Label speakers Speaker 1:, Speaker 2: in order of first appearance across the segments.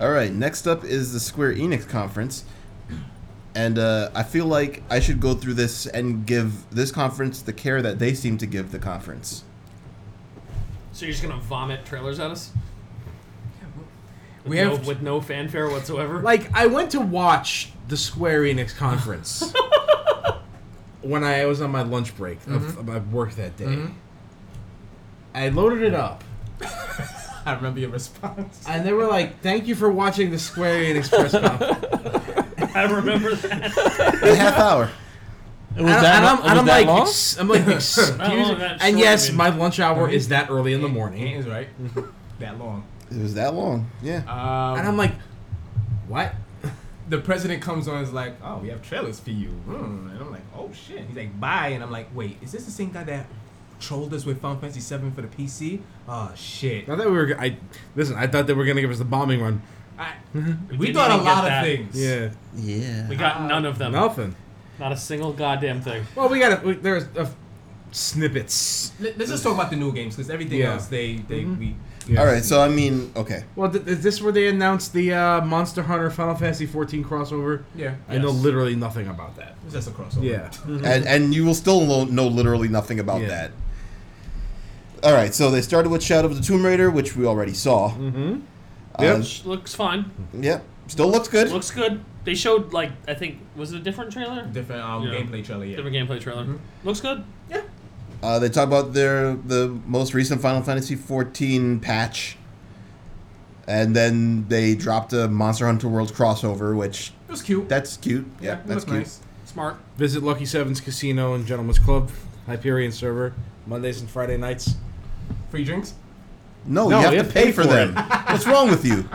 Speaker 1: right, next up is the Square Enix conference. And uh, I feel like I should go through this and give this conference the care that they seem to give the conference.
Speaker 2: So you're just gonna vomit trailers at us? With
Speaker 3: We
Speaker 2: no,
Speaker 3: have-
Speaker 2: with no fanfare whatsoever.
Speaker 3: Like I went to watch the Square Enix conference when I was on my lunch break
Speaker 4: Mm-hmm.
Speaker 3: of, of my work that day. I loaded it up,
Speaker 5: I remember your response.
Speaker 3: and they were like, "Thank you for watching the Square Enix press conference."
Speaker 2: I remember that.
Speaker 1: A half hour.
Speaker 4: It
Speaker 3: And,
Speaker 4: was
Speaker 3: I-
Speaker 4: that,
Speaker 3: and I'm,
Speaker 4: lo-
Speaker 3: and I'm like,
Speaker 4: it was
Speaker 3: ex- I'm like, excuse
Speaker 2: Not long, not short,
Speaker 3: And yes,
Speaker 2: I mean.
Speaker 3: my lunch hour
Speaker 4: Mm-hmm.
Speaker 3: is that early in the morning,
Speaker 5: is right. that long.
Speaker 1: It was that long. Yeah.
Speaker 2: Uh,
Speaker 5: Um,
Speaker 3: and I'm like, "What?"
Speaker 5: the president comes on and is like, oh, we have trailers for you. Hmm. And I'm like, oh shit. He's like, bye. And I'm like, wait, is this the same guy that trolled us with Final Fantasy 7 for the PC? Oh shit.
Speaker 3: Not that we were. g- I listen. I thought they were gonna give us the bombing one.
Speaker 5: I,
Speaker 2: We
Speaker 5: we
Speaker 2: didn't
Speaker 5: thought
Speaker 2: even get
Speaker 5: a lot of
Speaker 2: that.
Speaker 5: things.
Speaker 3: Yeah.
Speaker 1: Yeah.
Speaker 2: We got none of them.
Speaker 3: Nothing.
Speaker 2: Not a single goddamn thing.
Speaker 3: Well, we got a, there's a, snippets.
Speaker 5: Let- Let's just talk about the new games because everything
Speaker 3: Yeah.
Speaker 5: else they they we.
Speaker 3: Yeah.
Speaker 1: All right, so I mean, okay.
Speaker 3: Well, th- is this where they announced the uh, Monster Hunter Final Fantasy 14 crossover?
Speaker 5: Yeah.
Speaker 3: I know
Speaker 5: Yes.
Speaker 3: literally nothing about that.
Speaker 5: It's just a crossover.
Speaker 1: and and you will still lo- know literally nothing about
Speaker 3: Mm-hmm. Yeah.
Speaker 1: that. All right, so they started with Shadow of the Tomb Raider, which we already saw.
Speaker 3: Mm-hmm.
Speaker 1: Uh,
Speaker 3: Yep.
Speaker 2: Which looks fine.
Speaker 1: Yep, still looks good.
Speaker 2: Looks good. They showed like I think was it a different trailer?
Speaker 5: Different um,
Speaker 2: Yeah.
Speaker 5: gameplay trailer. Yeah.
Speaker 2: Different gameplay trailer. Looks good.
Speaker 1: Uh, they talk about their the most recent Final Fantasy XIV patch, and then they dropped a Monster Hunter World crossover, which
Speaker 5: It was cute.
Speaker 1: that's cute. Yeah,
Speaker 5: it
Speaker 1: that's
Speaker 5: was
Speaker 1: cute.
Speaker 5: nice.
Speaker 2: Smart.
Speaker 3: Visit Lucky Seven's Casino and Gentleman's Club, Hyperion server, Mondays and Friday nights.
Speaker 5: Free drinks.
Speaker 1: No, you have, to pay, for,
Speaker 3: it.
Speaker 1: them. What's wrong with you?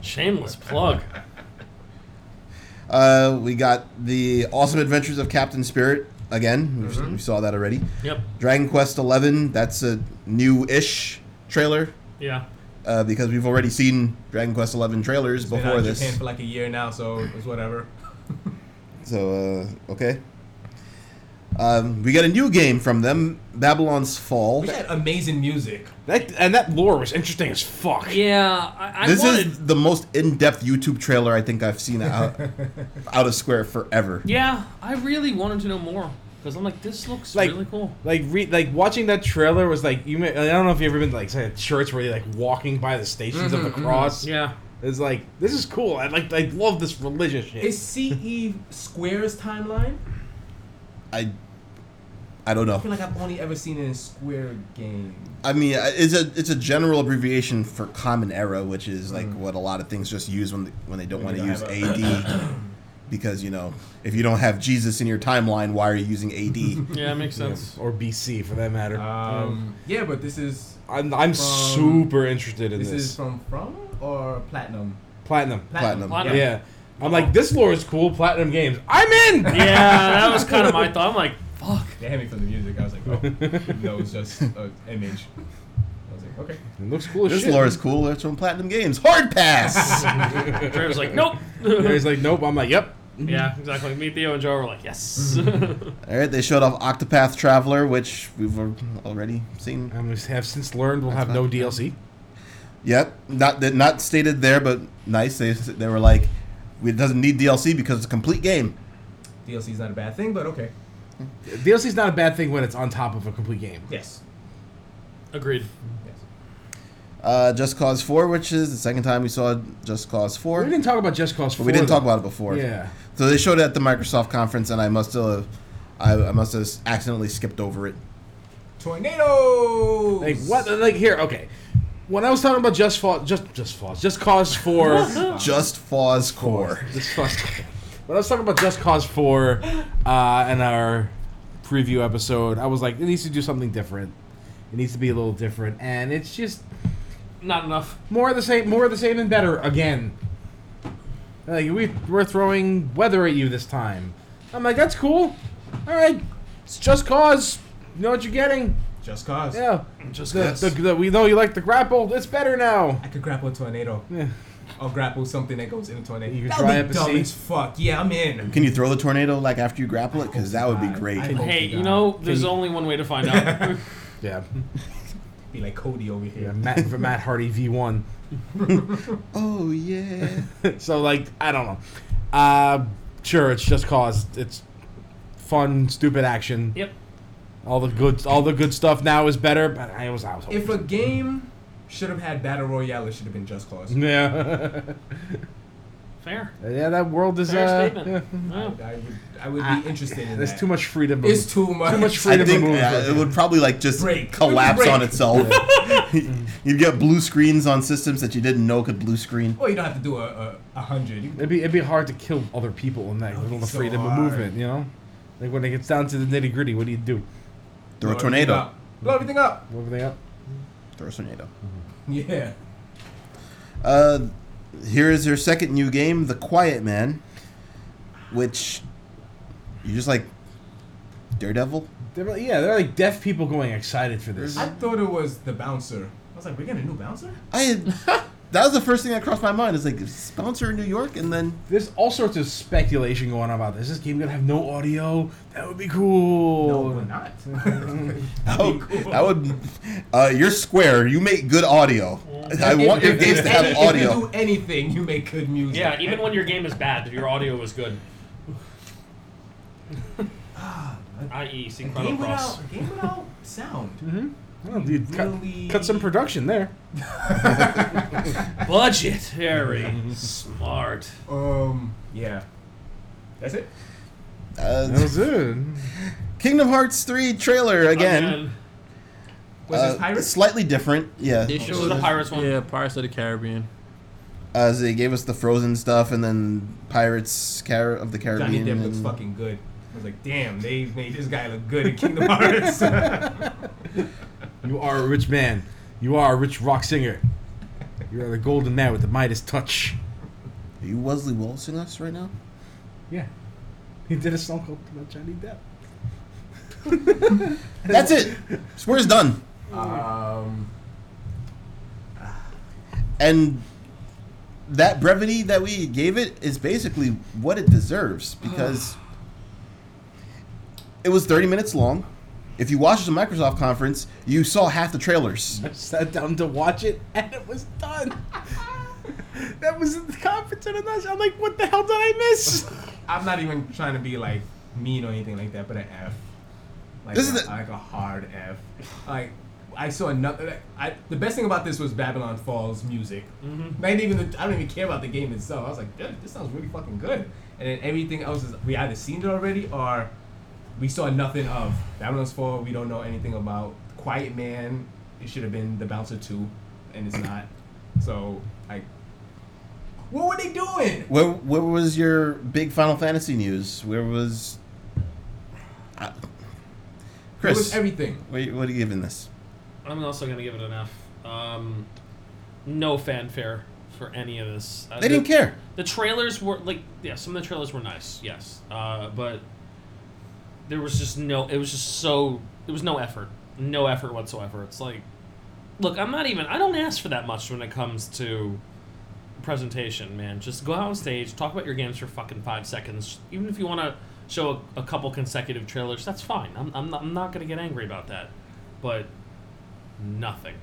Speaker 2: Shameless plug.
Speaker 1: Uh, we got the awesome adventures of Captain Spirit again. We've-
Speaker 5: Mm-hmm.
Speaker 1: We saw that already.
Speaker 2: Yep.
Speaker 1: Dragon Quest Eleven. That's a new-ish trailer
Speaker 2: Yeah.
Speaker 1: uh, because we've already seen Dragon Quest Eleven trailers
Speaker 5: Been out
Speaker 1: before
Speaker 5: in
Speaker 1: this.
Speaker 5: Japan for like a year now, so it's whatever.
Speaker 1: So uh, okay, um, we got a new game from them, Babylon's Fall.
Speaker 5: We had amazing music.
Speaker 3: That, and that lore was interesting as fuck.
Speaker 2: Yeah. I, I
Speaker 1: This
Speaker 2: wanted.
Speaker 1: is the most in-depth YouTube trailer I think I've seen out, out of Square forever.
Speaker 2: Yeah. I really wanted to know more because I'm like, this looks
Speaker 3: Like-
Speaker 2: really cool.
Speaker 3: Like re- like watching that trailer was like you. May, I don't know if you've ever been to, like say, a church where you're like walking by the stations of the cross.
Speaker 2: Yeah.
Speaker 3: It's like this is cool. I like I love this religious shit.
Speaker 5: Is CE Square's timeline?
Speaker 1: I I don't
Speaker 5: I feel
Speaker 1: know.
Speaker 5: like I've only ever seen it in Square games.
Speaker 1: I mean, I- it's a it's a general abbreviation for Common Era, which is like
Speaker 5: Mm.
Speaker 1: what a lot of things just use when when they don't
Speaker 5: When
Speaker 1: want
Speaker 5: they
Speaker 1: to
Speaker 5: don't
Speaker 1: use
Speaker 5: have
Speaker 1: AD. Because you know, if you don't have Jesus in your timeline, why are you using AD?
Speaker 2: Yeah. It makes sense.
Speaker 3: or BC for that matter.
Speaker 5: Um, yeah, but this is
Speaker 3: I'm, I'm
Speaker 5: From-
Speaker 3: super interested in
Speaker 5: this
Speaker 3: um, this.
Speaker 5: is from From or Platinum?
Speaker 3: Platinum.
Speaker 1: Platinum.
Speaker 2: Platinum.
Speaker 3: Yeah. I'm like, this lore is cool. Platinum games. I'm in.
Speaker 2: Yeah. That was kind of my thought. I'm like, fuck.
Speaker 5: They had me from the music. I was like, oh, no, it's just an image. I was like, okay.
Speaker 3: It looks cool as
Speaker 1: This
Speaker 3: shit.
Speaker 1: lore is cool. It's from Platinum Games. Hard pass.
Speaker 2: Trevor's like, nope.
Speaker 3: And he's like, nope. I'm like, yep.
Speaker 2: yeah. Exactly. Me, Theo, and Joe were like, yes.
Speaker 1: All right, they showed off Octopath Traveler, which we've al- already seen.
Speaker 3: And we have since learned we'll have no DLC.
Speaker 1: Yep, not that not stated there, but nice. They they were like, it doesn't need DLC because it's a complete game.
Speaker 5: DLC is not a bad thing, but okay.
Speaker 3: DLC is not a bad thing when it's on top of a complete game.
Speaker 5: Yes.
Speaker 2: Agreed.
Speaker 5: Yes.
Speaker 1: Uh, Just Cause Four, which is the second time we saw Just Cause Four,
Speaker 3: We didn't talk about Just Cause.
Speaker 1: but we didn't
Speaker 3: 4,
Speaker 1: talk about it before.
Speaker 3: Yeah.
Speaker 1: So they showed it at the Microsoft conference, and I must have, I, I must have accidentally skipped over it.
Speaker 5: Tornadoes.
Speaker 3: Like what? Like here, okay. When I was talking about Just Fall, just Just Falls, Just Cause Four,
Speaker 1: Just Faw's Core.
Speaker 3: Just Cause. When I was talking about Just Cause Four, uh, in our preview episode, I was like, it needs to do something different. It needs to be a little different, and it's just
Speaker 2: Not enough.
Speaker 3: more of the same, more of the same and better again. Like we we're throwing weather at you this time. I'm like, that's cool. All right, it's Just Cause. You know what you're getting.
Speaker 5: Just cause.
Speaker 3: Yeah.
Speaker 2: Just
Speaker 3: The, the, the, we know you like the grapple. It's better now.
Speaker 5: I could grapple a tornado.
Speaker 3: Yeah.
Speaker 5: I'll grapple something that goes in a tornado.
Speaker 3: You could
Speaker 5: That'll
Speaker 3: dry
Speaker 5: be
Speaker 3: up a
Speaker 5: dumb
Speaker 3: sea.
Speaker 5: as fuck. Yeah, I'm in.
Speaker 1: Can you throw the tornado like after you grapple it? Because that would be
Speaker 5: I-
Speaker 1: great.
Speaker 5: I-
Speaker 2: Hey,
Speaker 5: Oh,
Speaker 2: you
Speaker 5: God.
Speaker 2: know, there's only one way to find out.
Speaker 3: Yeah.
Speaker 5: be like Cody over here.
Speaker 3: Yeah, Matt, for Matt Hardy V1.
Speaker 1: Oh yeah.
Speaker 3: so, like, I don't know. Uh, sure, it's just cause. It's fun, stupid action.
Speaker 2: Yep.
Speaker 3: All the good, all the good stuff now is better. But I was, I was hoping.
Speaker 5: If a game should have had battle royale, it should have been Just Cause.
Speaker 3: yeah,
Speaker 2: Fair.
Speaker 3: yeah, that world is.
Speaker 2: Fair
Speaker 3: Uh,
Speaker 2: statement.
Speaker 3: yeah.
Speaker 5: I, I
Speaker 2: No.
Speaker 5: would, I would be
Speaker 3: I-
Speaker 5: interested in
Speaker 3: There's
Speaker 5: that.
Speaker 3: too much freedom.
Speaker 5: It's too much.
Speaker 3: Too much
Speaker 1: I
Speaker 3: Freedom
Speaker 1: think
Speaker 3: of movement.
Speaker 1: uh, it would probably like just
Speaker 5: Break.
Speaker 1: collapse
Speaker 5: Break.
Speaker 1: on itself. You'd get blue screens on systems that you didn't know could blue screen.
Speaker 5: Well, you don't have to do a, a, a hundred. You can-
Speaker 3: It'd be it'd be hard to kill other people in that little
Speaker 5: be so
Speaker 3: freedom
Speaker 5: hard.
Speaker 3: of movement, you know. Like when it gets down to the nitty gritty, what do you do?
Speaker 1: Throw a
Speaker 5: everything
Speaker 1: tornado.
Speaker 5: up. Blow everything up.
Speaker 3: Blow everything up.
Speaker 1: Throw a tornado.
Speaker 5: Yeah.
Speaker 1: Uh, here is your second new game, The Quiet Man, which you just like Daredevil.
Speaker 3: They're like- yeah, they're like deaf people going excited for this.
Speaker 5: I thought it was the bouncer. I was like, we got a new bouncer?
Speaker 1: I had, that was the first thing that crossed my mind. Is like sponsor in New York, and then
Speaker 3: There's all sorts of speculation going on about this. This game gonna have no audio. That would be cool.
Speaker 5: No, we're not. That'd
Speaker 1: oh,
Speaker 5: be cool.
Speaker 1: that would. Uh, you're Square. You make good audio. I
Speaker 5: If-
Speaker 1: want your
Speaker 5: if-
Speaker 1: games
Speaker 5: if
Speaker 1: to have
Speaker 5: any- If you
Speaker 1: audio.
Speaker 5: do anything, you make good music.
Speaker 2: Yeah, even when your game is bad, your audio is good. I.e.,
Speaker 5: a
Speaker 2: E, Synchrono
Speaker 5: game
Speaker 2: Cross.
Speaker 5: without, a game without sound.
Speaker 3: Well, dude, cut,
Speaker 5: Really?
Speaker 3: cut some production there.
Speaker 2: Budgetary. Smart.
Speaker 5: Um. Yeah. That's it.
Speaker 3: That
Speaker 1: Uh,
Speaker 3: was it.
Speaker 1: Kingdom Hearts three trailer again.
Speaker 5: Oh, Was
Speaker 1: Uh,
Speaker 5: this pirate?
Speaker 1: Slightly different, yeah.
Speaker 4: They
Speaker 2: This is the Pirates one.
Speaker 4: Yeah, Pirates of the Caribbean.
Speaker 1: As they gave us the Frozen stuff, and then Pirates Car- of the
Speaker 5: Johnny
Speaker 1: Caribbean.
Speaker 5: Depp looks
Speaker 1: and-
Speaker 5: fucking good. I was like, damn, they made this guy look good in Kingdom Hearts.
Speaker 3: You are a rich man. You are a rich rock singer. You are the golden man with the Midas touch.
Speaker 1: Are you Wesley Walsing us right now?
Speaker 3: Yeah, he did a song called about Johnny Depp.
Speaker 1: That's it. Square's done.
Speaker 5: um.
Speaker 1: And that brevity that we gave it is basically what it deserves because it was 30 minutes long. If you watched the Microsoft conference, you saw half the trailers.
Speaker 3: I sat down to watch it and it was done. that was in the conference and I'm like, what the hell did I miss?
Speaker 5: I'm not even trying to be like mean or anything like that, but an F. Like,
Speaker 1: This is
Speaker 5: a,
Speaker 1: the-
Speaker 5: like a hard F. Like I saw another. Like, I the best thing about this was Babylon Falls music. Mm-hmm. Not even the, I don't even care about the game itself. I was like, Dude, this sounds really fucking good. And then everything else is we either seen it already or we saw nothing of Babylon's Fall. We don't know anything about Quiet Man. It should have been The Bouncer Two, and it's not. So like, what were they doing?
Speaker 1: Where, where was your big Final Fantasy news? Where was. I-
Speaker 5: It
Speaker 1: Chris.
Speaker 5: was everything.
Speaker 1: Wait, what are you giving this?
Speaker 2: I'm also gonna give it an F. Um, no fanfare for any of this. Uh,
Speaker 1: They didn't
Speaker 2: the-
Speaker 1: care.
Speaker 2: The trailers were like, yeah, some of the trailers were nice, yes, uh, but there was just no. It was just so. It was no effort, no effort whatsoever. It's like, look, I'm not even. I don't ask for that much when it comes to presentation, man. Just go out on stage, talk about your games for fucking five seconds. Even if you want to show a, a couple consecutive trailers, that's fine. I'm, I'm not, I'm not gonna get angry about that, but nothing.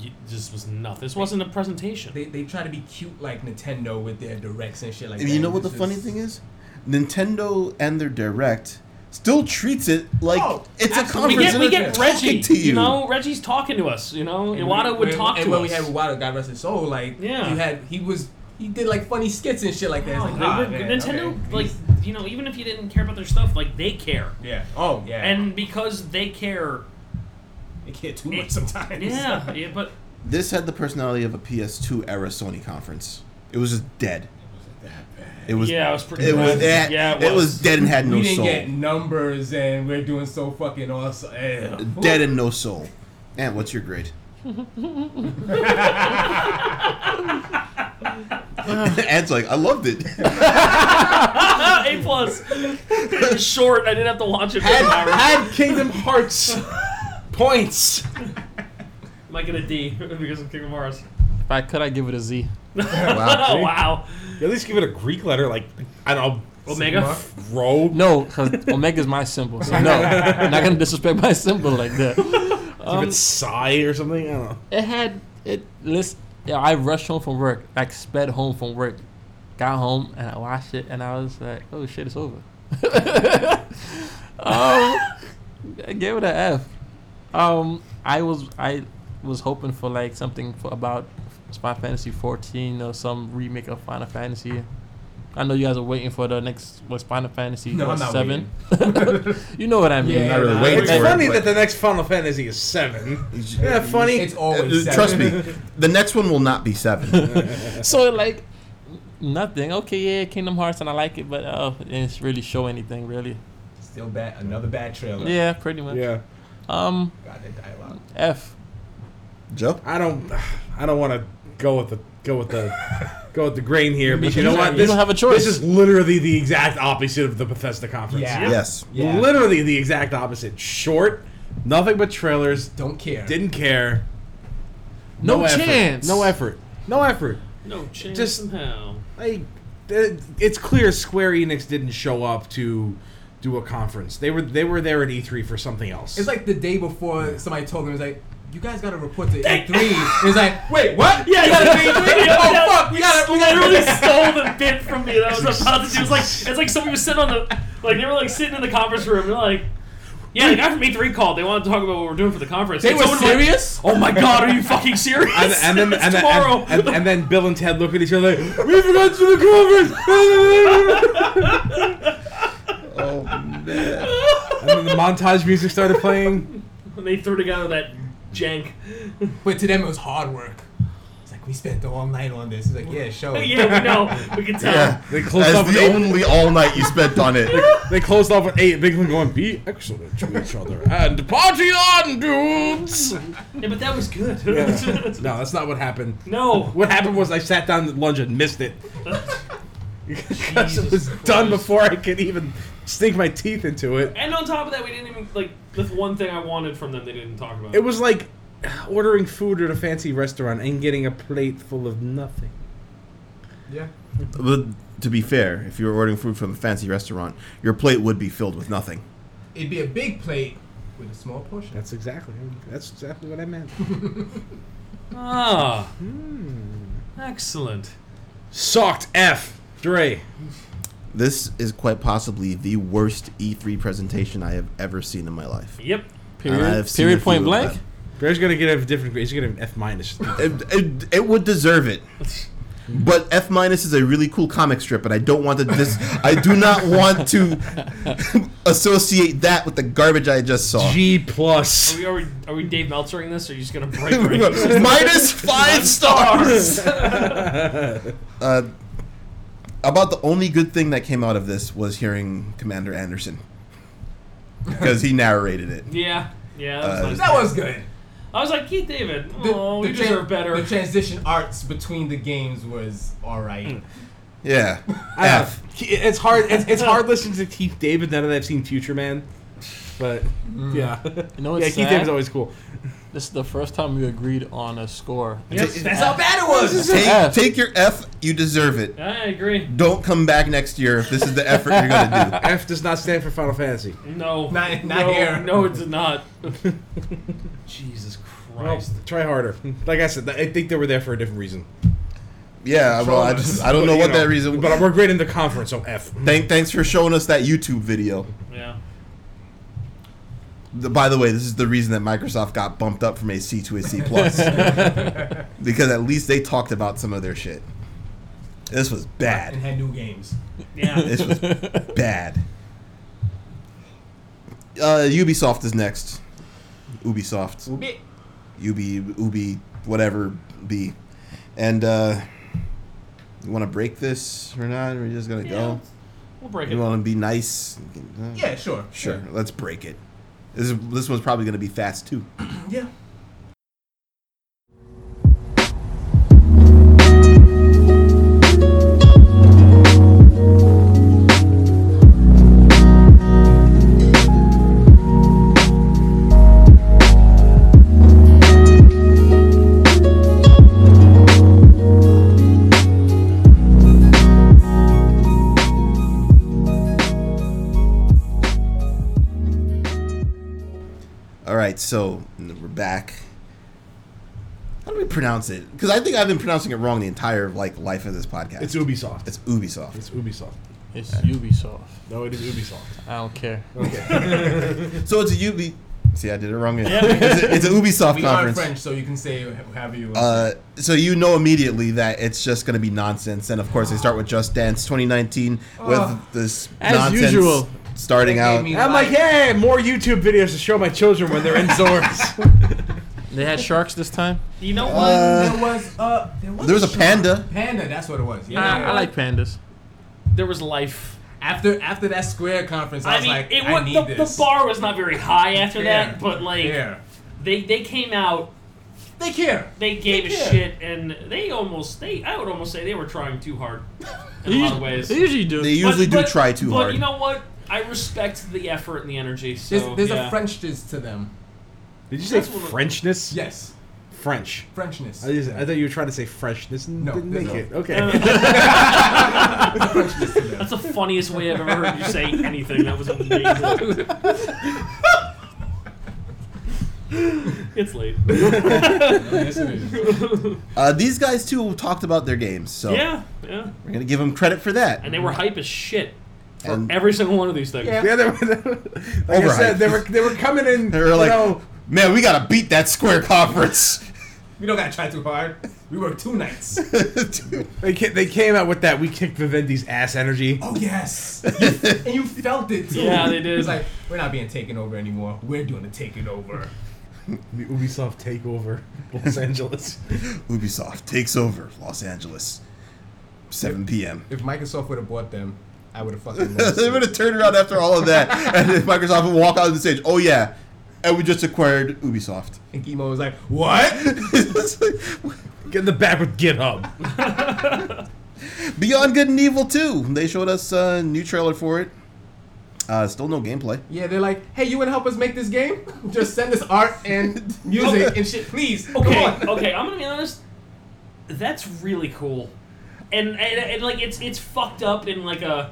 Speaker 2: You, this was nothing. This wasn't a presentation.
Speaker 5: They, they try to be cute like Nintendo with their directs and shit like that.
Speaker 1: you know what the
Speaker 5: It's
Speaker 1: funny
Speaker 5: just-
Speaker 1: thing is? Nintendo and their Direct still treats it like
Speaker 5: Oh,
Speaker 1: it's a
Speaker 5: absolutely.
Speaker 1: conference.
Speaker 2: we get,
Speaker 1: and
Speaker 2: we
Speaker 1: they're
Speaker 2: get
Speaker 1: talking
Speaker 2: Reggie.
Speaker 1: to
Speaker 2: you. know, Reggie's talking to us. You know,
Speaker 5: And
Speaker 2: Iwata would
Speaker 5: when-
Speaker 2: talk
Speaker 5: and
Speaker 2: to
Speaker 5: when
Speaker 2: us.
Speaker 5: we had Iwata, God rest his soul, like
Speaker 2: Yeah.
Speaker 5: you had he was he did like funny skits and shit like that. It's
Speaker 2: Wow,
Speaker 5: like,
Speaker 2: they
Speaker 5: ah,
Speaker 2: were-
Speaker 5: man,
Speaker 2: Nintendo,
Speaker 5: okay.
Speaker 2: like
Speaker 5: He's-
Speaker 2: you know, even if you didn't care about their stuff, like they care,
Speaker 5: yeah. Oh yeah.
Speaker 2: and because they care,
Speaker 5: they care too much
Speaker 2: it-
Speaker 5: sometimes.
Speaker 2: yeah, yeah. But
Speaker 1: This had the personality of a PS2 era Sony conference. It was just dead. It was
Speaker 2: yeah, it was pretty.
Speaker 1: It was
Speaker 2: rough.
Speaker 1: that.
Speaker 2: yeah,
Speaker 1: it, was. dead and had no
Speaker 5: we didn't
Speaker 1: soul.
Speaker 5: get numbers, and we're doing so fucking awesome. Eh.
Speaker 1: Dead and no soul. And what's your grade? Ant's like, I loved it.
Speaker 2: Ah, a plus. It was short. I didn't have to watch it. For an hour.
Speaker 3: Had Kingdom Hearts points.
Speaker 2: Am I gonna D because of Kingdom Hearts?
Speaker 4: If I could, I'd give it a Z.
Speaker 2: Oh wow,
Speaker 3: At least give it a Greek letter, like I don't know,
Speaker 2: Omega.
Speaker 3: row.
Speaker 4: No, because Omega's my symbol, so no, I'm not gonna disrespect my symbol like that.
Speaker 1: if
Speaker 3: um,
Speaker 1: it's Psy or something, I don't know.
Speaker 4: It had it. Listen, yeah, I rushed home from work. Like sped home from work, got home and I watched it and I was like, oh shit, it's over. um, I gave it a F. Um, I was I was hoping for like something for about Final Fantasy 14 or some remake of Final Fantasy. I know you guys are waiting for the next what's Final Fantasy
Speaker 5: No, I'm
Speaker 4: what,
Speaker 5: not
Speaker 4: seven. you know what I mean.
Speaker 5: Yeah,
Speaker 1: not really
Speaker 5: nah,
Speaker 1: waiting
Speaker 3: It's
Speaker 5: it's
Speaker 1: for it.
Speaker 3: funny
Speaker 1: but-
Speaker 3: that the next Final Fantasy is seven. Isn't that funny?
Speaker 5: It's always
Speaker 1: Uh, Trust me,
Speaker 5: seven.
Speaker 1: the next one will not be seven.
Speaker 4: So like nothing. Okay, yeah, Kingdom Hearts and I like it, but oh, it didn't really show anything really.
Speaker 5: Still bad. Another bad trailer.
Speaker 4: Yeah, pretty much.
Speaker 3: yeah.
Speaker 4: Um,
Speaker 5: God, that dialogue.
Speaker 4: F.
Speaker 1: Joe,
Speaker 3: I don't. I don't want to go with the go with the go with the grain here, but you know
Speaker 4: don't-
Speaker 3: what?
Speaker 4: you don't have a choice.
Speaker 3: This is literally the exact opposite of the Bethesda conference.
Speaker 5: Yeah.
Speaker 1: yes,
Speaker 5: Yeah.
Speaker 3: Literally the exact opposite. Short, nothing but trailers.
Speaker 5: Don't care.
Speaker 3: Didn't care.
Speaker 4: No,
Speaker 3: effort.
Speaker 4: chance.
Speaker 3: No effort. No effort.
Speaker 2: No chance
Speaker 3: Just-
Speaker 2: in hell.
Speaker 3: Like, it- it's clear Square Enix didn't show up to do a conference. They were they were there at E3 for something else.
Speaker 5: It's like the day before somebody told me, it was like, you guys gotta report to E3. it's like, wait, what? Yeah, you gotta be
Speaker 2: Yeah,
Speaker 5: E3?
Speaker 2: yeah.
Speaker 5: Oh, fuck, we gotta, we gotta
Speaker 2: literally stole the bit from me that I was about to do. It's like it's like somebody was sitting on the like they were like sitting in the conference room. They're like, yeah, the guy from E3 called. They wanted to talk about what we're doing for the conference.
Speaker 4: They
Speaker 2: And
Speaker 4: were
Speaker 2: someone like,
Speaker 4: serious.
Speaker 2: oh my god, are you fucking serious?
Speaker 3: and, and then
Speaker 2: It's
Speaker 3: and, then-
Speaker 2: tomorrow.
Speaker 3: and, and, and then Bill and Ted look at each other like, we forgot to the conference.
Speaker 1: oh man,
Speaker 3: and then the montage music started playing.
Speaker 2: And they threw together that jank.
Speaker 5: But to them, it was hard work. It's like, we spent the whole night on this. It's like, yeah, show. it."
Speaker 2: yeah, we know. We can tell.
Speaker 1: yeah,
Speaker 3: They closed off
Speaker 1: that's
Speaker 3: with
Speaker 1: the
Speaker 3: eight.
Speaker 1: only all night you spent on it.
Speaker 3: They closed off with eight. Big one going, be excellent to each other and party on, dudes.
Speaker 2: Yeah, but that was good.
Speaker 3: No, that's not what happened.
Speaker 2: no.
Speaker 3: What happened was I sat down at lunch and missed it. Because it
Speaker 2: Jesus
Speaker 3: was done
Speaker 2: Christ.
Speaker 3: before I could even sink my teeth into it.
Speaker 2: And on top of that, we didn't even like the one thing I wanted from them. They didn't talk about.
Speaker 3: It was like ordering food at a fancy restaurant and getting a plate full of nothing.
Speaker 5: Yeah.
Speaker 1: But to be fair, if you were ordering food from a fancy restaurant, your plate would be filled with nothing.
Speaker 5: It'd be a big plate with a small portion.
Speaker 3: That's exactly that's exactly what I meant.
Speaker 2: Ah, excellent.
Speaker 3: Socked F. Dre.
Speaker 1: This is quite possibly the worst E3 presentation I have ever seen in my life.
Speaker 2: Yep.
Speaker 1: And I have
Speaker 4: Period.
Speaker 1: seen a
Speaker 4: Period.
Speaker 1: few
Speaker 4: Point
Speaker 1: of
Speaker 4: blank.
Speaker 1: them.
Speaker 3: Dre's gonna get a different grade. He's gonna get an F minus.
Speaker 1: It, it, it would deserve it. But F minus is a really cool comic strip, and I don't want to dis- I do not want to associate that with the garbage I just saw.
Speaker 3: G plus.
Speaker 2: Are we, are we, are we Dave Meltzering this, or are you just gonna break? ranks?
Speaker 1: minus five stars. uh, about the only good thing that came out of this was hearing Commander Anderson because he narrated it.
Speaker 2: yeah, yeah. That was
Speaker 1: Uh,
Speaker 2: nice.
Speaker 5: That was good.
Speaker 2: I was like, Keith David. Oh, you
Speaker 5: tran-
Speaker 2: deserve better.
Speaker 5: The transition arts between the games was alright.
Speaker 1: Yeah,
Speaker 3: I have. It's hard. It's, it's hard listening to Keith David now that I've seen Future Man. But yeah,
Speaker 4: You know
Speaker 3: yeah,
Speaker 4: what's
Speaker 3: Keith
Speaker 4: sad?
Speaker 3: David's always cool.
Speaker 4: This is the first time we agreed on a score.
Speaker 2: Yes,
Speaker 5: That's how bad it was.
Speaker 1: Take,
Speaker 4: F.
Speaker 1: take your F. You deserve it.
Speaker 2: I agree.
Speaker 1: Don't come back next year if this is the effort you're gonna do.
Speaker 3: F does not stand for Final Fantasy.
Speaker 2: No,
Speaker 5: Not- not
Speaker 2: no,
Speaker 5: here.
Speaker 2: No, it did not. Jesus Christ.
Speaker 3: Try harder. Like I said, I think they were there for a different reason.
Speaker 1: Yeah, well, I just I don't know what that reason.
Speaker 3: But we're great in the conference, so F.
Speaker 1: Thank, thanks for showing us that YouTube video.
Speaker 2: Yeah.
Speaker 1: The- by the way, this is the reason that Microsoft got bumped up from a C to a C plus because at least they talked about some of their shit. This was
Speaker 5: And
Speaker 1: bad.
Speaker 5: had new games.
Speaker 2: Yeah.
Speaker 1: This was bad. Uh, Ubisoft is next. Ubisoft,
Speaker 5: Ubi.
Speaker 1: Ubi, Ubi, whatever be, and uh, you want to break this or not? Or are you just gonna
Speaker 2: Yeah,
Speaker 1: go?
Speaker 2: let's- We'll break
Speaker 1: You
Speaker 2: it.
Speaker 1: want to be nice?
Speaker 5: Yeah, sure.
Speaker 1: Sure, let's break it. This is, this one's probably gonna be fast too.
Speaker 5: Yeah.
Speaker 1: All right, right, so we're back. How do we pronounce it? Because I think I've been pronouncing it wrong the entire like life of this podcast.
Speaker 3: It's Ubisoft.
Speaker 1: It's Ubisoft.
Speaker 3: It's Ubisoft.
Speaker 4: It's Ubisoft.
Speaker 3: No, it is Ubisoft.
Speaker 4: I don't care.
Speaker 1: so it's a Ubi. See, I did it wrong. again. it's, a, it's a Ubisoft
Speaker 5: We are
Speaker 1: conference.
Speaker 5: French, so you can say however you want.
Speaker 1: Uh, so you know immediately that it's just going to be nonsense, and of course they start with Just Dance 2019
Speaker 5: Oh.
Speaker 1: with this
Speaker 4: As
Speaker 1: nonsense
Speaker 4: usual.
Speaker 1: starting
Speaker 5: They
Speaker 1: out.
Speaker 5: gave me-
Speaker 3: I'm like, hey, more YouTube videos to show my children when they're indoors.
Speaker 4: They had sharks this time.
Speaker 2: You know what?
Speaker 1: Uh,
Speaker 5: there was a there was,
Speaker 1: there was a
Speaker 5: shark.
Speaker 1: panda.
Speaker 5: Panda, that's what it was. Yeah.
Speaker 2: Uh,
Speaker 4: I, I like pandas.
Speaker 2: there was life.
Speaker 5: after after that Square conference, I,
Speaker 2: I
Speaker 5: was
Speaker 2: mean,
Speaker 5: like,
Speaker 2: it
Speaker 5: I
Speaker 2: was,
Speaker 5: need
Speaker 2: the,
Speaker 5: this.
Speaker 2: the bar was not very high after
Speaker 5: Fair.
Speaker 2: that, but like
Speaker 5: Fair.
Speaker 2: they they came out,
Speaker 5: They care.
Speaker 2: they gave a
Speaker 5: Yeah.
Speaker 2: shit, and they almost they I would almost say they were trying too hard in
Speaker 4: They
Speaker 2: a lot of
Speaker 4: usu-
Speaker 2: ways.
Speaker 4: They usually do.
Speaker 1: They usually do try too
Speaker 2: but
Speaker 1: hard.
Speaker 2: you know what? I respect the effort and the energy. So
Speaker 5: There's, there's
Speaker 2: yeah.
Speaker 5: a Frenchness to them.
Speaker 3: Did you say
Speaker 2: That's what-
Speaker 3: Frenchness?
Speaker 5: Yes,
Speaker 3: French.
Speaker 5: Frenchness.
Speaker 3: I, just, I thought you were trying to say freshness and
Speaker 5: No,
Speaker 3: didn't
Speaker 5: there's
Speaker 3: make
Speaker 5: no-
Speaker 3: it. Okay.
Speaker 5: Frenchness to them.
Speaker 2: That's the funniest way I've ever heard you say anything. That was amazing. it's late.
Speaker 5: yes, it is.
Speaker 1: Uh, these guys too talked about their games, so
Speaker 2: Yeah, yeah.
Speaker 1: we're gonna give them credit for that.
Speaker 2: And they were hype as shit for
Speaker 1: And-
Speaker 2: every single one of these things.
Speaker 3: Yeah, they were, they were- like I said,
Speaker 1: Overhyped.
Speaker 3: they were they were coming in.
Speaker 1: They were like,
Speaker 3: you know,
Speaker 1: "Man, we gotta beat that Square conference."
Speaker 5: We don't gotta try too hard. We work two nights.
Speaker 1: Dude.
Speaker 3: they ca- they came out with that we kicked Vivendi's ass energy.
Speaker 5: Oh yes, You- and you felt it too.
Speaker 2: Yeah, they did.
Speaker 5: It's like we're not being taken over anymore. We're doing the taking over.
Speaker 3: The Ubisoft takeover Los Angeles.
Speaker 1: Ubisoft takes over Los Angeles, 7 p.m.
Speaker 5: If Microsoft would have bought them, I would have fucking. lost
Speaker 1: they
Speaker 5: it.
Speaker 1: would have turned around after all of that, and then Microsoft would walk out on the stage. Oh yeah, and we just acquired Ubisoft.
Speaker 5: And Gimo was like, "What?
Speaker 1: It's like,
Speaker 3: Get in the back with GitHub.
Speaker 1: Beyond Good and Evil 2. They showed us a new trailer for it. Uh, still no gameplay.
Speaker 5: Yeah, they're like, hey, you want to help us make this game? Just send us art and music and shit, please.
Speaker 2: Okay,
Speaker 5: Come on.
Speaker 2: okay. I'm gonna be honest. That's really cool, and, and and like it's it's fucked up in like a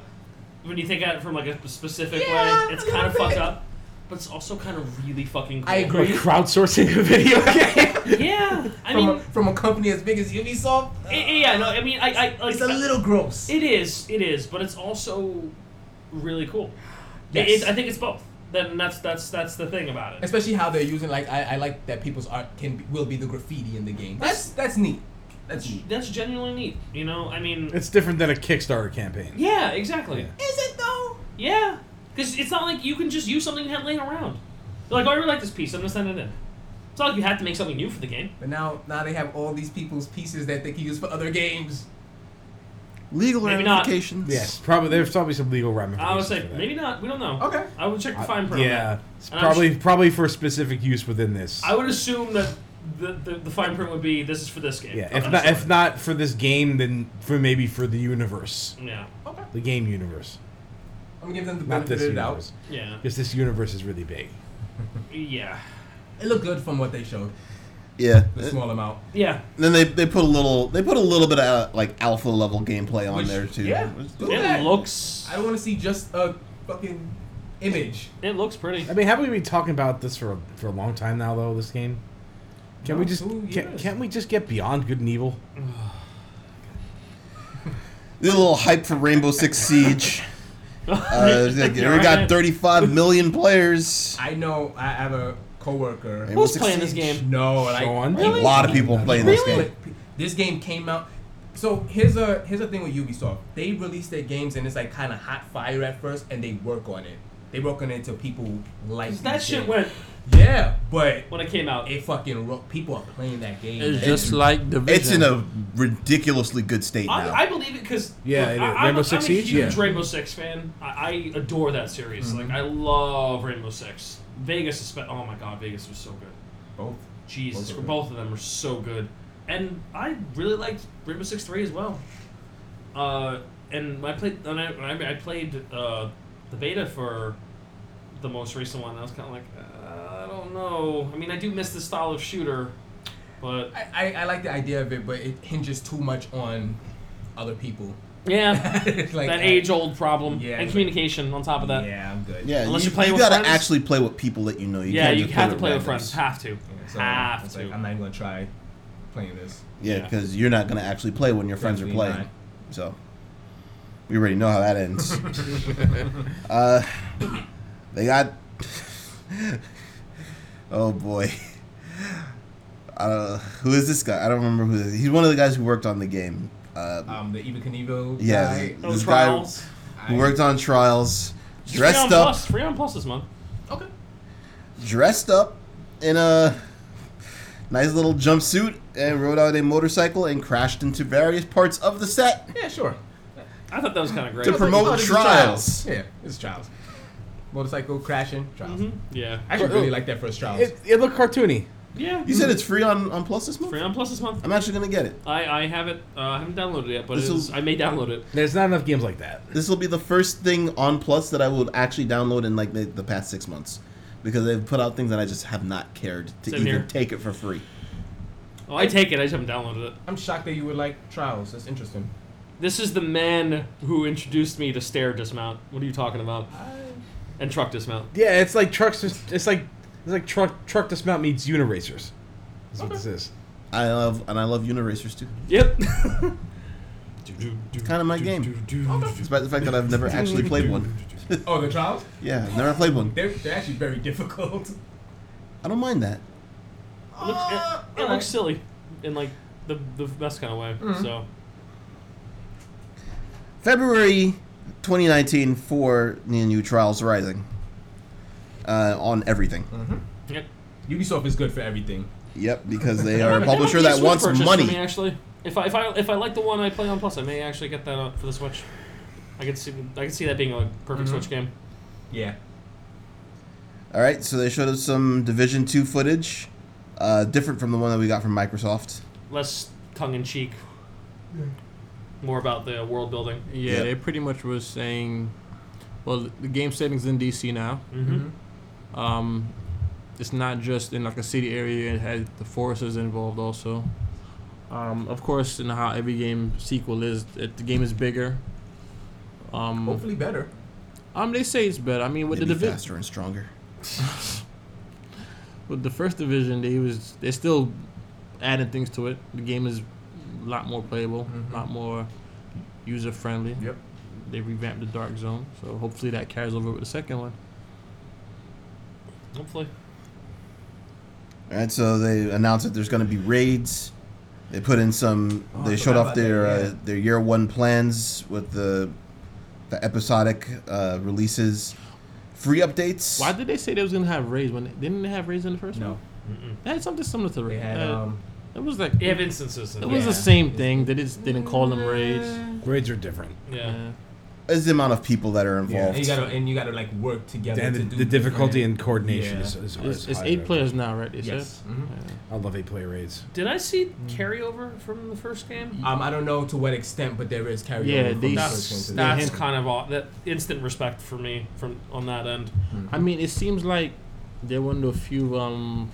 Speaker 2: when you think of it from like a specific
Speaker 5: Yeah,
Speaker 2: way. It's
Speaker 5: a
Speaker 2: kind of
Speaker 5: little
Speaker 2: fucked
Speaker 5: bit.
Speaker 2: up, but it's also kind of really fucking cool.
Speaker 5: I
Speaker 3: We're
Speaker 5: agree.
Speaker 3: crowdsourcing a video game.
Speaker 2: Yeah, I
Speaker 5: From,
Speaker 2: mean,
Speaker 5: a, from a company as big as Ubisoft,
Speaker 2: i- i- yeah, no, I mean, I, I like
Speaker 5: it's a little gross.
Speaker 2: It is, it is, but it's also really cool. It-
Speaker 5: Yes.
Speaker 2: it- I think it's both. Then that's that's that's the thing about it.
Speaker 5: Especially how they're using, like, I, I like that people's art can be, will be the graffiti in the game. That's that's neat. That's neat.
Speaker 2: That's genuinely neat. You know, I mean,
Speaker 3: It's different than a Kickstarter campaign.
Speaker 2: yeah, exactly.
Speaker 5: Is it though?
Speaker 2: Yeah, because it's not like you can just use something you had laying around. You're like, oh, I really like this piece. I'm gonna send it in. It's not like you have to make something new for the game.
Speaker 5: But now, now they have all these people's pieces that they can use for other games.
Speaker 1: Legal
Speaker 2: Maybe not.
Speaker 1: ramifications.
Speaker 3: Yes, probably there's probably some legal ramifications.
Speaker 2: I would say
Speaker 3: for that.
Speaker 2: maybe not. We don't know.
Speaker 5: Okay.
Speaker 2: I would check the
Speaker 3: I-
Speaker 2: fine print. on
Speaker 3: Yeah,
Speaker 2: that.
Speaker 3: it's
Speaker 2: And I'm
Speaker 3: probably
Speaker 2: sh-
Speaker 3: probably for specific use within this.
Speaker 2: I would assume that the, the, the fine print would be this is for this game.
Speaker 3: yeah,
Speaker 2: I'm
Speaker 3: if not
Speaker 2: sorry.
Speaker 3: if not for this game, then for maybe for the universe,
Speaker 2: Yeah.
Speaker 5: Okay.
Speaker 3: the game universe,
Speaker 5: I'm gonna give them the
Speaker 3: not
Speaker 5: benefit
Speaker 3: this
Speaker 5: of the doubt.
Speaker 3: universe,
Speaker 2: Yeah.
Speaker 3: because this universe is really big.
Speaker 2: Yeah.
Speaker 5: It looked good from what they showed,
Speaker 1: Yeah.
Speaker 5: the small amount.
Speaker 2: Yeah.
Speaker 1: Then they, they put a little they put a little bit of uh, like alpha level gameplay on
Speaker 5: Which-
Speaker 1: there too.
Speaker 5: yeah.
Speaker 1: Which-
Speaker 5: Do
Speaker 2: It
Speaker 5: that.
Speaker 2: looks.
Speaker 5: I don't want to see just a fucking image.
Speaker 2: It looks pretty.
Speaker 3: I mean, haven't we been talking about this for a, for a long time now? Though this game, can we
Speaker 5: No,
Speaker 3: just
Speaker 5: two
Speaker 3: can,
Speaker 5: years.
Speaker 3: can't we just get beyond good and evil?
Speaker 1: Did a little hype for Rainbow Six Siege. Uh, it's like, we got 35 million players.
Speaker 5: I know I have a coworker.
Speaker 1: Rainbow
Speaker 2: Who's
Speaker 1: Six
Speaker 2: playing this
Speaker 1: Siege.
Speaker 2: game?
Speaker 5: No, like
Speaker 3: Sean?
Speaker 1: A lot of people playing this
Speaker 5: But
Speaker 1: game.
Speaker 5: this game came out. So here's a here's the thing with Ubisoft. They release their games and it's like kind of hot fire at first, and they work on it. They work on it until people like
Speaker 2: That
Speaker 5: these
Speaker 2: shit
Speaker 5: games.
Speaker 2: went
Speaker 5: Yeah, but
Speaker 2: when it came out.
Speaker 5: it fucking ro- people are playing that game.
Speaker 4: It's
Speaker 5: man.
Speaker 4: just like the
Speaker 1: It's in a ridiculously good state now.
Speaker 2: I, I believe it because
Speaker 3: Yeah, it is. Rainbow
Speaker 2: I'm,
Speaker 3: Six
Speaker 2: I'm a
Speaker 3: Siege?
Speaker 2: huge
Speaker 3: Yeah. Mm-hmm.
Speaker 2: Rainbow Six fan. I, I adore that series. Like I love Rainbow Six. Vegas is spe- oh my god, Vegas was so good.
Speaker 5: both.
Speaker 2: Jesus,
Speaker 5: Both
Speaker 2: both
Speaker 5: are good.
Speaker 2: of, them are so good, and I really liked Rainbow Six Three as well. Uh, and I played and I when I, I played uh, the beta for the most recent one. I was kind of like, uh, I don't know. I mean, I do miss the style of shooter, but
Speaker 5: I, I, I like the idea of it, but it hinges too much on other people.
Speaker 2: Yeah.
Speaker 5: It's like,
Speaker 2: that
Speaker 5: I-
Speaker 2: age old problem.
Speaker 5: Yeah,
Speaker 2: and
Speaker 5: like-
Speaker 2: communication on top of that. Yeah,
Speaker 5: Yeah, I'm good.
Speaker 1: Yeah,
Speaker 2: Unless
Speaker 1: you,
Speaker 2: you're playing
Speaker 1: you
Speaker 2: with
Speaker 1: gotta
Speaker 2: friends.
Speaker 1: actually play with people that you know. You
Speaker 2: yeah
Speaker 1: can't
Speaker 2: you
Speaker 1: just
Speaker 2: have to play with
Speaker 1: randoms.
Speaker 2: friends. Have to.
Speaker 5: Yeah, so
Speaker 2: have
Speaker 5: it's
Speaker 2: to.
Speaker 5: like, I'm not even gonna try playing this.
Speaker 1: Yeah,
Speaker 2: Yeah.
Speaker 1: because you're not gonna actually play when your friends are
Speaker 5: Definitely
Speaker 1: playing.
Speaker 5: not.
Speaker 1: So we already know how that ends. uh, they got. oh boy. Uh, who is this guy? I don't remember who this is. He's one of the guys who worked on the game. Uh,
Speaker 5: Um, the Eva Knievel.
Speaker 1: yeah,
Speaker 5: guy,
Speaker 2: Oh,
Speaker 1: this guy
Speaker 2: trials.
Speaker 1: who
Speaker 5: I-
Speaker 1: worked on trials,
Speaker 2: It's free on
Speaker 1: dressed up,
Speaker 2: Plus. Free on Plus this month.
Speaker 5: Okay.
Speaker 1: dressed up in a nice little jumpsuit, and rode out a motorcycle and crashed into various parts of the set.
Speaker 5: Yeah, sure.
Speaker 2: I thought that was kind of great.
Speaker 1: To promote
Speaker 5: Oh, this is
Speaker 1: trials.
Speaker 5: Yeah, it's trials. Motorcycle crashing, trials.
Speaker 2: Mhm. Yeah.
Speaker 5: I actually really like that first trials.
Speaker 3: It, it looked cartoony.
Speaker 2: Yeah. Mm-hmm.
Speaker 1: You said it's free on, on Plus this month?
Speaker 2: free on Plus this month.
Speaker 1: I'm actually gonna get it.
Speaker 2: I, I have it. Uh, I haven't downloaded it yet, but it
Speaker 1: This'll-
Speaker 2: is, I may download it.
Speaker 3: There's not enough games like that.
Speaker 1: This will be the first thing on Plus that I will actually download in like the, the past six months. Because they've put out things that I just have not cared to
Speaker 2: Same
Speaker 1: even
Speaker 2: here.
Speaker 1: take it for free.
Speaker 2: Oh, I take it. I just haven't downloaded it.
Speaker 5: I'm shocked that you would like trials. That's interesting.
Speaker 2: This is the man who introduced me to stair dismount. What are you talking about? And truck dismount.
Speaker 3: Yeah, it's like trucks. It's like it's like truck truck dismount meets Uniracers. That's what this is.
Speaker 1: I love and I love Uniracers too.
Speaker 2: Yep.
Speaker 1: Kind of my game. Despite the fact that I've never actually played one.
Speaker 5: Oh, the trials?
Speaker 1: Yeah, I've never played one.
Speaker 5: They're, they're actually very difficult.
Speaker 1: I don't mind that.
Speaker 2: looks, it,
Speaker 5: Uh,
Speaker 2: it
Speaker 5: alright. Mm-hmm.
Speaker 2: looks silly in like the the best kind of way. So
Speaker 1: February 2019 for New Trials Rising. Uh, on everything.
Speaker 2: yep.
Speaker 5: Ubisoft is good for everything.
Speaker 1: Yep, because they are a
Speaker 2: That might
Speaker 1: publisher
Speaker 2: be a
Speaker 1: that
Speaker 2: Switch
Speaker 1: wants
Speaker 2: purchase for me,
Speaker 1: money.
Speaker 2: actually, if I if I if I like the one I play on Plus, I may actually get that out for the Switch. I could see I could see that being a perfect
Speaker 5: Mhm.
Speaker 2: Switch game.
Speaker 5: Yeah.
Speaker 1: All right, so they showed us some Division Two footage, uh, different from the one that we got from Microsoft.
Speaker 2: Less tongue in cheek. More about the world building.
Speaker 4: Yeah,
Speaker 1: Yep.
Speaker 4: they pretty much was saying, well, the game setting's in DC now.
Speaker 2: Mm-hmm.
Speaker 4: Um, it's not just in like a city area; it had the forces involved also. Um, of course, in how every game sequel is, it, the game is bigger. Um,
Speaker 5: Hopefully better.
Speaker 4: um, they say it's better. I mean, with
Speaker 1: Maybe
Speaker 4: the divi-
Speaker 1: faster and stronger.
Speaker 4: with the first division, they was they still adding things to it. The game is a lot more playable, a
Speaker 5: Mhm.
Speaker 4: lot more user friendly.
Speaker 5: Yep.
Speaker 4: They revamped the dark zone, so hopefully that carries over with the second one.
Speaker 2: Hopefully.
Speaker 1: All right, so they announced that there's going to be raids. They put in some.
Speaker 5: Oh, I
Speaker 1: they
Speaker 5: forgot
Speaker 1: showed off
Speaker 5: about
Speaker 1: their
Speaker 5: that, yeah.
Speaker 1: uh, their year one plans with the the episodic uh, releases, free updates.
Speaker 4: Why did they say they was gonna have raids when they, didn't they have raids in the first one? They had something similar to
Speaker 5: They
Speaker 4: raids.
Speaker 5: had,
Speaker 4: Uh,
Speaker 5: um,
Speaker 4: it was like
Speaker 2: They have instances. In
Speaker 4: it
Speaker 2: there.
Speaker 4: was
Speaker 5: yeah.
Speaker 4: the same thing. They just didn't call them raids.
Speaker 3: Raids are different.
Speaker 2: yeah.
Speaker 1: Is the amount of people that are
Speaker 5: and
Speaker 1: involved?
Speaker 5: you gotta and you gotta like work together.
Speaker 3: And
Speaker 5: to
Speaker 3: the,
Speaker 5: do
Speaker 3: the difficulty
Speaker 5: different-
Speaker 3: in coordination
Speaker 5: Yeah.
Speaker 3: is, is, is
Speaker 4: It's, it's
Speaker 3: high,
Speaker 4: eight
Speaker 3: right?
Speaker 4: players now, right? They said?
Speaker 5: Yes. Mhm.
Speaker 4: Yeah.
Speaker 3: I love eight player raids.
Speaker 2: Did I see carryover from the first game?
Speaker 5: Um, I don't know to what extent, but there is carryover.
Speaker 4: Yeah,
Speaker 5: from
Speaker 4: these-
Speaker 5: the first game
Speaker 2: That's
Speaker 5: to the
Speaker 2: that's
Speaker 5: second.
Speaker 2: kind of aw- that instant respect for me from on that end.
Speaker 5: Mm-hmm.
Speaker 4: I mean, it seems like they're one of the few um,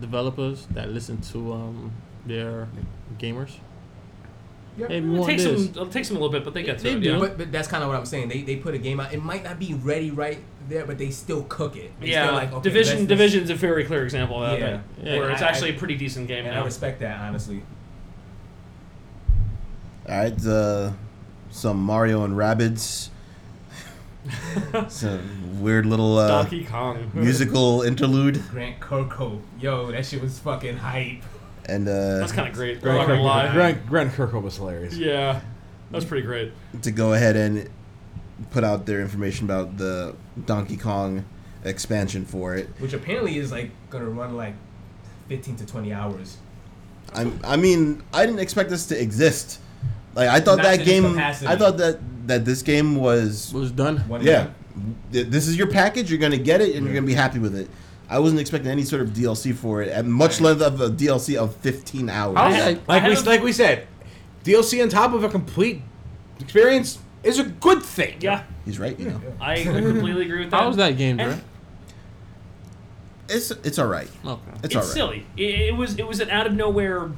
Speaker 4: developers that listen to um, their gamers.
Speaker 5: Yep.
Speaker 4: Hey, we
Speaker 2: It
Speaker 4: want
Speaker 2: takes
Speaker 4: this.
Speaker 2: them it'll take them a little bit, but they get to
Speaker 4: They
Speaker 2: it.
Speaker 4: do.
Speaker 2: yeah.
Speaker 5: But, but that's kind of what I'm saying. They, they put a game out. It might not be ready right there, but they still cook it. They
Speaker 2: Yeah,
Speaker 5: still like, okay,
Speaker 2: division
Speaker 5: let's-
Speaker 2: division's a very clear example of that.
Speaker 5: Yeah.
Speaker 4: Yeah.
Speaker 2: where it's
Speaker 5: I- I-
Speaker 2: actually a pretty decent game
Speaker 5: And I
Speaker 2: now.
Speaker 5: respect that honestly.
Speaker 1: All right, uh, some Mario and Rabbids. some weird little uh,
Speaker 2: Donkey Kong.
Speaker 1: musical interlude
Speaker 5: Grant Kirkhope, yo, that shit was fucking hype.
Speaker 1: and uh,
Speaker 2: That's kind of great. I'm
Speaker 3: Grant,
Speaker 2: not gonna
Speaker 3: Kirkhope,
Speaker 2: lie.
Speaker 3: Grant, Grant Kirkhope was hilarious.
Speaker 2: Yeah, that's pretty great.
Speaker 1: to go ahead and put out their information about the Donkey Kong expansion for it.
Speaker 5: Which apparently is like gonna run like 15 to 20 hours.
Speaker 1: I, I mean, I didn't expect this to exist. Like I thought
Speaker 5: Not to
Speaker 1: that
Speaker 5: this
Speaker 1: game,
Speaker 5: capacity.
Speaker 1: I thought that that this game was
Speaker 4: It was done.
Speaker 5: One
Speaker 1: yeah.
Speaker 5: day.
Speaker 1: th- This is your package. You're gonna get it, and you're gonna be happy with it. I wasn't expecting any sort of DLC for it, and much less of a DLC of 15 hours.
Speaker 4: I was
Speaker 2: I-
Speaker 4: like,
Speaker 3: Like
Speaker 2: I
Speaker 3: we
Speaker 2: have-
Speaker 3: like we said, DLC on top of a complete experience is a good thing.
Speaker 2: Yeah,
Speaker 1: He's right, you know.
Speaker 2: I completely agree with that.
Speaker 4: how was that game, bro?
Speaker 5: Eh?
Speaker 2: And-
Speaker 1: It's it's all right.
Speaker 4: Okay.
Speaker 1: It's,
Speaker 2: It's,
Speaker 1: all right.
Speaker 2: silly. It, it was it was an out of nowhere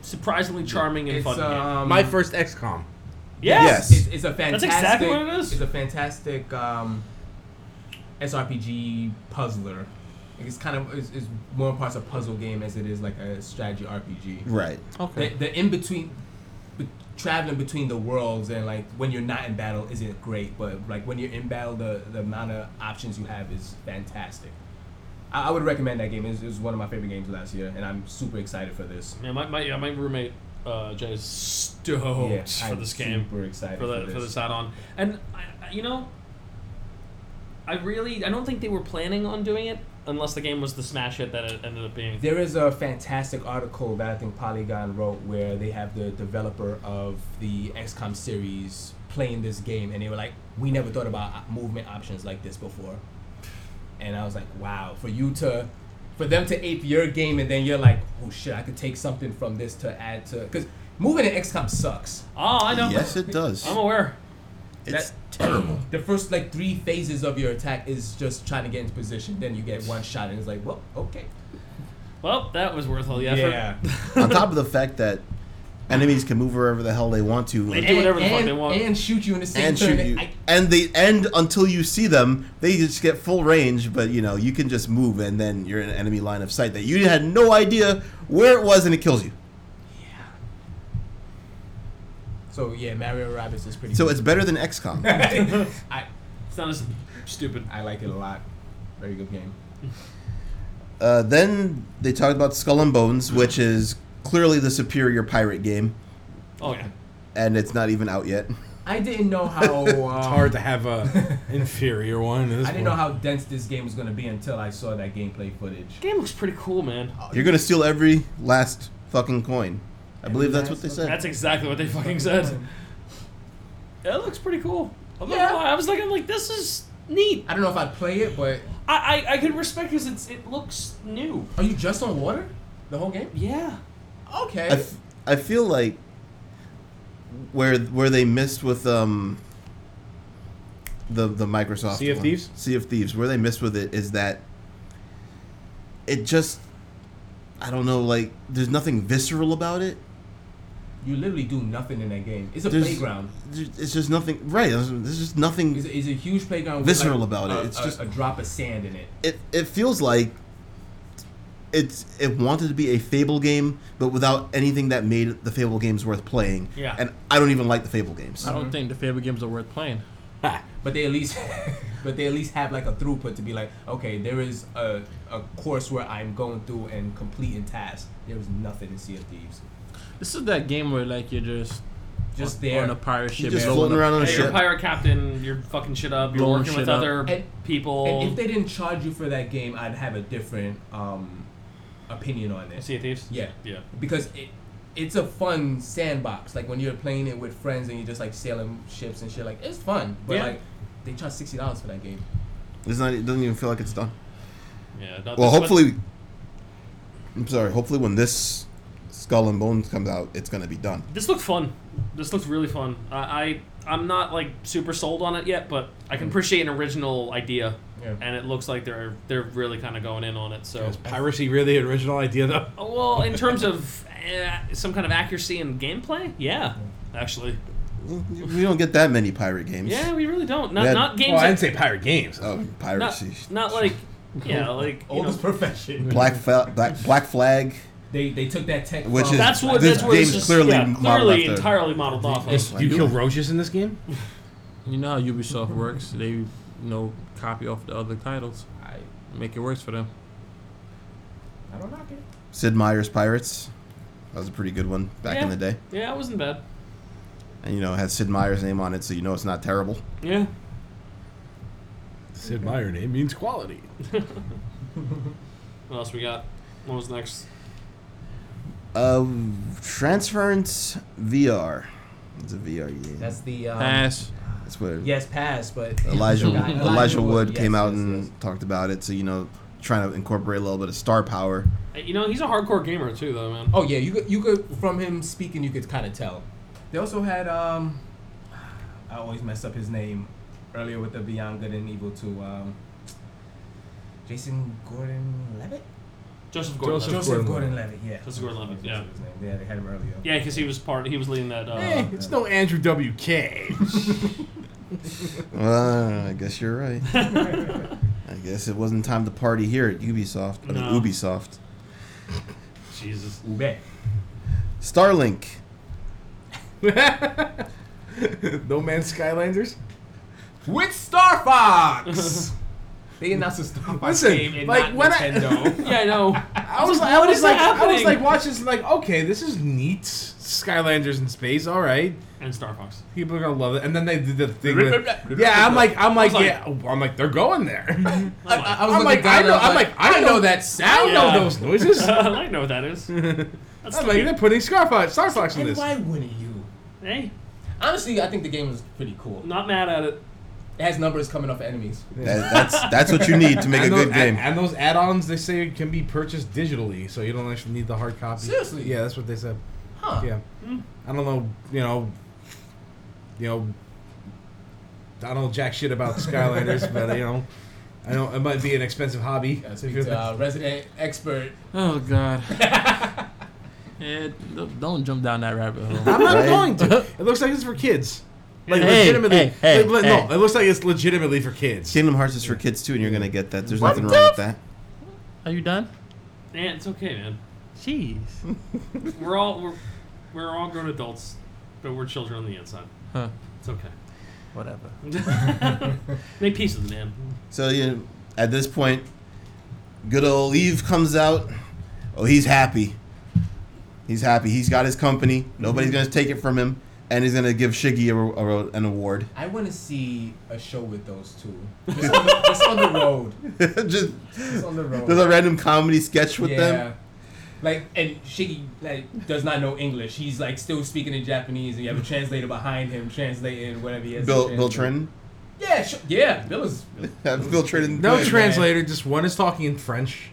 Speaker 2: surprisingly charming and
Speaker 5: It's,
Speaker 2: fun game.
Speaker 5: um,
Speaker 3: My first XCOM.
Speaker 1: yes.
Speaker 2: Yes.
Speaker 5: It's, it's a fantastic.
Speaker 2: exactly what it is.
Speaker 5: It's a fantastic um, SRPG puzzler. Like, It's kind of it's, it's more parts a puzzle game as it is like a strategy RPG.
Speaker 1: Right.
Speaker 4: Okay.
Speaker 5: The, the in between, be, traveling between the worlds and like when you're not in battle isn't great, but like when you're in battle, the, the amount of options you have is fantastic. I, I would recommend that game. It was, it was one of my favorite games last year, and I'm super excited for this.
Speaker 2: Yeah, my my, yeah, my roommate uh, Jay is stoked Oh, for
Speaker 5: I'm
Speaker 2: this game
Speaker 5: Super excited
Speaker 2: for, the, for this add-on, and I, I- you know, I really I don't think they were planning on doing it unless the game was the smash hit that it ended up being.
Speaker 5: There is a fantastic article that I think Polygon wrote where they have the developer of the XCOM series playing this game, and they were like, "We never thought about op- movement options like this before." And I was like, "Wow!" For you to, for them to ape your game, and then you're like, "Oh shit! I could take something from this to add to," because moving in XCOM sucks.
Speaker 2: Oh, I know.
Speaker 1: Yes, it does.
Speaker 2: I'm aware.
Speaker 1: It's
Speaker 5: that-
Speaker 1: terrible.
Speaker 5: The first like three phases of your attack is just trying to get into position. Then you get one shot, and it's like, "Well, okay."
Speaker 2: Well, that was worth all the effort.
Speaker 1: On top of the fact that enemies can move wherever the hell they want to,
Speaker 2: They
Speaker 1: and,
Speaker 2: do whatever the
Speaker 5: and,
Speaker 2: fuck they want.
Speaker 5: and shoot you in the same turn.
Speaker 1: shoot you,
Speaker 5: I-
Speaker 1: and they end until you see them. They just get full range, but you know you can just move, and then you're in an enemy line of sight that you had no idea where it was, and it kills you.
Speaker 5: So yeah, Mario Rabbits is pretty.
Speaker 1: So
Speaker 5: good.
Speaker 1: it's better than XCOM.
Speaker 5: I
Speaker 2: It's not as stupid.
Speaker 5: I like it a lot. Very good game.
Speaker 1: Uh, then they talked about Skull and Bones, which is clearly the superior pirate game,
Speaker 2: Oh yeah.
Speaker 1: and it's not even out yet.
Speaker 5: I didn't know how. Um,
Speaker 3: It's hard to have a inferior one.
Speaker 5: I didn't know how dense this game was gonna be until I saw that gameplay footage.
Speaker 2: Game looks pretty cool, man.
Speaker 1: You're gonna steal every last fucking coin. I believe that's what they said.
Speaker 2: That's exactly what they fucking said. It looks pretty cool. I'm not
Speaker 5: Yeah.
Speaker 2: gonna lie, I was like, I'm like, this is neat.
Speaker 5: I don't know if I'd play it, but
Speaker 2: I I, I can respect because it's it looks new.
Speaker 5: are you just on water the whole game?
Speaker 2: Yeah.
Speaker 5: Okay.
Speaker 1: I, f- I feel like where where they missed with um the the Microsoft
Speaker 3: Sea of
Speaker 1: one.
Speaker 3: Thieves?
Speaker 1: Sea of Thieves where they missed with it is that it just I don't know like there's nothing visceral about it.
Speaker 5: you literally do nothing in that game. It's a
Speaker 1: There's-
Speaker 5: playground.
Speaker 1: There's- It's just nothing right. There's there's just nothing.
Speaker 5: It's a, it's a huge playground.
Speaker 1: Visceral
Speaker 5: with like
Speaker 1: about it.
Speaker 5: a-
Speaker 1: It's
Speaker 5: a-
Speaker 1: just-
Speaker 5: a drop of sand in it.
Speaker 1: It it feels like it's it wanted to be a Fable game, but without anything that made the Fable games worth playing.
Speaker 2: Yeah.
Speaker 1: And I don't even like the Fable games.
Speaker 4: I don't think the favorite games are worth playing.
Speaker 5: But they at least, but they at least have like a throughput to be like, okay, there is a, a course where I'm going through and completing tasks. There was nothing in Sea of Thieves.
Speaker 4: This is that game where like you're just
Speaker 5: Just
Speaker 4: on,
Speaker 5: there.
Speaker 4: on a pirate ship,
Speaker 1: You're just
Speaker 4: blowing
Speaker 1: floating
Speaker 4: up-
Speaker 1: around on a
Speaker 2: Hey, you're a
Speaker 1: ship.
Speaker 2: pirate captain. You're fucking shit up. You're
Speaker 4: Blowing
Speaker 2: working with
Speaker 4: shit up.
Speaker 2: other
Speaker 5: And-
Speaker 2: people.
Speaker 5: And if they didn't charge you for that game, I'd have a different um, opinion on this.
Speaker 2: Sea of Thieves.
Speaker 5: Yeah,
Speaker 2: Yeah.
Speaker 5: because it it's a fun sandbox. Like when you're playing it with friends and you're just like sailing ships and shit. Like it's fun, but
Speaker 2: Yeah.
Speaker 5: like they charge sixty dollars for that game.
Speaker 1: It's not. It doesn't even feel like it's done.
Speaker 2: Yeah. no,
Speaker 1: Well,
Speaker 2: this-
Speaker 1: hopefully. I'm sorry. Hopefully, when this Skull and Bones comes out, it's gonna be done.
Speaker 2: This looked fun. This looks really fun. I, I I'm not like super sold on it yet, but I can appreciate an original idea,
Speaker 5: Yeah.
Speaker 2: and it looks like they're they're really kind of going in on it. So
Speaker 3: Is piracy really an original idea though?
Speaker 2: Oh, Well, in terms of uh, some kind of accuracy in gameplay, yeah, actually,
Speaker 1: We don't get that many pirate games.
Speaker 2: yeah, we really don't. Not
Speaker 1: Yeah.
Speaker 2: not games.
Speaker 3: Well, I didn't
Speaker 2: that,
Speaker 3: say pirate games.
Speaker 1: Oh,
Speaker 2: not,
Speaker 1: piracy.
Speaker 2: not like yeah, like you know,
Speaker 5: Oldest profession.
Speaker 1: Black fa- Black Black Flag.
Speaker 5: They they took that tech.
Speaker 1: Which
Speaker 5: from-
Speaker 1: is-
Speaker 2: that's what
Speaker 1: This
Speaker 2: that's where it's
Speaker 1: game's
Speaker 2: just,
Speaker 1: clearly
Speaker 2: yeah,
Speaker 1: modeled
Speaker 2: clearly
Speaker 1: after-
Speaker 2: entirely modeled off
Speaker 3: Yes,
Speaker 2: of.
Speaker 1: Why
Speaker 3: you
Speaker 1: do
Speaker 3: kill
Speaker 1: it?
Speaker 3: roaches in this game?
Speaker 4: You know how Ubisoft works. They, you know, copy off the other titles,
Speaker 5: I,
Speaker 4: make it worse for them.
Speaker 5: I don't knock it.
Speaker 1: Sid Meier's Pirates. That was a pretty good one back in
Speaker 2: Yeah.
Speaker 1: the day.
Speaker 2: Yeah, it wasn't bad.
Speaker 1: And you know, it has Sid Meier's name on it, so you know it's not terrible.
Speaker 2: Yeah,
Speaker 3: Sid Meier name means quality.
Speaker 2: what else we got? What was next?
Speaker 1: Uh, Transference VR. It's a VR game. That's,
Speaker 5: That's the um,
Speaker 4: Pass.
Speaker 1: what
Speaker 5: yes pass, but
Speaker 1: Elijah
Speaker 5: Guy-
Speaker 1: Elijah, Wood came
Speaker 5: yes,
Speaker 1: out
Speaker 5: yes,
Speaker 1: and
Speaker 5: yes.
Speaker 1: talked about it. So you know, trying to incorporate a little bit of star power.
Speaker 2: Uh, You know, he's a hardcore gamer too, though, man.
Speaker 5: Oh yeah, you could you could from him speaking you could kind of tell. They also had um, I always mess up his name earlier with the Beyond Good and Evil two um, Jason Gordon Levitt.
Speaker 2: Joseph Gordon.
Speaker 3: Joseph
Speaker 2: Joseph,
Speaker 3: Gordon.
Speaker 5: Joseph Gordon-Levitt. Yeah.
Speaker 2: Joseph Gordon-Levitt, yeah.
Speaker 5: His name. Yeah, they had him earlier.
Speaker 2: yeah, because he was part. He was leading that. Uh,
Speaker 3: Hey, Eh, it's no Andrew WK.
Speaker 1: Well, I guess you're right. I guess it wasn't time to party here at Ubisoft. I mean,
Speaker 2: No.
Speaker 1: Ubisoft.
Speaker 2: Jesus.
Speaker 5: Ube.
Speaker 1: Starlink.
Speaker 3: no Man's Skylanders.
Speaker 5: With Star Fox. they announced a Star Fox
Speaker 3: Listen,
Speaker 5: game and
Speaker 3: like,
Speaker 5: not
Speaker 3: when I-
Speaker 5: Nintendo.
Speaker 2: Yeah, I know.
Speaker 3: I was,
Speaker 2: like,
Speaker 3: I
Speaker 2: what
Speaker 3: was
Speaker 2: is
Speaker 3: like, I was
Speaker 2: happening?
Speaker 3: like, watch this, and like, okay, this is neat. Skylanders in space, all right.
Speaker 2: and Star Fox.
Speaker 3: People are gonna love it. And then they did the thing. with- yeah, I'm like, I'm
Speaker 2: I was
Speaker 3: like,
Speaker 2: like-
Speaker 3: yeah, I'm like, they're going there.
Speaker 5: I, I, I was
Speaker 3: I'm
Speaker 5: looking
Speaker 3: like,
Speaker 5: down
Speaker 3: I
Speaker 5: and
Speaker 3: know-
Speaker 5: was
Speaker 3: I'm like, I
Speaker 5: I
Speaker 3: know-
Speaker 5: know that
Speaker 3: I
Speaker 5: sound.
Speaker 3: don't know
Speaker 2: Yeah.
Speaker 3: those noises. I'm
Speaker 2: I know what that is. That's
Speaker 3: like,
Speaker 2: cute.
Speaker 3: they're putting Star Fox, Star Fox in
Speaker 5: And
Speaker 3: this.
Speaker 5: why wouldn't you?
Speaker 2: Hey,
Speaker 5: Honestly, I think the game is pretty cool.
Speaker 2: not mad at it.
Speaker 5: It has numbers coming off enemies.
Speaker 1: That, that's that's what you need to make a
Speaker 3: and
Speaker 1: good
Speaker 3: those,
Speaker 1: game.
Speaker 3: And, and those add-ons they say can be purchased digitally, so you don't actually need the hard copy.
Speaker 5: Seriously?
Speaker 3: Yeah, that's what they said.
Speaker 5: Huh. Hmm.
Speaker 3: Yeah. I don't know, you know, you know, I don't know jack shit about Skylanders, but you know, I know it might be an expensive hobby.
Speaker 5: Gotta speak to uh, resident expert.
Speaker 4: Oh God. yeah, don't- don't jump down that rabbit hole.
Speaker 3: I'm not
Speaker 1: Right?
Speaker 3: going to. It looks like it's for kids. Like
Speaker 4: Hey,
Speaker 3: legitimately,
Speaker 4: hey, hey,
Speaker 3: like, le- no,
Speaker 4: hey.
Speaker 3: it looks like it's legitimately for kids.
Speaker 1: Kingdom Hearts is for kids too, and you're gonna get that. There's nothing wrong with that.
Speaker 4: Are you done?
Speaker 2: Yeah, it's okay, man.
Speaker 4: Jeez.
Speaker 2: We're all we're we're all grown adults, but we're children on the inside.
Speaker 4: Huh.
Speaker 2: It's okay.
Speaker 4: Whatever.
Speaker 2: Make peace with it, man.
Speaker 1: So you know, at this point, good old Eve comes out. Oh, he's happy. He's happy. He's got his company. Nobody's gonna take it from him, and he's gonna give Shiggy a, a- an award.
Speaker 5: I want to see a show with those two. Just on the, just on the road.
Speaker 1: Just
Speaker 5: Just on the road.
Speaker 1: there's a random comedy sketch with
Speaker 5: yeah.
Speaker 1: them.
Speaker 5: Like and Shiggy like does not know English. He's like still speaking in Japanese, and you have a translator behind him translating whatever he has. to
Speaker 1: Bill Bill
Speaker 5: translate.
Speaker 1: Trenton.
Speaker 5: Yeah, sure. yeah. Bill is
Speaker 1: Bill Trenton.
Speaker 3: No
Speaker 1: Good.
Speaker 3: translator, just one is talking in French,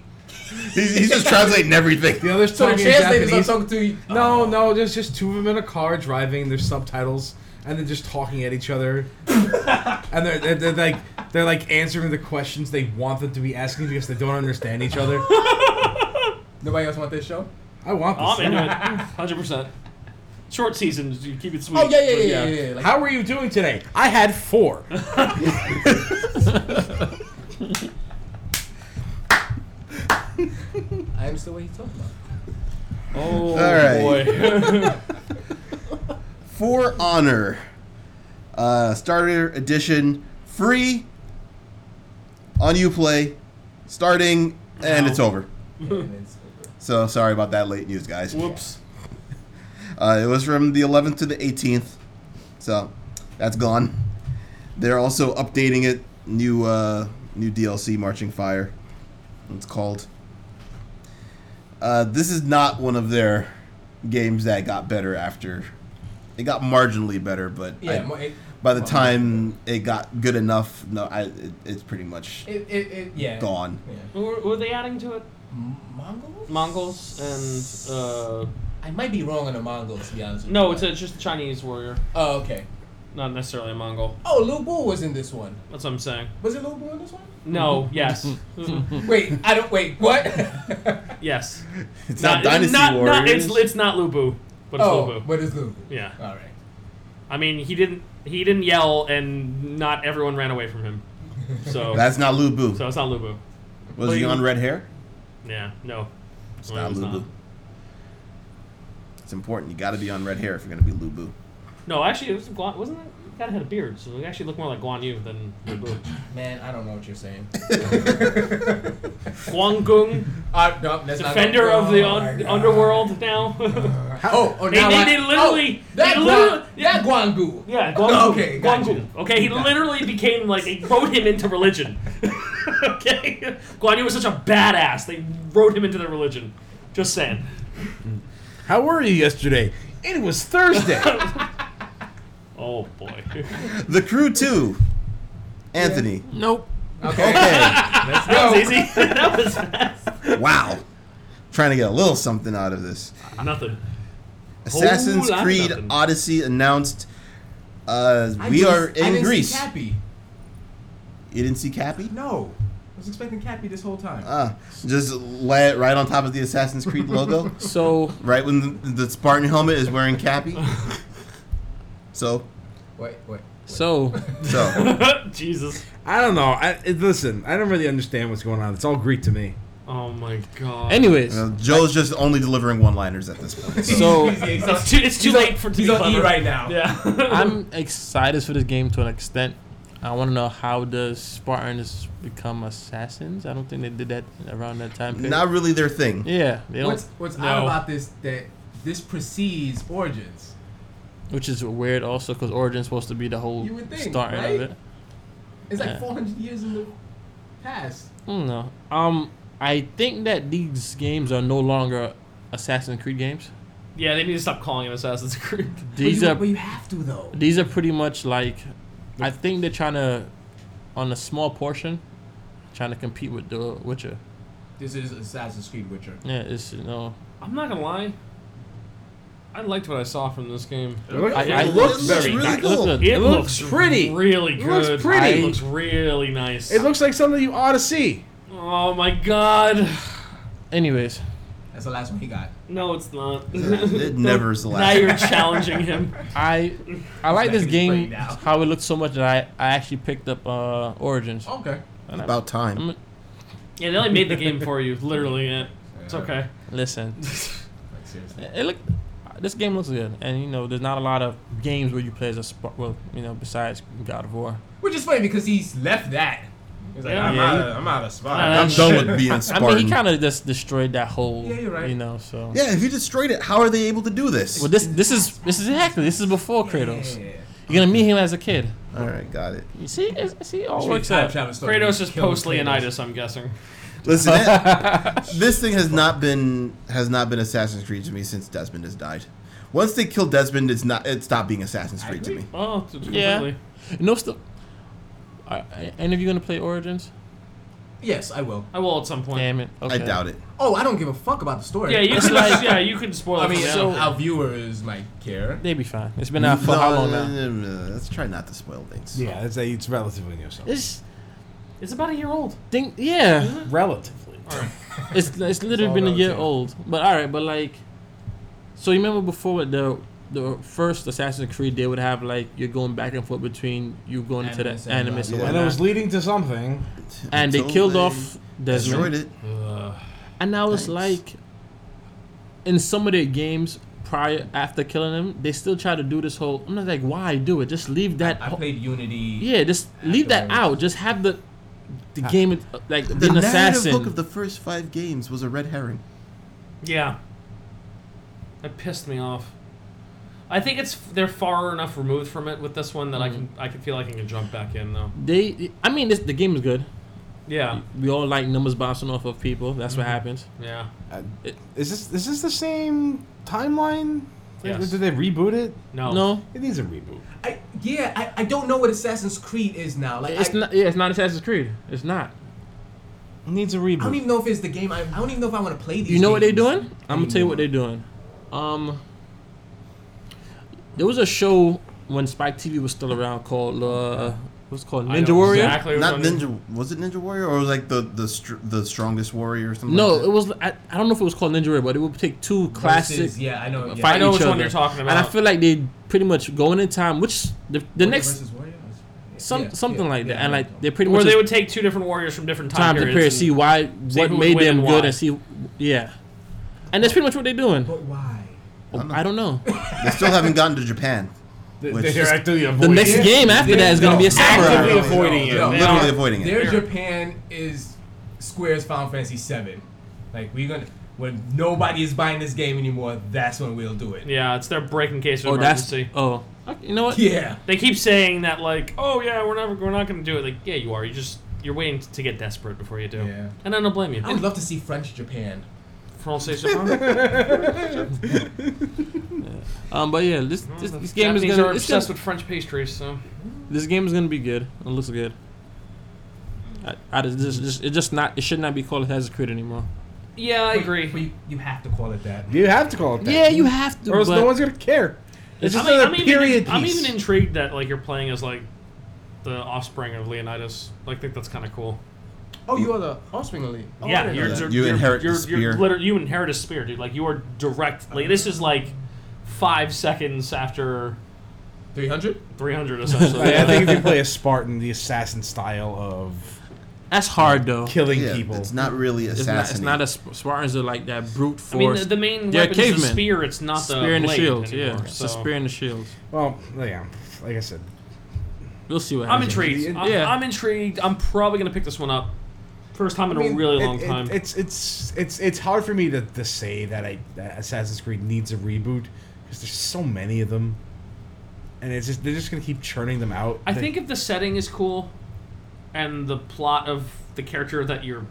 Speaker 1: He's, he's just translating everything.
Speaker 3: the other's
Speaker 5: so the
Speaker 3: talking in
Speaker 5: translators are
Speaker 3: Japanese.
Speaker 5: talking Oh, to you.
Speaker 3: No, no, there's just two of them in a car driving. There's subtitles, and they're just talking at each other, and they're, they're, they're like they're like answering the questions they want them to be asking because they don't understand each other.
Speaker 5: Nobody else want this show?
Speaker 3: I want
Speaker 2: Oh, I'm
Speaker 3: this.
Speaker 2: into it. Hundred percent. Short seasons, you keep it sweet.
Speaker 5: Oh yeah, yeah,
Speaker 2: but
Speaker 5: yeah, yeah. yeah, yeah. Like,
Speaker 3: How were you doing today? I had four.
Speaker 5: I am still what he's talking about.
Speaker 2: Oh
Speaker 1: Alright.
Speaker 2: boy.
Speaker 1: For Honor, uh, starter edition, free on UPlay, starting, and
Speaker 2: No.
Speaker 1: it's over.
Speaker 5: And it's over.
Speaker 1: So sorry about that late news, guys.
Speaker 2: Whoops.
Speaker 1: Uh, it was from the 11th to the 18th, so that's gone. They're also updating it, new uh, new DLC, Marching Fire. It's called. Uh, this is not one of their games that got better after. It got marginally better, but I-
Speaker 5: Yeah, mo- it,
Speaker 1: by the time it got good enough, no, I it, it's pretty much
Speaker 5: it, it, it, yeah.
Speaker 1: gone.
Speaker 5: Yeah.
Speaker 2: Who were, who were they adding to it?
Speaker 5: M- Mongols?
Speaker 2: Mongols and uh,
Speaker 5: I might be wrong on the Mongols, to be honest. With
Speaker 2: no,
Speaker 5: you.
Speaker 2: it's a, it's just a Chinese warrior,
Speaker 5: Oh, okay.
Speaker 2: not necessarily a Mongol.
Speaker 5: Oh, Lil Boo was in this one.
Speaker 2: That's what I'm saying.
Speaker 5: Was it Lil Boo in this one?
Speaker 2: No. Yes. Mm-mm.
Speaker 5: Wait, I don't. Wait, what?
Speaker 2: yes.
Speaker 1: It's not, Dynasty
Speaker 2: not,
Speaker 1: Warriors.
Speaker 2: Not, it's, it's not Lubu, but it's
Speaker 5: oh,
Speaker 2: Lubu.
Speaker 5: but it's Lil Boo.
Speaker 2: Yeah.
Speaker 5: All right.
Speaker 2: I mean, he didn't he didn't yell, and not everyone ran away from him. So
Speaker 1: That's not Lubu.
Speaker 2: so it's not Lubu.
Speaker 1: Was he
Speaker 2: but-
Speaker 1: on red hair?
Speaker 2: Yeah. No.
Speaker 1: It's
Speaker 2: Well,
Speaker 1: not
Speaker 2: it's not.
Speaker 1: Lubu. It's important. You got to be on red hair if you're going to be Lubu.
Speaker 2: No, actually, it was Guan, wasn't it? The guy had a beard, so he actually looked more like Guan Yu than Lubu.
Speaker 5: Man, I don't know what you're saying.
Speaker 2: Guan Gung,
Speaker 5: I, Uh, no, that's not-
Speaker 2: defender of the
Speaker 5: Oh,
Speaker 2: un-
Speaker 5: my God.
Speaker 2: underworld now.
Speaker 5: Oh, oh, now
Speaker 2: they-
Speaker 5: I-
Speaker 2: they literally-
Speaker 5: Oh, that
Speaker 2: they
Speaker 5: Guan-
Speaker 2: literally-
Speaker 5: that Guangu.
Speaker 2: yeah, Guan Gung.
Speaker 5: Oh, okay,
Speaker 2: Guan
Speaker 5: gotcha.
Speaker 2: Gung. Okay, he literally became like they wrote him into religion. okay, Guan Yu was such a badass. They wrote him into their religion. Just saying.
Speaker 3: How were you yesterday? It was Thursday.
Speaker 2: Oh boy.
Speaker 1: The Crew 2. Anthony.
Speaker 4: Nope.
Speaker 5: Okay. Let's
Speaker 2: That
Speaker 5: go.
Speaker 2: was easy. that was fast.
Speaker 1: Okay. wow. Trying to get a little something out of this.
Speaker 2: Nothing.
Speaker 1: Assassin's
Speaker 2: lot of
Speaker 1: Creed
Speaker 2: nothing.
Speaker 1: Odyssey announced uh,
Speaker 5: I
Speaker 1: we
Speaker 5: didn't-
Speaker 1: are
Speaker 5: I
Speaker 1: in
Speaker 5: didn't see
Speaker 1: Greece.
Speaker 5: Cappy.
Speaker 1: you didn't see Cappy?
Speaker 5: No. was expecting Cappy this whole time.
Speaker 1: Ah, just lay it right on top of the Assassin's Creed logo,
Speaker 4: So
Speaker 1: right when the, the Spartan helmet is wearing Cappy. So,
Speaker 5: wait, wait.
Speaker 4: so
Speaker 1: so
Speaker 2: Jesus.
Speaker 3: I don't know. I, it, listen, I don't really understand what's going on. It's all Greek to me.
Speaker 2: Oh my god.
Speaker 4: anyways,
Speaker 1: uh, Joe's just only delivering one-liners at this point.
Speaker 4: so
Speaker 2: it's too, it's too
Speaker 5: He's on-
Speaker 2: late for to
Speaker 5: he's
Speaker 2: be
Speaker 5: on E
Speaker 2: clever.
Speaker 5: right now.
Speaker 2: Yeah.
Speaker 4: I'm excited for this game to an extent. I want to know how does Spartans become assassins? I don't think they did that around that time period.
Speaker 1: Not really their thing.
Speaker 4: yeah, they don't,
Speaker 5: What's what's
Speaker 2: No.
Speaker 5: odd about this that this precedes Origins.
Speaker 4: which is weird also because Origin's supposed to be the whole
Speaker 5: You would think,
Speaker 4: starting
Speaker 5: right?
Speaker 4: of it.
Speaker 5: It's like
Speaker 4: Yeah.
Speaker 5: 400 years in the past.
Speaker 4: No. Um, I think that these games are no longer Assassin's Creed games.
Speaker 2: yeah, they need to stop calling him Assassin's Creed.
Speaker 4: These
Speaker 5: but you,
Speaker 4: are
Speaker 5: but you have to though.
Speaker 4: these are pretty much like, I think they're trying to, on a small portion, trying to compete with the Witcher.
Speaker 5: This is Assassin's Creed Witcher.
Speaker 4: Yeah, it's you know.
Speaker 2: I'm not gonna lie. I liked what I saw from this game.
Speaker 4: I-
Speaker 1: It
Speaker 4: I
Speaker 1: looks
Speaker 4: looked very
Speaker 1: really
Speaker 4: nice.
Speaker 1: cool.
Speaker 4: Look at-
Speaker 2: It,
Speaker 3: It looks
Speaker 2: looks,
Speaker 3: pretty.
Speaker 2: Really
Speaker 3: It
Speaker 2: good.
Speaker 3: looks pretty.
Speaker 2: It looks really nice.
Speaker 3: It looks like something you ought to see.
Speaker 2: oh my god.
Speaker 4: Anyways,
Speaker 5: That's the last one he got.
Speaker 2: No, it's not.
Speaker 1: It never is the
Speaker 2: Now
Speaker 1: last.
Speaker 2: you're challenging him.
Speaker 4: I I like this
Speaker 5: making his brain
Speaker 4: game
Speaker 5: now.
Speaker 4: how it looks so much that I, I actually picked up uh Origins.
Speaker 5: Oh, Okay.
Speaker 4: And I-
Speaker 1: About time.
Speaker 4: I'm-
Speaker 2: Yeah, they only made the game for you. Literally, yeah. It's okay.
Speaker 4: listen,
Speaker 5: Like, seriously.
Speaker 4: it look this game looks good, and you know there's not a lot of games where you play as a Spar- well you know besides God of War.
Speaker 5: Which is funny because he's left that. He's like,
Speaker 2: Yeah.
Speaker 5: I'm,
Speaker 4: Yeah,
Speaker 5: out
Speaker 4: he-
Speaker 5: of, I'm out of
Speaker 2: Nah,
Speaker 5: spot.
Speaker 1: I'm
Speaker 2: that
Speaker 1: done
Speaker 2: shit-
Speaker 1: with being
Speaker 4: I
Speaker 1: Spartan.
Speaker 4: mean, he kind of just destroyed that whole.
Speaker 5: Yeah, you're right.
Speaker 4: You know, so.
Speaker 1: yeah, if you destroyed it, how are they able to do this?
Speaker 4: Well, this this is this is exactly this is before Kratos.
Speaker 5: Yeah.
Speaker 4: You're gonna meet him as a kid.
Speaker 1: All right, got it.
Speaker 4: You see, it's, see, it all
Speaker 5: Should be a
Speaker 4: works
Speaker 5: time
Speaker 4: out.
Speaker 5: travel story.
Speaker 2: Kratos is
Speaker 5: Kill Kratos.
Speaker 2: post Leonidas, I'm guessing.
Speaker 1: Listen, that- this thing has not been has not been Assassin's Creed to me since Desmond has died. Once they killed Desmond, it's not it stopped being Assassin's
Speaker 5: I
Speaker 1: Creed to
Speaker 5: agree.
Speaker 1: me.
Speaker 2: Oh, it's completely.
Speaker 4: Yeah. No stuff. Are, are any of you gonna play Origins?
Speaker 5: Yes, I will.
Speaker 2: I will at some point.
Speaker 4: Damn it. Okay.
Speaker 1: I doubt it.
Speaker 5: Oh, I don't give a fuck about the story.
Speaker 2: Yeah, you
Speaker 4: It's
Speaker 2: can.
Speaker 4: like-
Speaker 2: yeah, you can spoil.
Speaker 5: I mean,
Speaker 2: it
Speaker 5: so
Speaker 2: so,
Speaker 5: our viewers might care.
Speaker 4: They be fine. It's been out for how long now?
Speaker 1: No, no, no, Uh, Let's try not to spoil things.
Speaker 3: Yeah, it's, uh, it's relatively new. So.
Speaker 4: It's
Speaker 2: it's about a year old.
Speaker 4: thing. Yeah.
Speaker 3: Relatively.
Speaker 4: It's it's literally
Speaker 5: all
Speaker 4: been a year
Speaker 5: relative.
Speaker 4: old. But all right. But like, so you remember before with the the first Assassin's Creed they would have like you're going back and forth between you going into
Speaker 5: Animus
Speaker 4: the
Speaker 5: and
Speaker 4: animus
Speaker 1: God.
Speaker 4: and
Speaker 1: Yeah.
Speaker 3: And it
Speaker 4: whatnot.
Speaker 3: was leading to something.
Speaker 4: and they
Speaker 1: Until
Speaker 4: killed
Speaker 1: they
Speaker 4: off
Speaker 1: Destroyed
Speaker 4: Desmond.
Speaker 1: it.
Speaker 4: And I was
Speaker 1: Thanks.
Speaker 4: like, in some of their games prior after killing him, they still try to do this whole. I'm not like, why do it? Just leave that.
Speaker 5: I
Speaker 4: ho-
Speaker 5: played Unity.
Speaker 4: yeah, just leave that out.
Speaker 5: Afterwards.
Speaker 4: Just have the the game it- like
Speaker 1: The
Speaker 4: be an
Speaker 1: narrative
Speaker 4: assassin.
Speaker 1: hook of the first five games was a red herring.
Speaker 2: Yeah. That pissed me off. I think it's they're far enough removed from it with this one that I
Speaker 4: Mm-hmm.
Speaker 2: can I can feel like I can jump back in though.
Speaker 4: they, I mean, this, the game is good.
Speaker 2: Yeah.
Speaker 4: We all like numbers bouncing off of people. That's
Speaker 2: Mm-hmm.
Speaker 4: what happens.
Speaker 2: Yeah.
Speaker 3: Is this is this the same timeline? Like,
Speaker 2: Yes.
Speaker 3: Did they reboot it?
Speaker 2: No.
Speaker 4: No,
Speaker 3: It needs a reboot.
Speaker 5: I, yeah, I, I don't know what Assassin's Creed is now. Like,
Speaker 4: it's
Speaker 5: I,
Speaker 4: not. Yeah, it's not Assassin's Creed. It's not.
Speaker 3: It needs a
Speaker 5: I don't
Speaker 3: reboot.
Speaker 5: even know if it's the game. I, I don't even know if I want to play these.
Speaker 4: You know what they're
Speaker 5: games.
Speaker 4: doing? I'm gonna tell you what they're doing. Um, there was a show when Spike TV was still around called uh, what's it called
Speaker 2: I know
Speaker 4: Ninja Warrior.
Speaker 2: Exactly.
Speaker 1: Not
Speaker 2: what I'm-
Speaker 1: ninja. Was it Ninja Warrior or was like the the str- the strongest warrior or something?
Speaker 4: No,
Speaker 1: like that?
Speaker 4: it was. I, I don't know if it was called Ninja Warrior, but it would take two classic
Speaker 5: Versus, yeah, I know. Yeah.
Speaker 4: fight
Speaker 2: I know
Speaker 4: each
Speaker 2: which
Speaker 4: other.
Speaker 2: one you're talking
Speaker 4: And I
Speaker 2: about.
Speaker 4: feel like they pretty much going in time, which the, the
Speaker 5: Warrior
Speaker 4: next
Speaker 5: versus Warrior?
Speaker 4: some
Speaker 5: Yeah,
Speaker 4: something
Speaker 5: yeah,
Speaker 4: like that,
Speaker 5: yeah,
Speaker 4: and
Speaker 5: I
Speaker 4: like
Speaker 5: know.
Speaker 4: they pretty
Speaker 2: Where
Speaker 4: much
Speaker 2: they
Speaker 4: just
Speaker 2: would take two different warriors from different time,
Speaker 4: time to
Speaker 2: periods.
Speaker 4: see
Speaker 2: and-
Speaker 4: why
Speaker 2: see
Speaker 4: what
Speaker 2: who would
Speaker 4: made
Speaker 2: win
Speaker 4: them
Speaker 2: and
Speaker 4: good
Speaker 2: why.
Speaker 4: and see yeah, and that's pretty much what they're doing.
Speaker 5: But why?
Speaker 4: I don't know.
Speaker 1: They still haven't gotten to Japan.
Speaker 3: The,
Speaker 1: Which
Speaker 3: they're
Speaker 1: is-
Speaker 3: actively
Speaker 4: The
Speaker 3: avoiding
Speaker 4: next
Speaker 3: it.
Speaker 4: game after that is gonna be a samurai.
Speaker 3: actively avoiding it.
Speaker 5: No,
Speaker 2: They
Speaker 1: Literally
Speaker 2: are-
Speaker 1: avoiding it.
Speaker 5: Their
Speaker 2: Yeah.
Speaker 5: Japan is Square's Final Fantasy VII. Like we're gonna when nobody is buying this game anymore, that's when we'll do it.
Speaker 2: Yeah, it's their break in case of
Speaker 4: Oh, that's
Speaker 2: emergency.
Speaker 4: oh. Okay, You know what?
Speaker 5: Yeah.
Speaker 2: They keep saying that like, oh yeah, we're never we're not gonna do it. Like, yeah, you are. You just you're waiting to get desperate before you do.
Speaker 5: Yeah.
Speaker 2: And I don't blame you.
Speaker 5: I would love to see French Japan.
Speaker 2: Pronunciation.
Speaker 4: Um, but yeah, this this, this game is
Speaker 2: Mm-hmm. Japanese
Speaker 4: gonna
Speaker 2: are
Speaker 4: it's
Speaker 2: obsessed
Speaker 4: gonna
Speaker 2: with French pastries, so
Speaker 4: this game is gonna be good. It looks good. I, I just, just, just it just not it should not be called Assassin's Creed anymore.
Speaker 2: yeah, I agree.
Speaker 5: But you, you have to call it that.
Speaker 3: You have to call it that.
Speaker 4: Yeah, you have to.
Speaker 3: Or else
Speaker 4: but
Speaker 3: no one's gonna care. It's
Speaker 2: I'm,
Speaker 3: just
Speaker 2: I'm
Speaker 3: another
Speaker 2: even-
Speaker 3: period
Speaker 2: I'm
Speaker 3: piece.
Speaker 2: even intrigued that like you're playing as like the offspring of Leonidas. Like, I think that's kind of cool.
Speaker 5: Oh, you are the offspring elite. Oh, I
Speaker 2: yeah,
Speaker 5: didn't know
Speaker 2: you're,
Speaker 5: that.
Speaker 2: you're,
Speaker 1: You
Speaker 2: you're-
Speaker 1: inherit the
Speaker 2: you're,
Speaker 1: spear.
Speaker 2: You're liter- you inherit a spear, dude. Like you are direct. Like this is like five seconds after
Speaker 5: 300?
Speaker 2: 300, essentially.
Speaker 3: I, I think if you play a Spartan, the assassin style of
Speaker 4: That's hard though.
Speaker 3: killing
Speaker 1: Yeah,
Speaker 3: people.
Speaker 1: It's not really
Speaker 4: It's not,
Speaker 1: assassinating.
Speaker 4: it's not as Spartans are like that brute
Speaker 2: I mean,
Speaker 4: force.
Speaker 2: the, the main
Speaker 4: They're
Speaker 2: weapon is the
Speaker 4: cavemen.
Speaker 2: spear. It's not the
Speaker 4: spear and the
Speaker 2: blade
Speaker 4: shield.
Speaker 2: anymore,
Speaker 4: Yeah, it's the
Speaker 2: so-
Speaker 4: spear and the shield.
Speaker 3: Well, yeah, like I said,
Speaker 4: We'll see what
Speaker 2: I'm
Speaker 4: happens.
Speaker 2: intrigued. I'm,
Speaker 4: Yeah.
Speaker 2: I'm intrigued. I'm probably gonna pick this one up. First time in
Speaker 3: I mean,
Speaker 2: a really
Speaker 3: it-
Speaker 2: long
Speaker 3: it-
Speaker 2: time.
Speaker 3: it's it's it's it's hard for me to, to say that I that Assassin's Creed needs a reboot because there's so many of them, and it's just they're just gonna keep churning them out.
Speaker 2: I think if the setting is cool, and the plot of the character that you're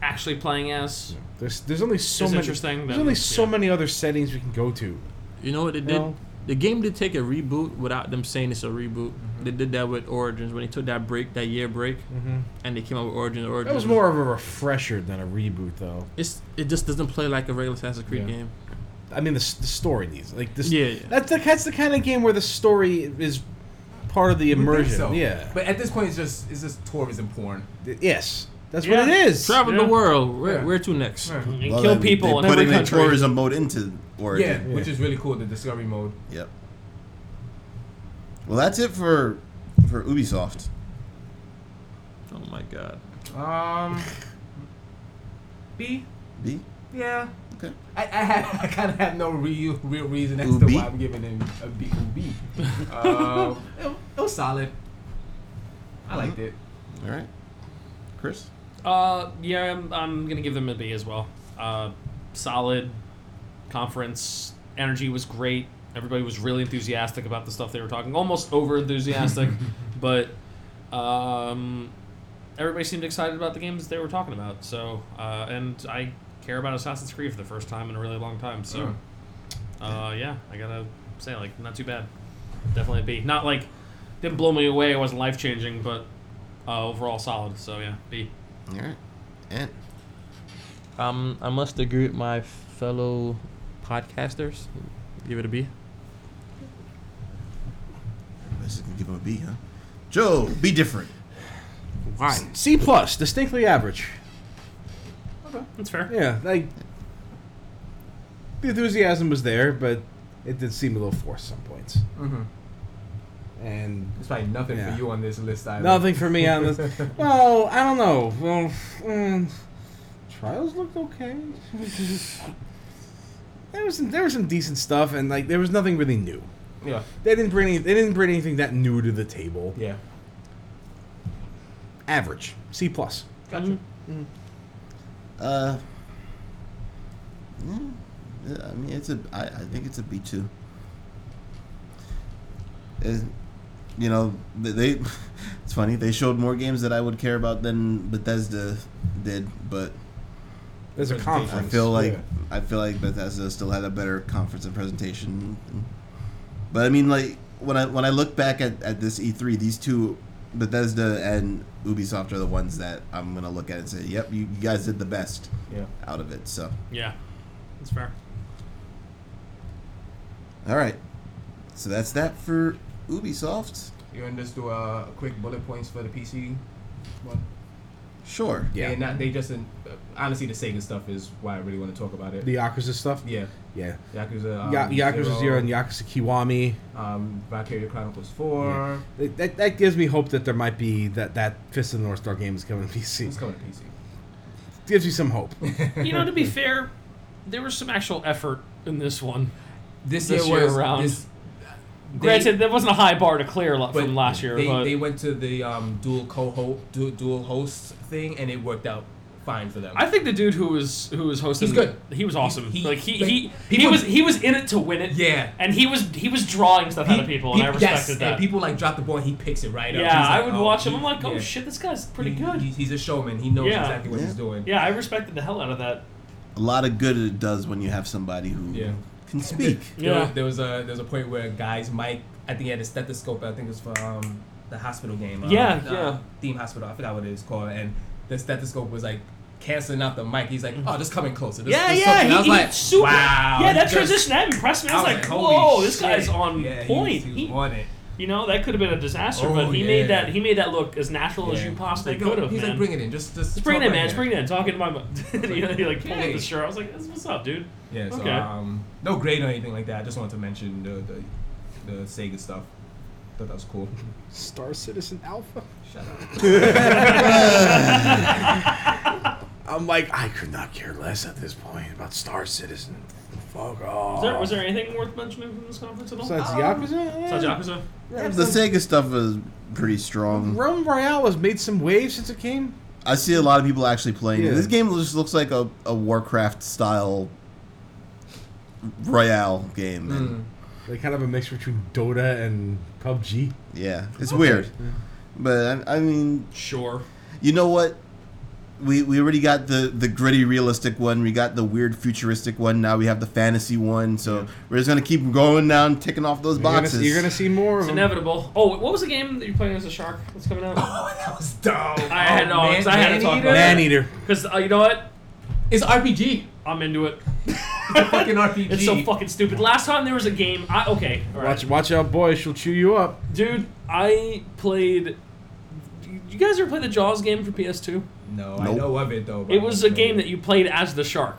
Speaker 2: actually playing as,
Speaker 3: there's there's only so
Speaker 2: It's
Speaker 3: many.
Speaker 2: interesting
Speaker 3: There's
Speaker 2: that-
Speaker 3: only so
Speaker 2: yeah.
Speaker 3: many other settings we can go to.
Speaker 4: You know what they did?
Speaker 3: No.
Speaker 4: The game did take a reboot without them saying it's a reboot. They did that with Origins when they took that break, that year break, and they came out with Origins. Origins
Speaker 3: That was
Speaker 2: Mm-hmm.
Speaker 3: more of a refresher than a reboot, though.
Speaker 4: It's it just doesn't play like a regular Assassin's Creed
Speaker 3: Yeah.
Speaker 4: game.
Speaker 3: I mean, the, s- the story needs like this.
Speaker 4: Yeah, yeah.
Speaker 3: That's the that's the kind of game where the story is part of the
Speaker 5: You would think
Speaker 3: immersion.
Speaker 5: so.
Speaker 3: Yeah.
Speaker 5: But at this point, it's just it's just tourism porn.
Speaker 3: Th- yes, that's
Speaker 2: Yeah.
Speaker 3: what it is.
Speaker 4: Travel
Speaker 2: Yeah.
Speaker 4: the world. Where,
Speaker 5: Yeah.
Speaker 4: where to next?
Speaker 2: and
Speaker 1: Well,
Speaker 2: kill
Speaker 1: they-
Speaker 2: people
Speaker 1: They
Speaker 2: in
Speaker 1: put
Speaker 2: every
Speaker 1: in
Speaker 2: country.
Speaker 1: a tourism mode into
Speaker 5: Yeah,
Speaker 1: Origin.
Speaker 5: which is really cool. The discovery mode.
Speaker 1: Yep. Well, that's it for for Ubisoft.
Speaker 4: Oh my god.
Speaker 5: Um, B.
Speaker 1: B.
Speaker 5: Yeah.
Speaker 1: Okay.
Speaker 5: I, I, have, I kind of have no real real reason as to
Speaker 1: Ubi?
Speaker 5: why I'm giving him a B. Ubi. um, it, it was solid. I liked
Speaker 3: Mm-hmm.
Speaker 5: it.
Speaker 1: All right. Chris.
Speaker 2: Uh, yeah, I'm, I'm gonna give them a B as well. Uh, solid conference. Energy was great. Everybody was really enthusiastic about the stuff they were talking. Almost over enthusiastic, but um, everybody seemed excited about the games they were talking about. So, uh, and I care about Assassin's Creed for the first time in a really long time. So, uh, yeah, I gotta say, like, not too bad. Definitely a B. Not like didn't blow me away. It wasn't life changing, but uh, overall solid. So yeah, B.
Speaker 1: All right. And
Speaker 4: Um, I must agree with my fellow podcasters. Give it a B.
Speaker 1: I guess I can give him a B, huh? Joe, be different.
Speaker 4: Why?
Speaker 3: C plus, distinctly average.
Speaker 2: That's fair.
Speaker 3: Yeah, like the enthusiasm was there, but it did seem a little forced some points.
Speaker 5: Mm-hmm.
Speaker 3: And
Speaker 5: There's probably nothing
Speaker 3: Yeah.
Speaker 5: for you on this list either.
Speaker 3: nothing for me on this. Well, I don't know. Well, mm, trials looked okay. there was some, there was some decent stuff, and like there was nothing really new.
Speaker 5: Yeah.
Speaker 3: They didn't bring any, they didn't bring anything that new to the table.
Speaker 5: Yeah.
Speaker 3: Average, C plus.
Speaker 5: Gotcha.
Speaker 3: Mm-hmm.
Speaker 1: Uh. mm, yeah, I mean, it's a. I, I think it's a B two. Is- You know, th- they. It's funny they showed more games that I would care about than Bethesda did, but
Speaker 3: There's a
Speaker 5: Presentation.
Speaker 1: I
Speaker 3: conference.
Speaker 1: feel like
Speaker 5: yeah.
Speaker 1: I feel like Bethesda still had a better conference and presentation. But I mean, like when I when I look back at, at this E three, these two Bethesda and Ubisoft are the ones that I'm gonna look at and say, "Yep, you, you guys did the best
Speaker 5: Yeah.
Speaker 1: out of it." So,
Speaker 2: Yeah, that's fair.
Speaker 1: all right, so that's that for Ubisoft.
Speaker 5: You want to just do a quick bullet points for the PC one?
Speaker 1: Sure.
Speaker 3: Yeah.
Speaker 5: And not, they just uh, honestly the Sega stuff is why I really want to talk about it.
Speaker 3: the Yakuza stuff.
Speaker 5: yeah.
Speaker 3: Yeah.
Speaker 5: Yakuza. Um,
Speaker 3: Ya- Yakuza Zero. and Yakuza Kiwami.
Speaker 5: um, Valkyria Chronicles Four.
Speaker 3: That, that, that gives me hope that there might be that that Fist of the North Star game is coming to
Speaker 5: It's
Speaker 3: PC.
Speaker 5: coming to
Speaker 3: Gives you some hope.
Speaker 5: PC.
Speaker 2: You know, to be fair, there was some actual effort in this one.
Speaker 5: this,
Speaker 2: This
Speaker 5: year
Speaker 2: year
Speaker 5: was
Speaker 2: around.
Speaker 5: This, they-
Speaker 2: Granted, that wasn't a high bar to clear lo-
Speaker 5: but
Speaker 2: from last year,
Speaker 5: they,
Speaker 2: but
Speaker 5: they went to the um, dual co du- dual host thing, and it worked out fine for them.
Speaker 2: I think the dude who was who was hosting,
Speaker 5: He's good.
Speaker 2: He was awesome.
Speaker 5: He- he-
Speaker 2: like he
Speaker 5: like,
Speaker 2: he, he
Speaker 5: people-
Speaker 2: was he was in it to win it.
Speaker 5: Yeah.
Speaker 2: and he was he was drawing stuff out of people, and I
Speaker 5: Pe-
Speaker 2: respected
Speaker 5: yes,
Speaker 2: that.
Speaker 5: And people like drop the ball, and he picks it right up.
Speaker 2: yeah,
Speaker 5: He's
Speaker 2: I
Speaker 5: like,
Speaker 2: would
Speaker 5: oh,
Speaker 2: watch him.
Speaker 5: he-
Speaker 2: I'm like, oh
Speaker 5: yeah.
Speaker 2: shit, this guy's pretty
Speaker 5: He-
Speaker 2: good.
Speaker 5: he- he's a showman. He knows
Speaker 2: Yeah.
Speaker 5: exactly what
Speaker 1: Yeah.
Speaker 5: he's doing.
Speaker 2: yeah, I respected the hell out of that.
Speaker 1: A lot of good it does when you have somebody who
Speaker 5: Yeah.
Speaker 1: can speak.
Speaker 5: There,
Speaker 2: Yeah.
Speaker 5: was, there was a there was a point where guys Mike I think he had a stethoscope I think it was for um, the hospital game um,
Speaker 2: Yeah,
Speaker 5: uh,
Speaker 2: yeah.
Speaker 5: theme hospital I forgot what it is called and the stethoscope was like canceling out the mic he's like oh just coming closer this,
Speaker 2: Yeah,
Speaker 5: this
Speaker 2: yeah,
Speaker 5: something."
Speaker 2: he,
Speaker 5: I was
Speaker 2: he
Speaker 5: like
Speaker 2: super.
Speaker 5: wow
Speaker 2: yeah, that
Speaker 5: just-
Speaker 2: transition that impressed me. I was, like,
Speaker 5: "Holy
Speaker 2: whoa, this
Speaker 5: shit."
Speaker 2: guy's on
Speaker 5: yeah, he was-
Speaker 2: point.
Speaker 5: he was
Speaker 2: He-
Speaker 5: on it
Speaker 2: You know that could have been a disaster,
Speaker 5: Oh,
Speaker 2: but he
Speaker 5: yeah.
Speaker 2: made that he made that look as natural as
Speaker 5: Yeah.
Speaker 2: you
Speaker 5: He's
Speaker 2: possibly
Speaker 5: like,
Speaker 2: could
Speaker 5: "Yo,"
Speaker 2: have.
Speaker 5: He's
Speaker 2: man.
Speaker 5: like, bring it in. Just, just
Speaker 2: Just bring it
Speaker 5: talk
Speaker 2: in,
Speaker 5: right
Speaker 2: man. Just
Speaker 5: here."
Speaker 2: bring it in. Talking to my mom. you know, he like pulled up
Speaker 5: "Hey."
Speaker 2: the shirt. I was like, "That's what's up, dude."
Speaker 5: Yeah, so
Speaker 2: Okay.
Speaker 5: um, no grade or anything like that. I just wanted to mention the the, the Sega stuff. Thought that was cool.
Speaker 6: Star Citizen Alpha.
Speaker 5: Shut up.
Speaker 6: I'm like, I could not care less at this point about Star Citizen. Fuck off.
Speaker 2: Was there, was there anything worth mentioning from this conference at all?
Speaker 3: Besides
Speaker 2: Besides
Speaker 3: Yakuza? yeah.
Speaker 2: Yakuza?
Speaker 1: The Sega stuff was pretty strong.
Speaker 3: Realm Royale has made some waves since it came.
Speaker 1: I see a lot of people actually playing it.
Speaker 3: Yeah.
Speaker 1: This game just looks like a, a Warcraft style Royale game. and-
Speaker 3: Like kind of a mix between Dota and PUBG.
Speaker 1: Yeah, it's weird. But I, I mean,
Speaker 2: Sure.
Speaker 1: you know what? We, we already got the, the gritty realistic one. We got the weird futuristic one. Now we have the fantasy one. So we're just gonna keep going down, ticking off those
Speaker 3: You're gonna,
Speaker 1: boxes.
Speaker 3: see, you're gonna see more of
Speaker 2: It's
Speaker 3: them.
Speaker 2: inevitable. Oh, what was the game that you're playing as a shark? That's coming out?
Speaker 5: Oh, that was Oh, dumb.
Speaker 2: I had no,
Speaker 5: Man-
Speaker 2: 'cause I had to talk
Speaker 5: Maneater?
Speaker 2: about that.
Speaker 3: Maneater.
Speaker 2: Because uh, you know what?
Speaker 5: It's RPG.
Speaker 2: I'm into it.
Speaker 5: Fucking RPG.
Speaker 2: It's so fucking stupid. Last time there was a game. I, okay, all right.
Speaker 3: Watch, watch out, boy. She'll chew you up.
Speaker 2: dude. I played. You guys ever play the Jaws game for PS2?
Speaker 5: No, I
Speaker 1: Nope.
Speaker 5: know of it though. but
Speaker 2: It was a
Speaker 5: no.
Speaker 2: game that you played as the shark.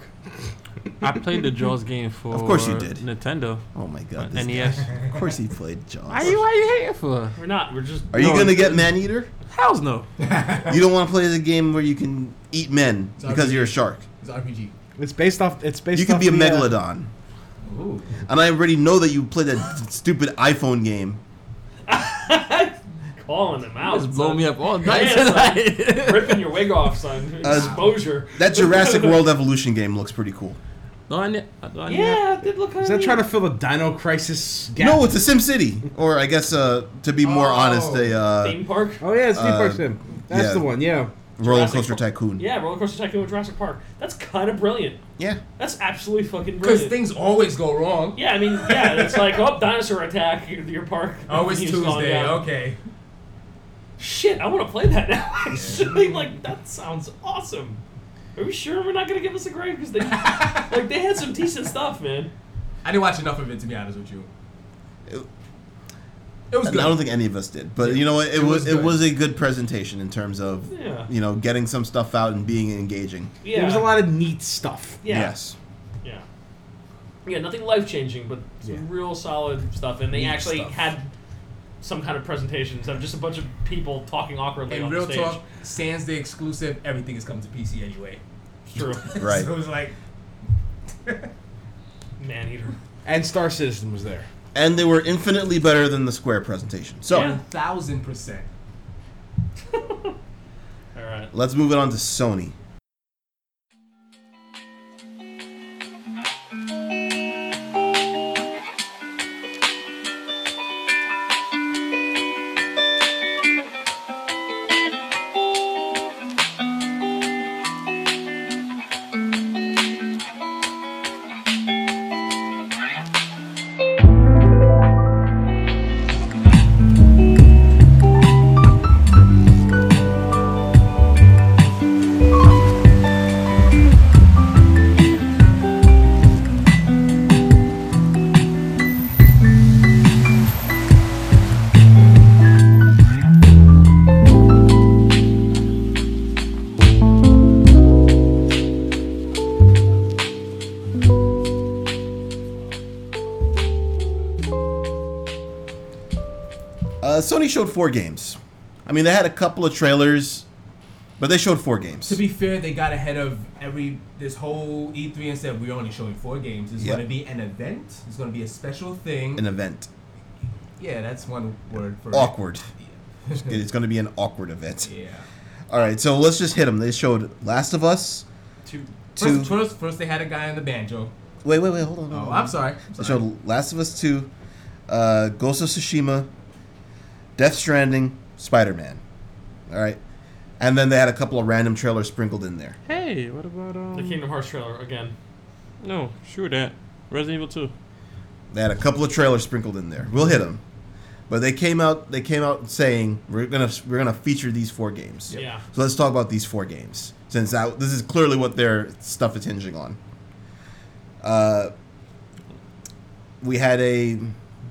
Speaker 4: I played the Jaws game for.
Speaker 1: Of course you did.
Speaker 4: Nintendo,
Speaker 1: oh my god! this
Speaker 4: NES.
Speaker 1: guy. Of course he played Jaws.
Speaker 4: Why you why you hating for?
Speaker 2: We're not. We're just.
Speaker 1: Are you
Speaker 4: No,
Speaker 1: gonna
Speaker 4: it's-
Speaker 1: get man eater?
Speaker 4: Hell's no.
Speaker 1: You don't want to play the game where you can eat men
Speaker 5: Sorry.
Speaker 1: because you're a shark.
Speaker 5: It's RPG.
Speaker 3: It's based off. It's based.
Speaker 1: You could
Speaker 3: off
Speaker 1: be a
Speaker 3: the, uh,
Speaker 1: megalodon.
Speaker 5: Ooh.
Speaker 1: And I already know that you played that stupid iPhone game.
Speaker 2: calling them out.
Speaker 4: Just blow
Speaker 2: son.
Speaker 4: me up all night
Speaker 2: Yeah, son.
Speaker 4: tonight.
Speaker 2: Ripping your wig off, son.
Speaker 1: Uh,
Speaker 2: Exposure.
Speaker 1: That Jurassic World Evolution game looks pretty cool.
Speaker 4: No, I ne- I- I ne-
Speaker 2: Yeah, it did look kind
Speaker 3: Is
Speaker 2: of.
Speaker 3: that trying to fill a Dino Crisis gap?
Speaker 1: No, it's a Sim City, or I guess uh, to be more
Speaker 5: Oh.
Speaker 1: honest, a uh,
Speaker 2: theme park?
Speaker 3: Oh yeah, it's Deep
Speaker 1: Uh,
Speaker 3: Park Sim. That's
Speaker 1: yeah.
Speaker 3: the one. Yeah.
Speaker 1: roller
Speaker 2: Jurassic
Speaker 1: coaster
Speaker 2: Par-
Speaker 1: tycoon.
Speaker 2: Yeah, roller coaster tycoon with Jurassic Park. That's kind of brilliant.
Speaker 1: Yeah.
Speaker 2: That's absolutely fucking
Speaker 5: Because
Speaker 2: brilliant.
Speaker 5: things always go wrong.
Speaker 2: yeah, I mean, yeah, it's like oh, dinosaur attack your, your park.
Speaker 5: Oh, it's
Speaker 2: He's gone
Speaker 5: Tuesday.
Speaker 2: down.
Speaker 5: Okay.
Speaker 2: Shit, I want to play that now. Actually, like that sounds awesome. Are we sure we're not gonna give us a grade? Because they like they had some decent stuff, man.
Speaker 5: I didn't watch enough of it to be honest with you. It was
Speaker 1: And
Speaker 5: good.
Speaker 1: I don't think any of us did, but you know what? It,
Speaker 5: It
Speaker 1: was,
Speaker 5: was
Speaker 1: it
Speaker 5: good.
Speaker 1: was a good presentation in terms of
Speaker 2: Yeah.
Speaker 1: you know getting some stuff out and being engaging.
Speaker 2: Yeah.
Speaker 3: There was a lot of neat stuff.
Speaker 2: Yeah.
Speaker 1: Yes,
Speaker 2: Yeah. Yeah, nothing life changing, but some
Speaker 3: Yeah.
Speaker 2: real solid stuff. And they
Speaker 5: Neat
Speaker 2: actually
Speaker 5: stuff.
Speaker 2: had some kind of presentations of just a bunch of people talking awkwardly
Speaker 5: In
Speaker 2: on
Speaker 5: real
Speaker 2: the stage.
Speaker 5: talk, Sans the exclusive, everything has come to PC anyway.
Speaker 2: It's true.
Speaker 1: right.
Speaker 5: so it was like,
Speaker 2: Man eater.
Speaker 3: And Star Citizen was there.
Speaker 1: and they were infinitely better than the Square presentation. So
Speaker 2: Yeah.
Speaker 5: thousand percent.
Speaker 2: All right.
Speaker 1: let's move it on to Sony. Uh, Sony showed four games. I mean, they had a couple of trailers, but they showed four games.
Speaker 5: To be fair, they got ahead of every this whole E3 and said we're only showing four games. It's
Speaker 1: Yeah.
Speaker 5: going to be an event. It's going to be a special thing.
Speaker 1: an event,
Speaker 5: yeah, that's one word for it.
Speaker 1: awkward. It's going to be an awkward event.
Speaker 5: Yeah.
Speaker 1: All right, so let's just hit them. They showed Last of Us.
Speaker 2: Two.
Speaker 1: Two.
Speaker 5: First, first, first they had a guy on the banjo.
Speaker 1: Wait, wait, wait. Hold on. hold
Speaker 5: Oh,
Speaker 1: on.
Speaker 5: I'm sorry. I'm
Speaker 1: They
Speaker 5: sorry.
Speaker 1: showed Last of Us Two, uh, Ghost of Tsushima, Death Stranding, Spider Man. All right, and then they had a couple of random trailers sprinkled in there.
Speaker 4: Hey, what about um?
Speaker 2: The Kingdom Hearts trailer again.
Speaker 4: No, sure that. Resident Evil Two.
Speaker 1: They had a couple of trailers sprinkled in there. We'll hit them, but they came out. They came out saying we're gonna we're gonna feature these four games.
Speaker 2: Yeah.
Speaker 1: So let's talk about these four games, since that, this is clearly what their stuff is hinging on. Uh, we had a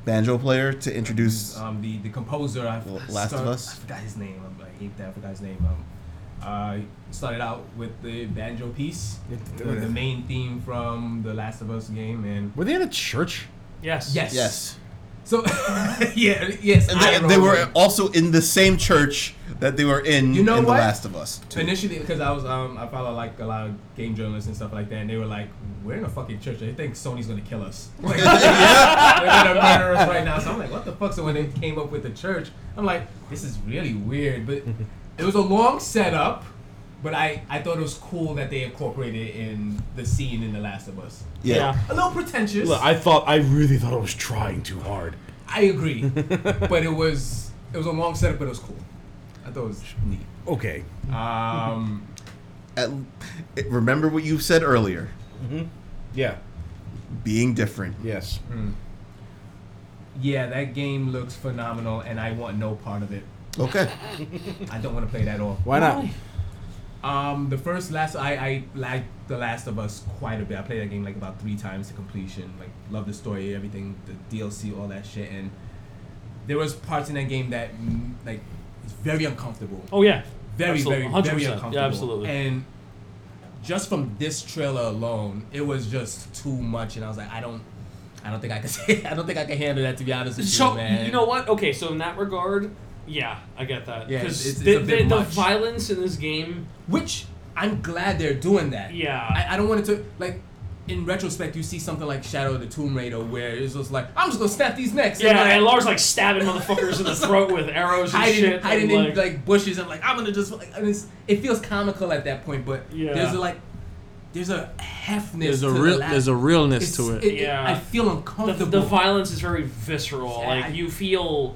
Speaker 1: banjo player to introduce.
Speaker 5: um, the the composer. I
Speaker 1: L-
Speaker 5: I
Speaker 1: Last of
Speaker 5: start-
Speaker 1: Us?
Speaker 5: I forgot his name. I'm- I hate that. I forgot his name. Um, uh, started out with the banjo piece, the, the main theme from the Last of Us game, and
Speaker 3: Were they in a church?
Speaker 2: Yes.
Speaker 5: yes,
Speaker 1: Yes.
Speaker 5: So yeah, yes,
Speaker 1: And they,
Speaker 5: I
Speaker 1: they
Speaker 5: wrote
Speaker 1: were
Speaker 5: it.
Speaker 1: also in the same church that they were in
Speaker 5: You know
Speaker 1: in
Speaker 5: what?
Speaker 1: The Last of Us. too.
Speaker 5: Initially, because I was, um, I follow like a lot of game journalists and stuff like that, and they were like, "We're in a fucking church. They think Sony's gonna kill us. Like, they're gonna murder us right now." So I'm like, "What the fuck?" So when they came up with the church, I'm like, "This is really weird." But it was a long setup, but I, I thought it was cool that they incorporated it in the scene in The Last of Us.
Speaker 1: yeah.
Speaker 5: A little pretentious.
Speaker 6: Look, I thought I really thought I was trying too hard.
Speaker 5: I agree, but it was it was a long setup, but it was cool. I thought it was neat.
Speaker 6: Okay.
Speaker 5: Um,
Speaker 1: At- it- remember what you said earlier.
Speaker 6: Yeah.
Speaker 1: Being different.
Speaker 6: Yes.
Speaker 5: yeah, that game looks phenomenal, and I want no part of it.
Speaker 1: Okay.
Speaker 5: I don't want to play that at all.
Speaker 3: Why not?
Speaker 5: Um, the first last I I liked The Last of Us quite a bit. I played that game like about three times to completion. Like love the story, everything, the DLC, all that shit. And there was parts in that game that mm, like it's very uncomfortable.
Speaker 2: Oh yeah.
Speaker 5: very
Speaker 2: Absolutely.
Speaker 5: very very uncomfortable.
Speaker 2: Yeah, absolutely.
Speaker 5: And just from this trailer alone, it was just too much, and I was like, I don't. I don't think I can. I don't think I can handle that. To be honest with
Speaker 2: so
Speaker 5: you, man.
Speaker 2: you know what? Okay, so in that regard, yeah, I get that.
Speaker 5: Yeah,
Speaker 2: 'Cause
Speaker 5: it's- it's
Speaker 2: the,
Speaker 5: a bit
Speaker 2: the, the
Speaker 5: much.
Speaker 2: violence in this game.
Speaker 5: Which I'm glad they're doing that.
Speaker 2: Yeah.
Speaker 5: I, I don't want it to like. In retrospect, you see something like Shadow of the Tomb Raider, where it's just like, I'm just gonna snap these necks.
Speaker 2: Yeah,
Speaker 5: like,
Speaker 2: and Lars like stabbing motherfuckers in the throat with arrows and
Speaker 5: hiding,
Speaker 2: shit.
Speaker 5: hiding
Speaker 2: and,
Speaker 5: in like bushes. I'm like, I'm gonna just. Like, and it's, it feels comical at that point, but
Speaker 2: Yeah.
Speaker 5: there's a, like, there's a heftness.
Speaker 4: There's a
Speaker 5: to the
Speaker 4: real
Speaker 5: la-
Speaker 4: there's a realness
Speaker 5: it's-
Speaker 4: to it.
Speaker 2: Yeah.
Speaker 5: I feel
Speaker 2: the,
Speaker 5: uncomfortable.
Speaker 2: the violence is very visceral.
Speaker 5: Yeah, I-
Speaker 2: Like you feel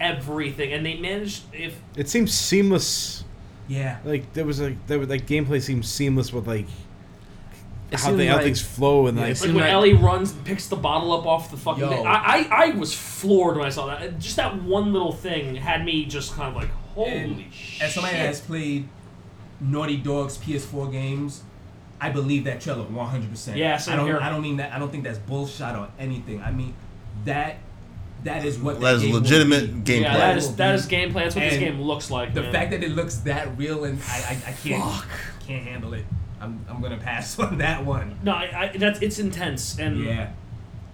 Speaker 2: everything, and they managed if
Speaker 3: It seems seamless.
Speaker 5: yeah.
Speaker 3: Like there was like there was, like gameplay seems seamless with like
Speaker 4: It
Speaker 3: how,
Speaker 4: seemed
Speaker 3: they, how
Speaker 4: like-
Speaker 3: things flow and
Speaker 4: Yeah,
Speaker 3: like
Speaker 4: it
Speaker 2: like
Speaker 4: seemed
Speaker 2: when
Speaker 4: like-
Speaker 2: Ellie runs and picks the bottle up off the fucking.
Speaker 5: Yo.
Speaker 2: thing. I, I I was floored when I saw that. Just that one little thing had me just kind of like holy
Speaker 5: And
Speaker 2: shit.
Speaker 5: As somebody that has played Naughty Dog's PS4 games, I believe that trailer 100. percent
Speaker 2: Yeah, same
Speaker 5: I don't.
Speaker 2: here.
Speaker 5: I don't mean that. I don't think that's bullshit or anything. I mean that. That is what
Speaker 1: That is
Speaker 5: game will
Speaker 1: legitimate
Speaker 5: be.
Speaker 1: gameplay.
Speaker 2: yeah, that
Speaker 5: Will
Speaker 2: is that
Speaker 5: be.
Speaker 2: is gameplay. That's what this
Speaker 5: And
Speaker 2: game looks like.
Speaker 5: The
Speaker 2: man.
Speaker 5: fact that it looks that real and I, I, I can't can't handle it. I'm, I'm gonna pass on that one.
Speaker 2: no, I, I, that's it's intense, and
Speaker 5: Yeah,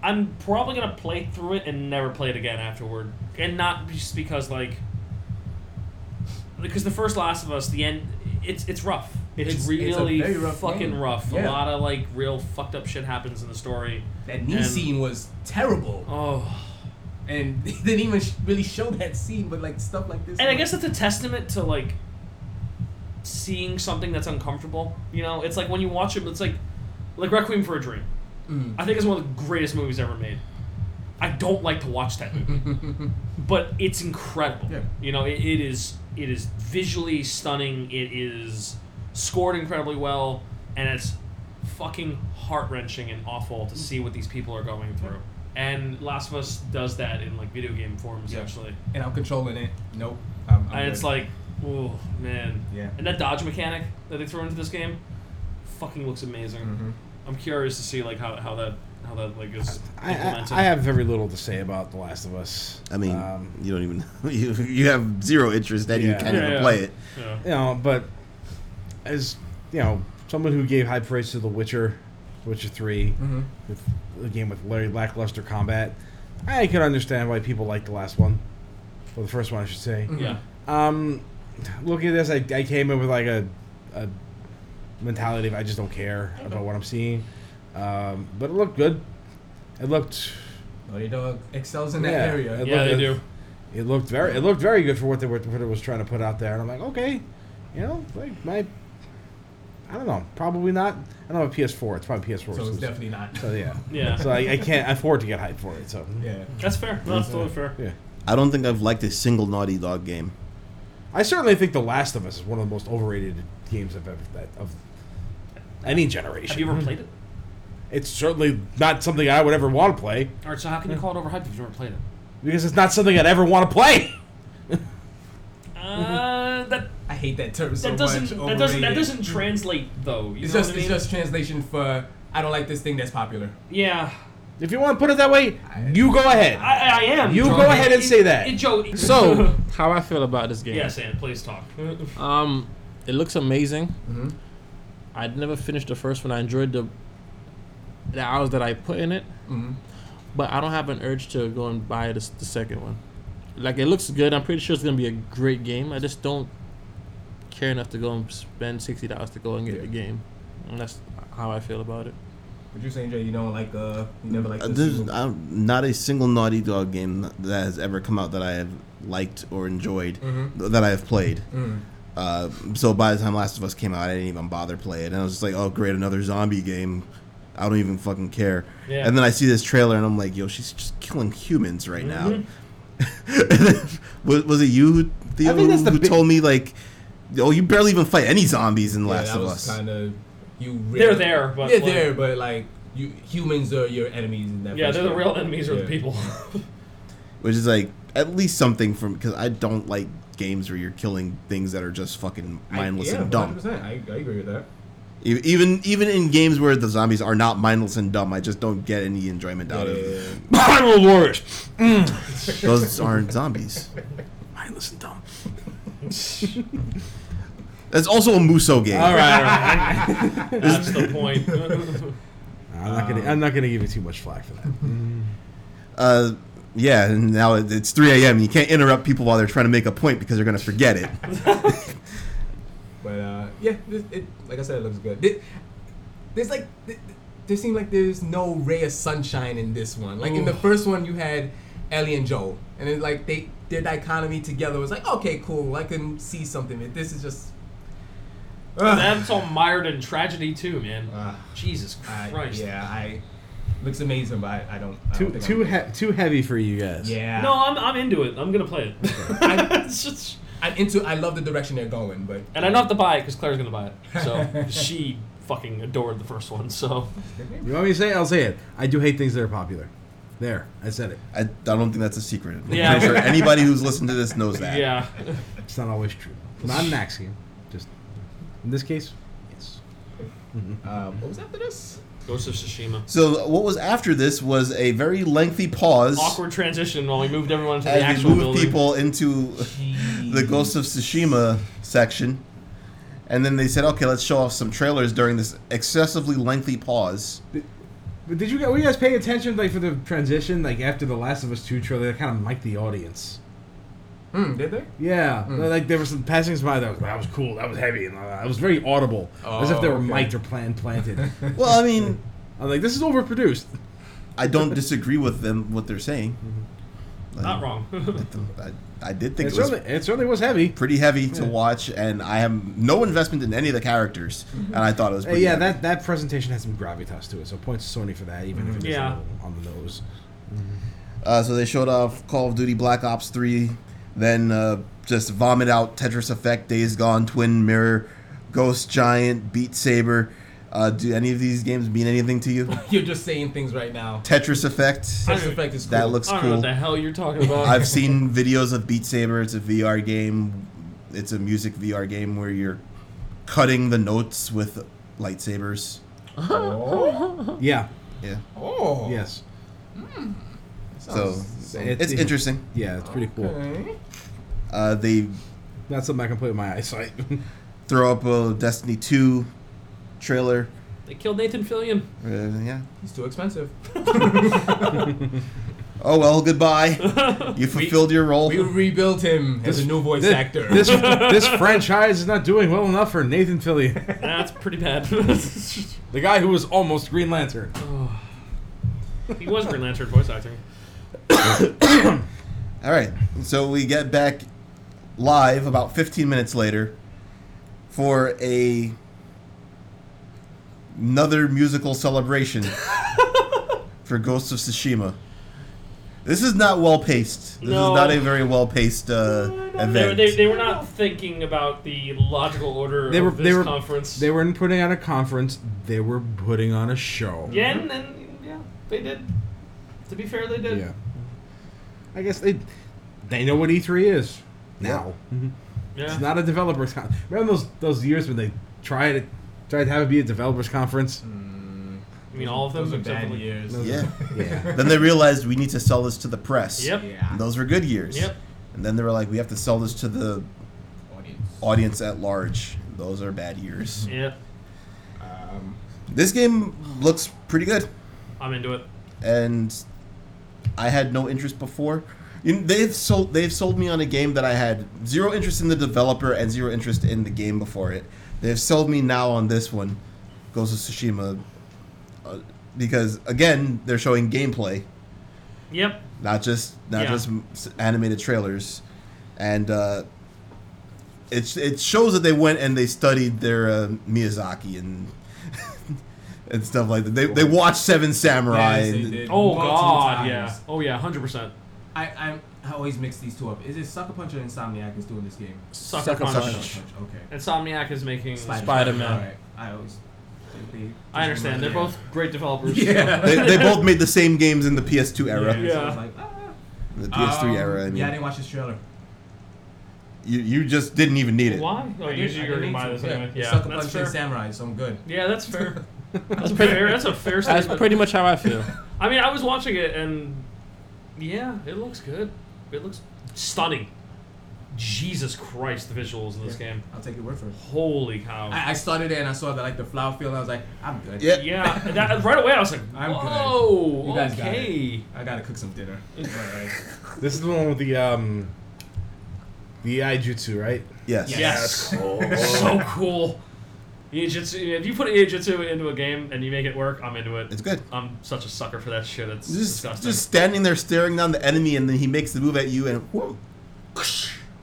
Speaker 2: I'm probably gonna play through it and never play it again afterward, and not just because like because the first Last of Us, the end, it's it's rough. It's,
Speaker 5: It's- it's a
Speaker 2: really
Speaker 5: very rough
Speaker 2: fucking
Speaker 5: game.
Speaker 2: rough. A
Speaker 5: Yeah.
Speaker 2: lot of like real fucked up shit happens in the story.
Speaker 5: that knee
Speaker 2: And-
Speaker 5: scene was terrible,
Speaker 2: Oh,
Speaker 5: and they didn't even sh- really show that scene. But like stuff like this,
Speaker 2: and I
Speaker 5: I'm like,
Speaker 2: guess that's a testament to like seeing something that's uncomfortable. You know, it's like when you watch it, it's like like Requiem for a Dream.
Speaker 5: Mm.
Speaker 2: I think it's one of the greatest movies ever made. I don't like to watch that movie, but it's incredible.
Speaker 5: Yeah.
Speaker 2: You know, it, it is it is visually stunning. It is scored incredibly well, and it's fucking heart wrenching and awful to see what these people are going through. And Last of Us does that in like video game form
Speaker 5: Yeah.
Speaker 2: essentially.
Speaker 5: and I'm controlling it. Nope, I'm, I'm
Speaker 2: And it's
Speaker 5: good.
Speaker 2: like, oh man.
Speaker 5: Yeah.
Speaker 2: And that dodge mechanic that they throw into this game, fucking looks amazing.
Speaker 5: Mm-hmm.
Speaker 2: I'm curious to see like how, how that how that like is
Speaker 3: I, I,
Speaker 2: implemented.
Speaker 3: I have very little to say about The Last of Us.
Speaker 1: I mean,
Speaker 3: um,
Speaker 1: you don't even you, you have zero interest and you
Speaker 3: Yeah.
Speaker 1: can't
Speaker 2: Yeah,
Speaker 1: even
Speaker 2: yeah.
Speaker 1: play it.
Speaker 2: yeah.
Speaker 3: you know, but as you know, someone who gave high praise to The Witcher, Witcher 3
Speaker 5: Mm-hmm.
Speaker 3: with a game with Larry lackluster combat, I can understand why people like the last one, or the first one, I should say.
Speaker 2: yeah.
Speaker 3: Um, looking at this, I, I came in with like a, a mentality of I just don't care about what I'm seeing. Um, but it looked good. It looked
Speaker 5: Naughty Dog excels in that
Speaker 3: Yeah.
Speaker 5: area.
Speaker 3: It
Speaker 2: Yeah, they
Speaker 3: looked-
Speaker 2: do.
Speaker 3: it looked very it looked very good for what they were what it was trying to put out there, and I'm like, okay, you know, like my. I don't know. Probably not. I don't have a PS4. It's probably PS4.
Speaker 5: So it's
Speaker 3: exclusive.
Speaker 5: definitely not.
Speaker 3: So yeah.
Speaker 2: Yeah.
Speaker 3: So I, I can't afford to get hyped for it. So
Speaker 5: Yeah.
Speaker 2: That's fair. No, that's totally fair.
Speaker 3: yeah.
Speaker 1: I don't think I've liked a single Naughty Dog game.
Speaker 3: I certainly think The Last of Us is one of the most overrated games I've ever that of any generation.
Speaker 2: Have you ever
Speaker 5: Mm-hmm.
Speaker 2: played it?
Speaker 3: it's certainly not something I would ever want to play
Speaker 2: All right. So how can you call it overhyped if you've never played it?
Speaker 3: because it's not something I'd ever want to play.
Speaker 2: Uh, that
Speaker 5: I hate that term so
Speaker 2: that
Speaker 5: much.
Speaker 2: doesn't that doesn't that
Speaker 5: overrated.
Speaker 2: doesn't translate though. You
Speaker 5: It's
Speaker 2: know
Speaker 5: just
Speaker 2: what I mean?
Speaker 5: it's just translation for I don't like this thing that's popular.
Speaker 2: yeah.
Speaker 3: If you want to put it that way, you go ahead.
Speaker 2: I, I am.
Speaker 3: You
Speaker 2: Joe.
Speaker 3: go ahead and say that.
Speaker 2: It- Joe.
Speaker 4: So, how I feel about this game?
Speaker 2: yes, and please talk.
Speaker 4: Um, it looks amazing.
Speaker 5: Mm-hmm.
Speaker 4: I'd never finished the first one. I enjoyed the the hours that I put in it,
Speaker 5: Mm-hmm.
Speaker 4: but I don't have an urge to go and buy this, the second one. Like it looks good. I'm pretty sure it's gonna be a great game. I just don't care enough to go and spend sixty dollars to go and get the game. And that's how I feel about it.
Speaker 5: What you saying, Jay? You don't like uh, you never like
Speaker 1: Uh,
Speaker 5: this.
Speaker 1: There's uh, not a single Naughty Dog game that has ever come out that I have liked or enjoyed
Speaker 5: Mm-hmm.
Speaker 1: th- that I have played. Uh, so by the time Last of Us came out, I didn't even bother play it, and I was just like, "Oh, great, another zombie game." I don't even fucking care.
Speaker 2: Yeah.
Speaker 1: And then I see this trailer, and I'm like, "Yo, she's just killing humans right now." And then-
Speaker 5: Mm-hmm.
Speaker 1: was, was it you, who- Theo,
Speaker 3: I think that's the
Speaker 1: who
Speaker 3: big-
Speaker 1: told me like, "Oh, you barely even fight any zombies in
Speaker 5: Yeah,
Speaker 1: Last
Speaker 5: that
Speaker 1: of
Speaker 5: was
Speaker 1: Us."
Speaker 5: Kind of you.
Speaker 2: They're there, but
Speaker 5: they're
Speaker 2: like-
Speaker 5: there, but like you humans are your enemies in that.
Speaker 2: Yeah,
Speaker 5: first
Speaker 2: they're the
Speaker 5: game.
Speaker 2: real enemies are the
Speaker 5: Yeah.
Speaker 2: people.
Speaker 1: which is like at least something from because I don't like games where you're killing things that are just fucking
Speaker 5: I-
Speaker 1: mindless
Speaker 5: yeah,
Speaker 1: and dumb.
Speaker 5: 100%. I, I agree with that.
Speaker 1: E- Even even in games where the zombies are not mindless and dumb, I just don't get any enjoyment out
Speaker 5: Yeah,
Speaker 1: of
Speaker 5: yeah,
Speaker 1: it.
Speaker 5: yeah.
Speaker 3: Final word.
Speaker 1: Those aren't zombies.
Speaker 7: Mindless and dumb.
Speaker 1: That's also a Muso game.
Speaker 3: All right, all right.
Speaker 2: That's the point.
Speaker 3: I'm not
Speaker 5: Um,
Speaker 3: gonna. I'm not gonna give you too much flack for that.
Speaker 1: Uh, yeah, and now it- it's 3 a.m. You can't interrupt people while they're trying to make a point because they're gonna forget it.
Speaker 5: But uh, yeah, it, it, like I said, it looks good. Th- there's like, th- th- there seemed like there's no ray of sunshine in this one. Like in the first one, you had Ellie and Joel, and then like they their dichotomy together was like, okay, cool, I can see something. But this is just. Ugh.
Speaker 2: That's all mired in tragedy too, man.
Speaker 5: Ah.
Speaker 2: Jesus
Speaker 5: I-
Speaker 2: Christ.
Speaker 5: yeah, I looks amazing, but I, I don't. I
Speaker 3: Too
Speaker 5: don't think
Speaker 3: too
Speaker 5: I'm,
Speaker 3: he- too heavy for you guys.
Speaker 5: Yeah.
Speaker 2: No, I'm, I'm into it. I'm gonna play it. It's just-
Speaker 5: I'm into. I love the direction they're going, but
Speaker 2: and I don't have to buy it because Claire's gonna buy it. So she fucking adored the first one. So
Speaker 3: You want me to say? it? I'll say it. I do hate things that are popular. There, I said it.
Speaker 1: I, I don't think that's a secret. I'm
Speaker 2: Yeah.
Speaker 1: pretty sure anybody who's listened to this knows that.
Speaker 2: yeah,
Speaker 3: It's not always true. Not an axiom. Just in this case, yes.
Speaker 5: um, what was after this?
Speaker 2: Ghost of Tsushima.
Speaker 1: So what was after this was a very lengthy pause.
Speaker 2: Awkward transition while we moved everyone to the
Speaker 1: as we
Speaker 2: actual
Speaker 1: move
Speaker 2: building.
Speaker 1: people into the Ghost of Tsushima section, and then they said, "Okay, let's show off some trailers during this excessively lengthy pause."
Speaker 3: But did you guys, were you guys paying attention like for the transition like after the Last of Us two trailer? They kind of like the audience.
Speaker 5: Hmm, did they?
Speaker 3: Yeah, like there were some passings by that was that was cool, that was heavy, and uh, it was very audible, as if they were
Speaker 5: Oh, okay.
Speaker 3: mic'd or plan planted.
Speaker 1: Well, I mean,
Speaker 3: I'm like, this is overproduced.
Speaker 1: I don't disagree with them what they're saying.
Speaker 2: Mm-hmm. Not wrong.
Speaker 1: I, I did think
Speaker 3: It
Speaker 1: it was
Speaker 3: certainly, it certainly was heavy.
Speaker 1: pretty heavy to watch, and I have no investment in any of the characters,
Speaker 2: Mm-hmm.
Speaker 1: and I thought it was
Speaker 3: Uh,
Speaker 1: pretty
Speaker 3: yeah,
Speaker 1: heavy.
Speaker 3: that, that presentation had some gravitas to it, so points to Sony for that, even if it is a
Speaker 2: Yeah.
Speaker 3: little on the nose.
Speaker 1: Uh, so they showed off Call of Duty Black Ops 3, then uh, just Vomit Out, Tetris Effect, Days Gone, Twin Mirror, Ghost Giant, Beat Saber. Uh, do any of these games mean anything to you?
Speaker 5: You're just saying things right now.
Speaker 1: Tetris Effect.
Speaker 5: Tetris Effect is cool.
Speaker 1: That looks
Speaker 2: I don't know what
Speaker 1: cool.
Speaker 2: the hell you're talking about.
Speaker 1: I've seen videos of Beat Saber. It's a VR game. It's a music VR game where you're cutting the notes with lightsabers.
Speaker 5: Oh,
Speaker 3: Yeah,
Speaker 1: Yeah.
Speaker 5: oh.
Speaker 3: yes.
Speaker 1: So
Speaker 3: It-
Speaker 1: it's
Speaker 3: it-
Speaker 1: interesting.
Speaker 3: Yeah, it's pretty cool.
Speaker 5: Okay.
Speaker 1: Uh, they
Speaker 3: Not something I can play with my eyesight.
Speaker 1: throw up a Destiny 2 trailer.
Speaker 2: they killed Nathan Fillion.
Speaker 1: Uh, yeah.
Speaker 5: He's too expensive.
Speaker 1: Oh well, goodbye. You fulfilled your role.
Speaker 5: We rebuilt him as a new voice
Speaker 3: this-
Speaker 5: actor.
Speaker 3: this, this franchise is not doing well enough for Nathan Fillion,
Speaker 2: That's pretty bad.
Speaker 3: the guy who was almost Green Lantern.
Speaker 2: he was Green Lantern voice acting.
Speaker 1: All right. So we get back live about 15 minutes later for a another musical celebration for Ghosts of Tsushima. This is not well paced. This
Speaker 2: No.
Speaker 1: is not a very well paced uh,
Speaker 2: They,
Speaker 1: event.
Speaker 2: they, they were not thinking about the logical order
Speaker 3: They were-
Speaker 2: of this
Speaker 3: they were-
Speaker 2: conference.
Speaker 3: They weren't putting on a conference; they were putting on a show.
Speaker 2: yeah, and, and yeah, they did. To be fair, they did.
Speaker 3: Yeah. I guess they they know what E3 is now.
Speaker 2: Yeah.
Speaker 3: It's not a developers con. Remember those those years when they tried it, tried to have it be a developers conference?
Speaker 2: You mean all of them?
Speaker 5: Those are
Speaker 2: except for,
Speaker 5: bad
Speaker 2: like-
Speaker 5: years.
Speaker 1: Yeah.
Speaker 8: Yeah.
Speaker 1: then they realized we need to sell this to the press.
Speaker 2: Yep.
Speaker 5: Yeah.
Speaker 1: And those were good years.
Speaker 2: Yep.
Speaker 1: And then they were like, we have to sell this to the
Speaker 5: Audience.
Speaker 1: audience at large. Those are bad years.
Speaker 2: Yep.
Speaker 5: Um,
Speaker 1: This game looks pretty good,
Speaker 2: I'm into it.
Speaker 1: and I had no interest before. You know, they've sold they've sold me on a game that I had zero interest in the developer and zero interest in the game before it. They've sold me now on this one, Ghost of Tsushima, uh, because again they're showing gameplay.
Speaker 2: Yep.
Speaker 1: not just not
Speaker 2: Yeah.
Speaker 1: just s- animated trailers, and uh, it it shows that they went and they studied their uh, Miyazaki and and stuff like that. They they watched Seven Samurai.
Speaker 5: yes, they
Speaker 1: and-
Speaker 5: did
Speaker 2: Oh
Speaker 5: multiple
Speaker 2: God.
Speaker 5: times.
Speaker 2: Yeah. Oh yeah. Hundred percent.
Speaker 5: I, I'm, I always mix these two up. Is it Sucker Punch or Insomniac is doing this game?
Speaker 2: Sucker,
Speaker 4: Sucker
Speaker 2: Punch.
Speaker 4: Punch.
Speaker 5: Sucker Punch, okay.
Speaker 2: Insomniac is making.
Speaker 4: Spider-Man.
Speaker 5: Alright, I always. they- they-
Speaker 2: I understand. They're both great developers.
Speaker 5: Yeah.
Speaker 1: They, they both made the same games in the PS2 era,
Speaker 5: Yeah. so I was
Speaker 2: Yeah.
Speaker 5: like, ah.
Speaker 1: the PS3
Speaker 5: Um,
Speaker 1: era. I mean,
Speaker 5: Yeah, I didn't watch this trailer.
Speaker 1: you you just didn't even need it.
Speaker 2: Why? Oh,
Speaker 5: I didn't- I
Speaker 2: usually you're
Speaker 5: didn't
Speaker 2: gonna buy
Speaker 5: need
Speaker 2: this
Speaker 5: to.
Speaker 2: anyway. Yeah.
Speaker 5: Sucker
Speaker 2: That's
Speaker 5: Punch and
Speaker 2: fair.
Speaker 5: Samurai, so I'm good.
Speaker 2: Yeah, that's fair. That's fair. That's a fair
Speaker 4: That's
Speaker 2: statement.
Speaker 4: pretty much how I feel.
Speaker 2: I mean, I was watching it and yeah, it looks good. It looks stunning. Jesus Christ, the visuals in this game.
Speaker 5: I'll take your word for it.
Speaker 2: Holy cow.
Speaker 5: I, I started there and I saw that like the flower field. And I was like, I'm good.
Speaker 1: Yeah.
Speaker 2: yeah, that, right away I was like,
Speaker 5: I'm good.
Speaker 2: whoa,
Speaker 5: You guys got
Speaker 2: okay.
Speaker 5: I gotta cook some dinner. Alright.
Speaker 8: This is the one with the um, the Aijutsu, right?
Speaker 1: Yes.
Speaker 2: Yes. so cool. Iijutsu, if you put Iijutsu into a game and you make it work, I'm into it.
Speaker 1: It's good.
Speaker 2: I'm such a sucker for that shit. It's
Speaker 1: Just
Speaker 2: disgusting.
Speaker 1: just standing there staring down the enemy, and then he makes the move at you, and whoop,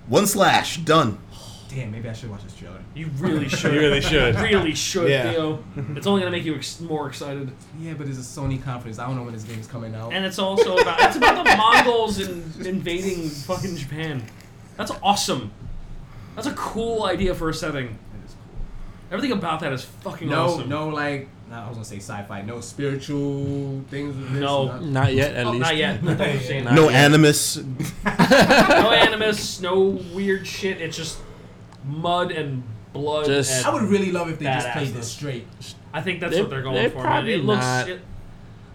Speaker 1: one slash, done.
Speaker 5: Damn, maybe I should watch this trailer.
Speaker 2: you really should.
Speaker 8: You really should.
Speaker 2: really should,
Speaker 8: Yeah.
Speaker 2: Theo. It's only gonna make you ex- more excited.
Speaker 5: Yeah, but it's a Sony conference. I don't know when this game's coming out.
Speaker 2: And it's also about it's about the Mongols in, invading fucking Japan. That's awesome. That's a cool idea for a setting.
Speaker 5: That is cool.
Speaker 2: Everything about that is fucking
Speaker 5: No,
Speaker 2: awesome.
Speaker 5: no, like nah, I was gonna say sci-fi. No spiritual things. With this,
Speaker 2: No.
Speaker 5: not-
Speaker 4: Not yet, at
Speaker 2: Oh,
Speaker 4: least.
Speaker 2: not yet. Not that we've seen.
Speaker 4: Not
Speaker 2: no.
Speaker 1: No
Speaker 4: yet.
Speaker 1: animus.
Speaker 2: animus, no weird shit. It's just mud and blood.
Speaker 4: Just-
Speaker 5: I
Speaker 2: and
Speaker 5: would really love if they just played
Speaker 2: Badassness.
Speaker 5: this straight.
Speaker 2: I think that's
Speaker 4: They-
Speaker 2: what they're going
Speaker 4: they're
Speaker 2: for. man.
Speaker 4: probably
Speaker 2: It looks.
Speaker 4: not.
Speaker 2: It,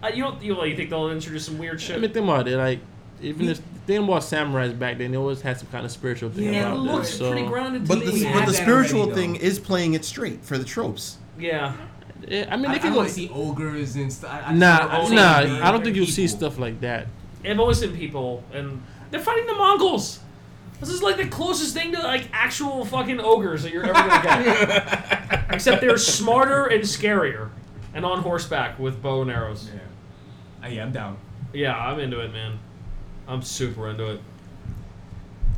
Speaker 2: uh, you don't. You, well, you think they'll introduce some weird
Speaker 4: I
Speaker 2: shit?
Speaker 4: mean, think about it. Like, even if think about samurais back then, they always had some kind of spiritual thing
Speaker 5: Yeah,
Speaker 4: about
Speaker 5: it
Speaker 4: them.
Speaker 5: looks
Speaker 4: so
Speaker 2: grounded
Speaker 1: But the,
Speaker 5: Yeah.
Speaker 1: but the
Speaker 5: Yeah.
Speaker 1: spiritual
Speaker 5: Already,
Speaker 1: thing
Speaker 5: though.
Speaker 1: is playing it straight for the tropes.
Speaker 2: yeah.
Speaker 4: Yeah, I mean,
Speaker 5: I,
Speaker 4: they
Speaker 5: I
Speaker 4: can
Speaker 5: want to
Speaker 4: go.
Speaker 5: see ogres and stuff.
Speaker 4: Nah,
Speaker 2: I don't think
Speaker 4: nah.
Speaker 2: they're
Speaker 4: I don't think you'll see
Speaker 5: stuff.
Speaker 4: stuff like that.
Speaker 2: I've always seen people, and they're fighting the Mongols. This is like the closest thing to like actual fucking ogres that you're ever gonna get. Except they're smarter and scarier, and on horseback with bow and arrows.
Speaker 5: Yeah. Uh, yeah, I'm down.
Speaker 2: Yeah, I'm into it, man. I'm super into it.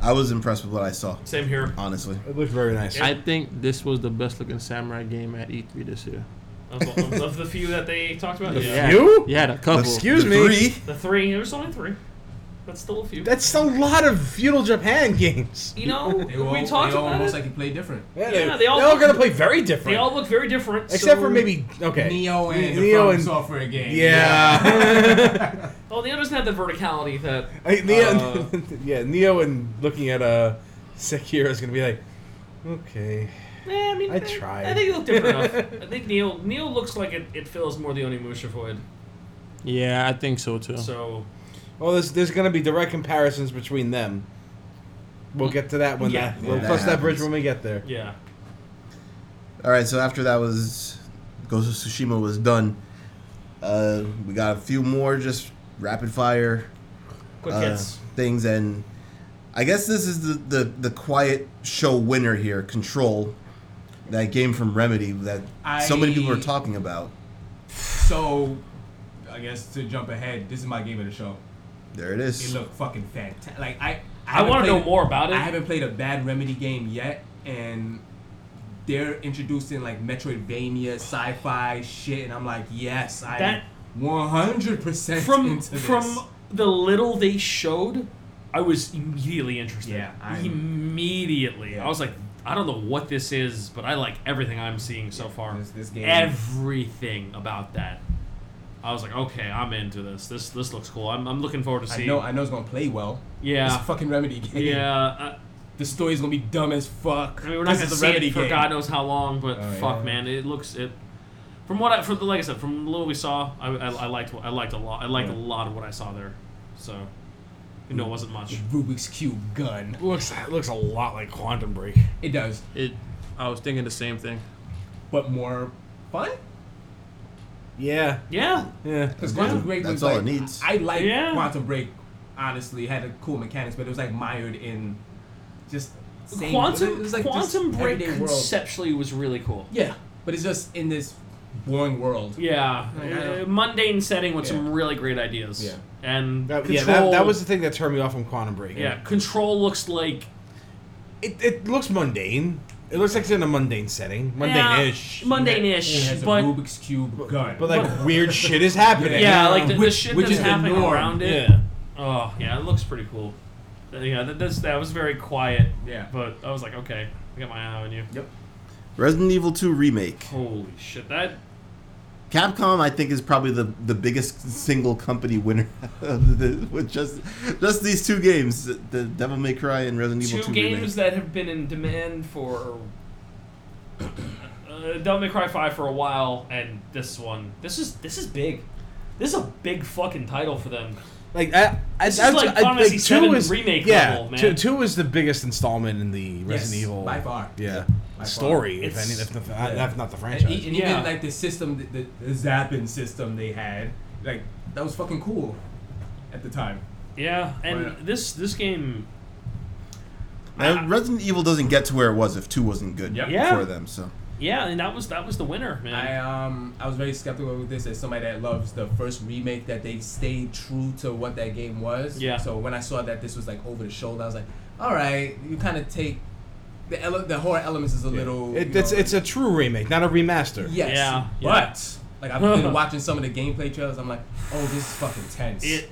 Speaker 1: I was impressed with what I saw,
Speaker 2: Same here.
Speaker 1: honestly.
Speaker 8: It looked very nice.
Speaker 2: Yeah.
Speaker 4: I think this was the best looking samurai game at E3 this year.
Speaker 2: Of, of- of the few that they talked about, yeah.
Speaker 4: Yeah.
Speaker 8: You?
Speaker 4: Yeah, the couple.
Speaker 8: Excuse
Speaker 1: The
Speaker 8: me.
Speaker 1: Three.
Speaker 2: The three. There's only three. That's still a few.
Speaker 8: That's a lot of feudal Japan games.
Speaker 2: you know,
Speaker 5: They were all,
Speaker 2: we
Speaker 5: they
Speaker 2: talked
Speaker 5: all
Speaker 2: about
Speaker 5: almost
Speaker 2: it.
Speaker 5: like you play different.
Speaker 8: Yeah,
Speaker 2: they all-
Speaker 8: gonna play very different.
Speaker 2: they all look very different,
Speaker 8: except
Speaker 2: so-
Speaker 8: for maybe okay.
Speaker 5: Neo and the
Speaker 8: Neo
Speaker 5: From
Speaker 8: and
Speaker 5: software game.
Speaker 8: yeah,
Speaker 2: Oh, the others have the verticality that
Speaker 8: I, Neo,
Speaker 2: Uh,
Speaker 8: yeah, Neo and looking at uh, Sekiro is gonna be like, okay,
Speaker 2: Yeah, I mean,
Speaker 8: I
Speaker 2: they-
Speaker 8: tried.
Speaker 2: I think it looked different enough. I think Neil Neil looks like it, it fills more the Onimusha void.
Speaker 4: Yeah, I think so too.
Speaker 2: So
Speaker 8: well, there's there's gonna be direct comparisons between them. We'll get to that when
Speaker 2: Yeah.
Speaker 8: that we'll
Speaker 1: Yeah, that
Speaker 8: cross that
Speaker 1: happens.
Speaker 8: bridge when we get there.
Speaker 2: yeah,
Speaker 1: All right. So after that was Ghost of Tsushima was done. Uh, we got a few more just rapid fire
Speaker 2: quick
Speaker 1: uh,
Speaker 2: hits.
Speaker 1: things, and I guess this is the, the the quiet show winner here. Control, that game from Remedy that so many people
Speaker 5: I-
Speaker 1: are talking about.
Speaker 5: So, I guess to jump ahead, this is my game of the show.
Speaker 1: There it
Speaker 5: It
Speaker 1: is.
Speaker 5: looked fucking fantastic. Like I,
Speaker 2: I
Speaker 5: haven't
Speaker 2: want to
Speaker 5: played-
Speaker 2: know more about it.
Speaker 5: I haven't played a bad Remedy game yet, and they're introducing like Metroidvania sci-fi shit, and I'm like, yes, I
Speaker 2: That-
Speaker 5: am 100%
Speaker 2: from
Speaker 5: into this.
Speaker 2: from the little they showed, I was immediately interested.
Speaker 5: Yeah, I'm-
Speaker 2: immediately.
Speaker 5: Yeah.
Speaker 2: I was like, I don't know what this is, but I like everything I'm seeing so far.
Speaker 5: This- this game-
Speaker 2: everything about that. I was like, okay, I'm into this. This this looks cool. I'm, I'm looking forward to
Speaker 5: I
Speaker 2: seeing.
Speaker 5: know, I know it's gonna play well.
Speaker 2: Yeah.
Speaker 5: it's a fucking Remedy game.
Speaker 2: yeah. I-
Speaker 5: the story's gonna be dumb as fuck.
Speaker 2: I mean, we're not
Speaker 5: This
Speaker 2: gonna
Speaker 5: is
Speaker 2: see it for God knows how long, but
Speaker 5: Oh,
Speaker 2: fuck,
Speaker 5: yeah.
Speaker 2: man, it looks it. From what I, from the, like I said, from the little we saw, I, I, I liked what- I liked a lot. I liked a lot of what I saw there. So, you know, it wasn't much.
Speaker 5: Rubik's Cube gun.
Speaker 3: Looks looks a lot like Quantum Break.
Speaker 5: It does.
Speaker 4: It. I was thinking the same thing.
Speaker 5: But more fun?
Speaker 3: Yeah,
Speaker 2: Yeah,
Speaker 3: yeah.
Speaker 5: Because Quantum
Speaker 1: Yeah,
Speaker 5: Break
Speaker 1: that's
Speaker 5: was
Speaker 1: all
Speaker 5: like,
Speaker 1: it needs.
Speaker 5: I like
Speaker 2: Yeah.
Speaker 5: Quantum Break. Honestly, it had a cool mechanics, but it was like mired in just same, it
Speaker 2: Quantum
Speaker 5: was like just
Speaker 2: Quantum Break
Speaker 5: everyday world.
Speaker 2: conceptually was really cool.
Speaker 5: Yeah, but it's just in this boring world.
Speaker 2: Yeah,
Speaker 5: Like, I don't-
Speaker 2: uh, mundane setting with some
Speaker 5: Yeah.
Speaker 2: really great ideas.
Speaker 5: Yeah.
Speaker 2: and
Speaker 3: That, yeah,
Speaker 2: control,
Speaker 3: that, that was the thing that turned me off from Quantum Break.
Speaker 2: yeah. Control looks like
Speaker 3: It, it looks mundane. It looks like it's in a mundane setting. Mundane-ish.
Speaker 2: yeah, mundane-ish,
Speaker 5: It has
Speaker 2: but
Speaker 5: a Rubik's Cube gun.
Speaker 3: But like weird shit is happening.
Speaker 2: yeah, like the, the
Speaker 5: Which-
Speaker 2: shit
Speaker 5: which
Speaker 2: that's
Speaker 5: is the
Speaker 2: happening
Speaker 5: norm.
Speaker 2: around it.
Speaker 3: Yeah.
Speaker 2: Oh yeah, it looks pretty cool. Uh, Yeah, that that's, that was very quiet.
Speaker 5: Yeah.
Speaker 2: but I was like, okay, I got my eye on you.
Speaker 5: yep.
Speaker 1: Resident Evil 2 remake.
Speaker 2: Holy shit, that
Speaker 1: Capcom, I think, is probably the, the biggest single company winner of the, with just just these two games, the- the Devil May Cry and Resident
Speaker 2: two,
Speaker 1: Evil 2
Speaker 2: games
Speaker 1: remake.
Speaker 2: that have been in demand for uh, Devil May Cry Five for a while, and this one. This is this is big. This is a big fucking title for them.
Speaker 3: Like I, I,
Speaker 2: This is
Speaker 3: I,
Speaker 2: like
Speaker 3: I,
Speaker 2: Final Fantasy
Speaker 3: two
Speaker 2: VII
Speaker 3: is
Speaker 2: remake
Speaker 3: yeah,
Speaker 2: level, man.
Speaker 3: Two, two is the biggest installment in the Resident
Speaker 5: Yes,
Speaker 3: Evil
Speaker 5: by far.
Speaker 3: Yeah,
Speaker 5: By
Speaker 3: story. If
Speaker 2: It's-
Speaker 3: any, if, the,
Speaker 5: yeah.
Speaker 3: if not the
Speaker 5: And,
Speaker 3: franchise.
Speaker 5: e- and
Speaker 2: Yeah.
Speaker 5: even like the system, the, the, the zapping system they had, like that was fucking cool at the time.
Speaker 2: Yeah, and
Speaker 5: Right.
Speaker 2: this this game.
Speaker 1: And Resident Evil doesn't get to where it was if 2 wasn't good
Speaker 5: Yep.
Speaker 2: Yeah.
Speaker 1: for them, so.
Speaker 2: Yeah, and that was that was the winner, man.
Speaker 3: uh,
Speaker 5: I um I was very skeptical with this as somebody that loves the first remake that they stayed true to what that game was.
Speaker 2: Yeah.
Speaker 5: So when I saw that this was like over the shoulder, I was like, all right, you kind of take the ele- the horror elements is a little.
Speaker 3: It,
Speaker 5: you
Speaker 3: it's
Speaker 5: know,
Speaker 3: it's a true remake, not a remaster.
Speaker 5: yes,
Speaker 2: Yeah, yeah.
Speaker 5: but like I've been watching some of the gameplay trailers. I'm like, oh, this is fucking tense.
Speaker 2: it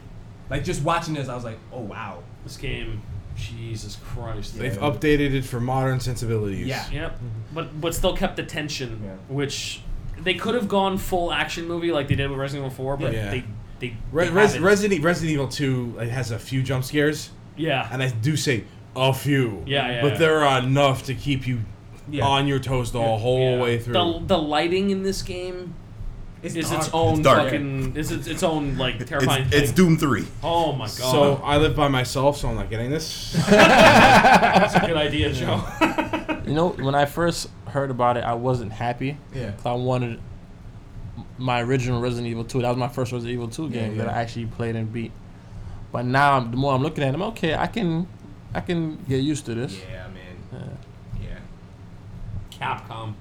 Speaker 5: like just watching this, I was like, oh wow.
Speaker 2: this game, Jesus Christ.
Speaker 3: They've
Speaker 5: Yeah.
Speaker 3: updated it for modern sensibilities.
Speaker 5: Yeah.
Speaker 2: Yep. But but still kept the tension,
Speaker 5: Yeah.
Speaker 2: which they could have gone full action movie like they did with Resident Evil Four, but
Speaker 3: Yeah.
Speaker 2: they they,
Speaker 3: Re-
Speaker 2: they
Speaker 3: Res-
Speaker 2: haven't.
Speaker 3: Resident Resident Evil Two it has a few jump scares,
Speaker 2: yeah.
Speaker 3: and I do say a few.
Speaker 2: Yeah, yeah,
Speaker 3: But
Speaker 2: yeah.
Speaker 3: there are enough to keep you
Speaker 5: Yeah.
Speaker 3: on your toes the whole
Speaker 2: Yeah.
Speaker 3: way through.
Speaker 2: The, the lighting in this game is its
Speaker 5: dark.
Speaker 2: own
Speaker 1: It's dark.
Speaker 2: fucking is its, its own like terrifying
Speaker 1: It's,
Speaker 2: thing.
Speaker 1: it's Doom 3.
Speaker 2: oh my god.
Speaker 3: so I live by myself, so I'm not getting this.
Speaker 2: that's a good idea, Joe.
Speaker 4: You know, when I first heard about it, I wasn't happy.
Speaker 5: Yeah.
Speaker 4: So I wanted my original Resident Evil 2. That was my first Resident Evil 2 game
Speaker 5: yeah.
Speaker 4: that I actually played and beat. But now, I'm, the more I'm looking at it, I'm okay. I can, I can get used to this.
Speaker 5: Yeah, man. yeah.
Speaker 2: Capcom.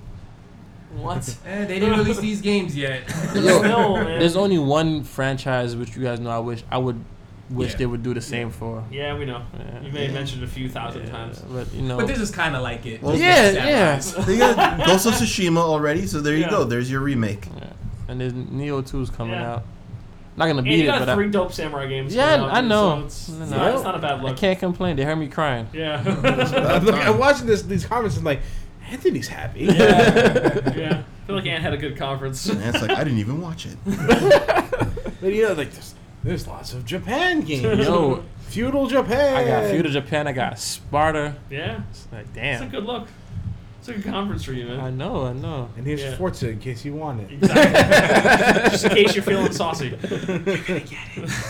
Speaker 2: What?
Speaker 5: Eh, they didn't release these games yet.
Speaker 4: Yo,
Speaker 2: Still, man.
Speaker 4: There's only one franchise which you guys know. I wish I would wish
Speaker 5: Yeah.
Speaker 4: they would do the same for.
Speaker 2: Yeah, we know.
Speaker 4: Yeah.
Speaker 2: You may have mentioned it a few thousand times.
Speaker 4: But you know,
Speaker 5: but this is kind of like it.
Speaker 1: Well,
Speaker 4: yeah,
Speaker 5: Just
Speaker 4: yeah.
Speaker 1: They got Ghost of Tsushima already, so there you
Speaker 2: Yeah.
Speaker 1: go. There's your remake.
Speaker 4: and there's Neo 2 is coming
Speaker 2: Yeah.
Speaker 4: out. Not gonna
Speaker 2: And you
Speaker 4: beat it,
Speaker 2: got
Speaker 4: but I,
Speaker 2: three dope samurai games.
Speaker 4: Yeah,
Speaker 2: coming out,
Speaker 4: I know.
Speaker 2: So it's,
Speaker 4: No,
Speaker 2: it's
Speaker 4: no.
Speaker 2: not, it's not a bad
Speaker 4: I
Speaker 2: look.
Speaker 4: can't complain. They heard me crying.
Speaker 2: Yeah.
Speaker 3: I'm, looking, I'm watching this these comments. and I'm like, Anthony's happy.
Speaker 2: yeah. I feel like Ant had a good conference.
Speaker 1: And it's like, I didn't even watch it.
Speaker 3: But you know, like there's, there's lots of Japan games.
Speaker 4: Yo,
Speaker 3: Feudal Japan.
Speaker 4: I got Feud of Japan. I got Sparta.
Speaker 2: Yeah.
Speaker 4: It's like
Speaker 2: It's a
Speaker 4: damn.
Speaker 2: good look. It's a good conference for you,
Speaker 4: I
Speaker 2: man.
Speaker 4: know. I know.
Speaker 3: And here's
Speaker 2: Yeah.
Speaker 3: Forza in case you want it.
Speaker 2: Exactly. Just in case you're feeling saucy.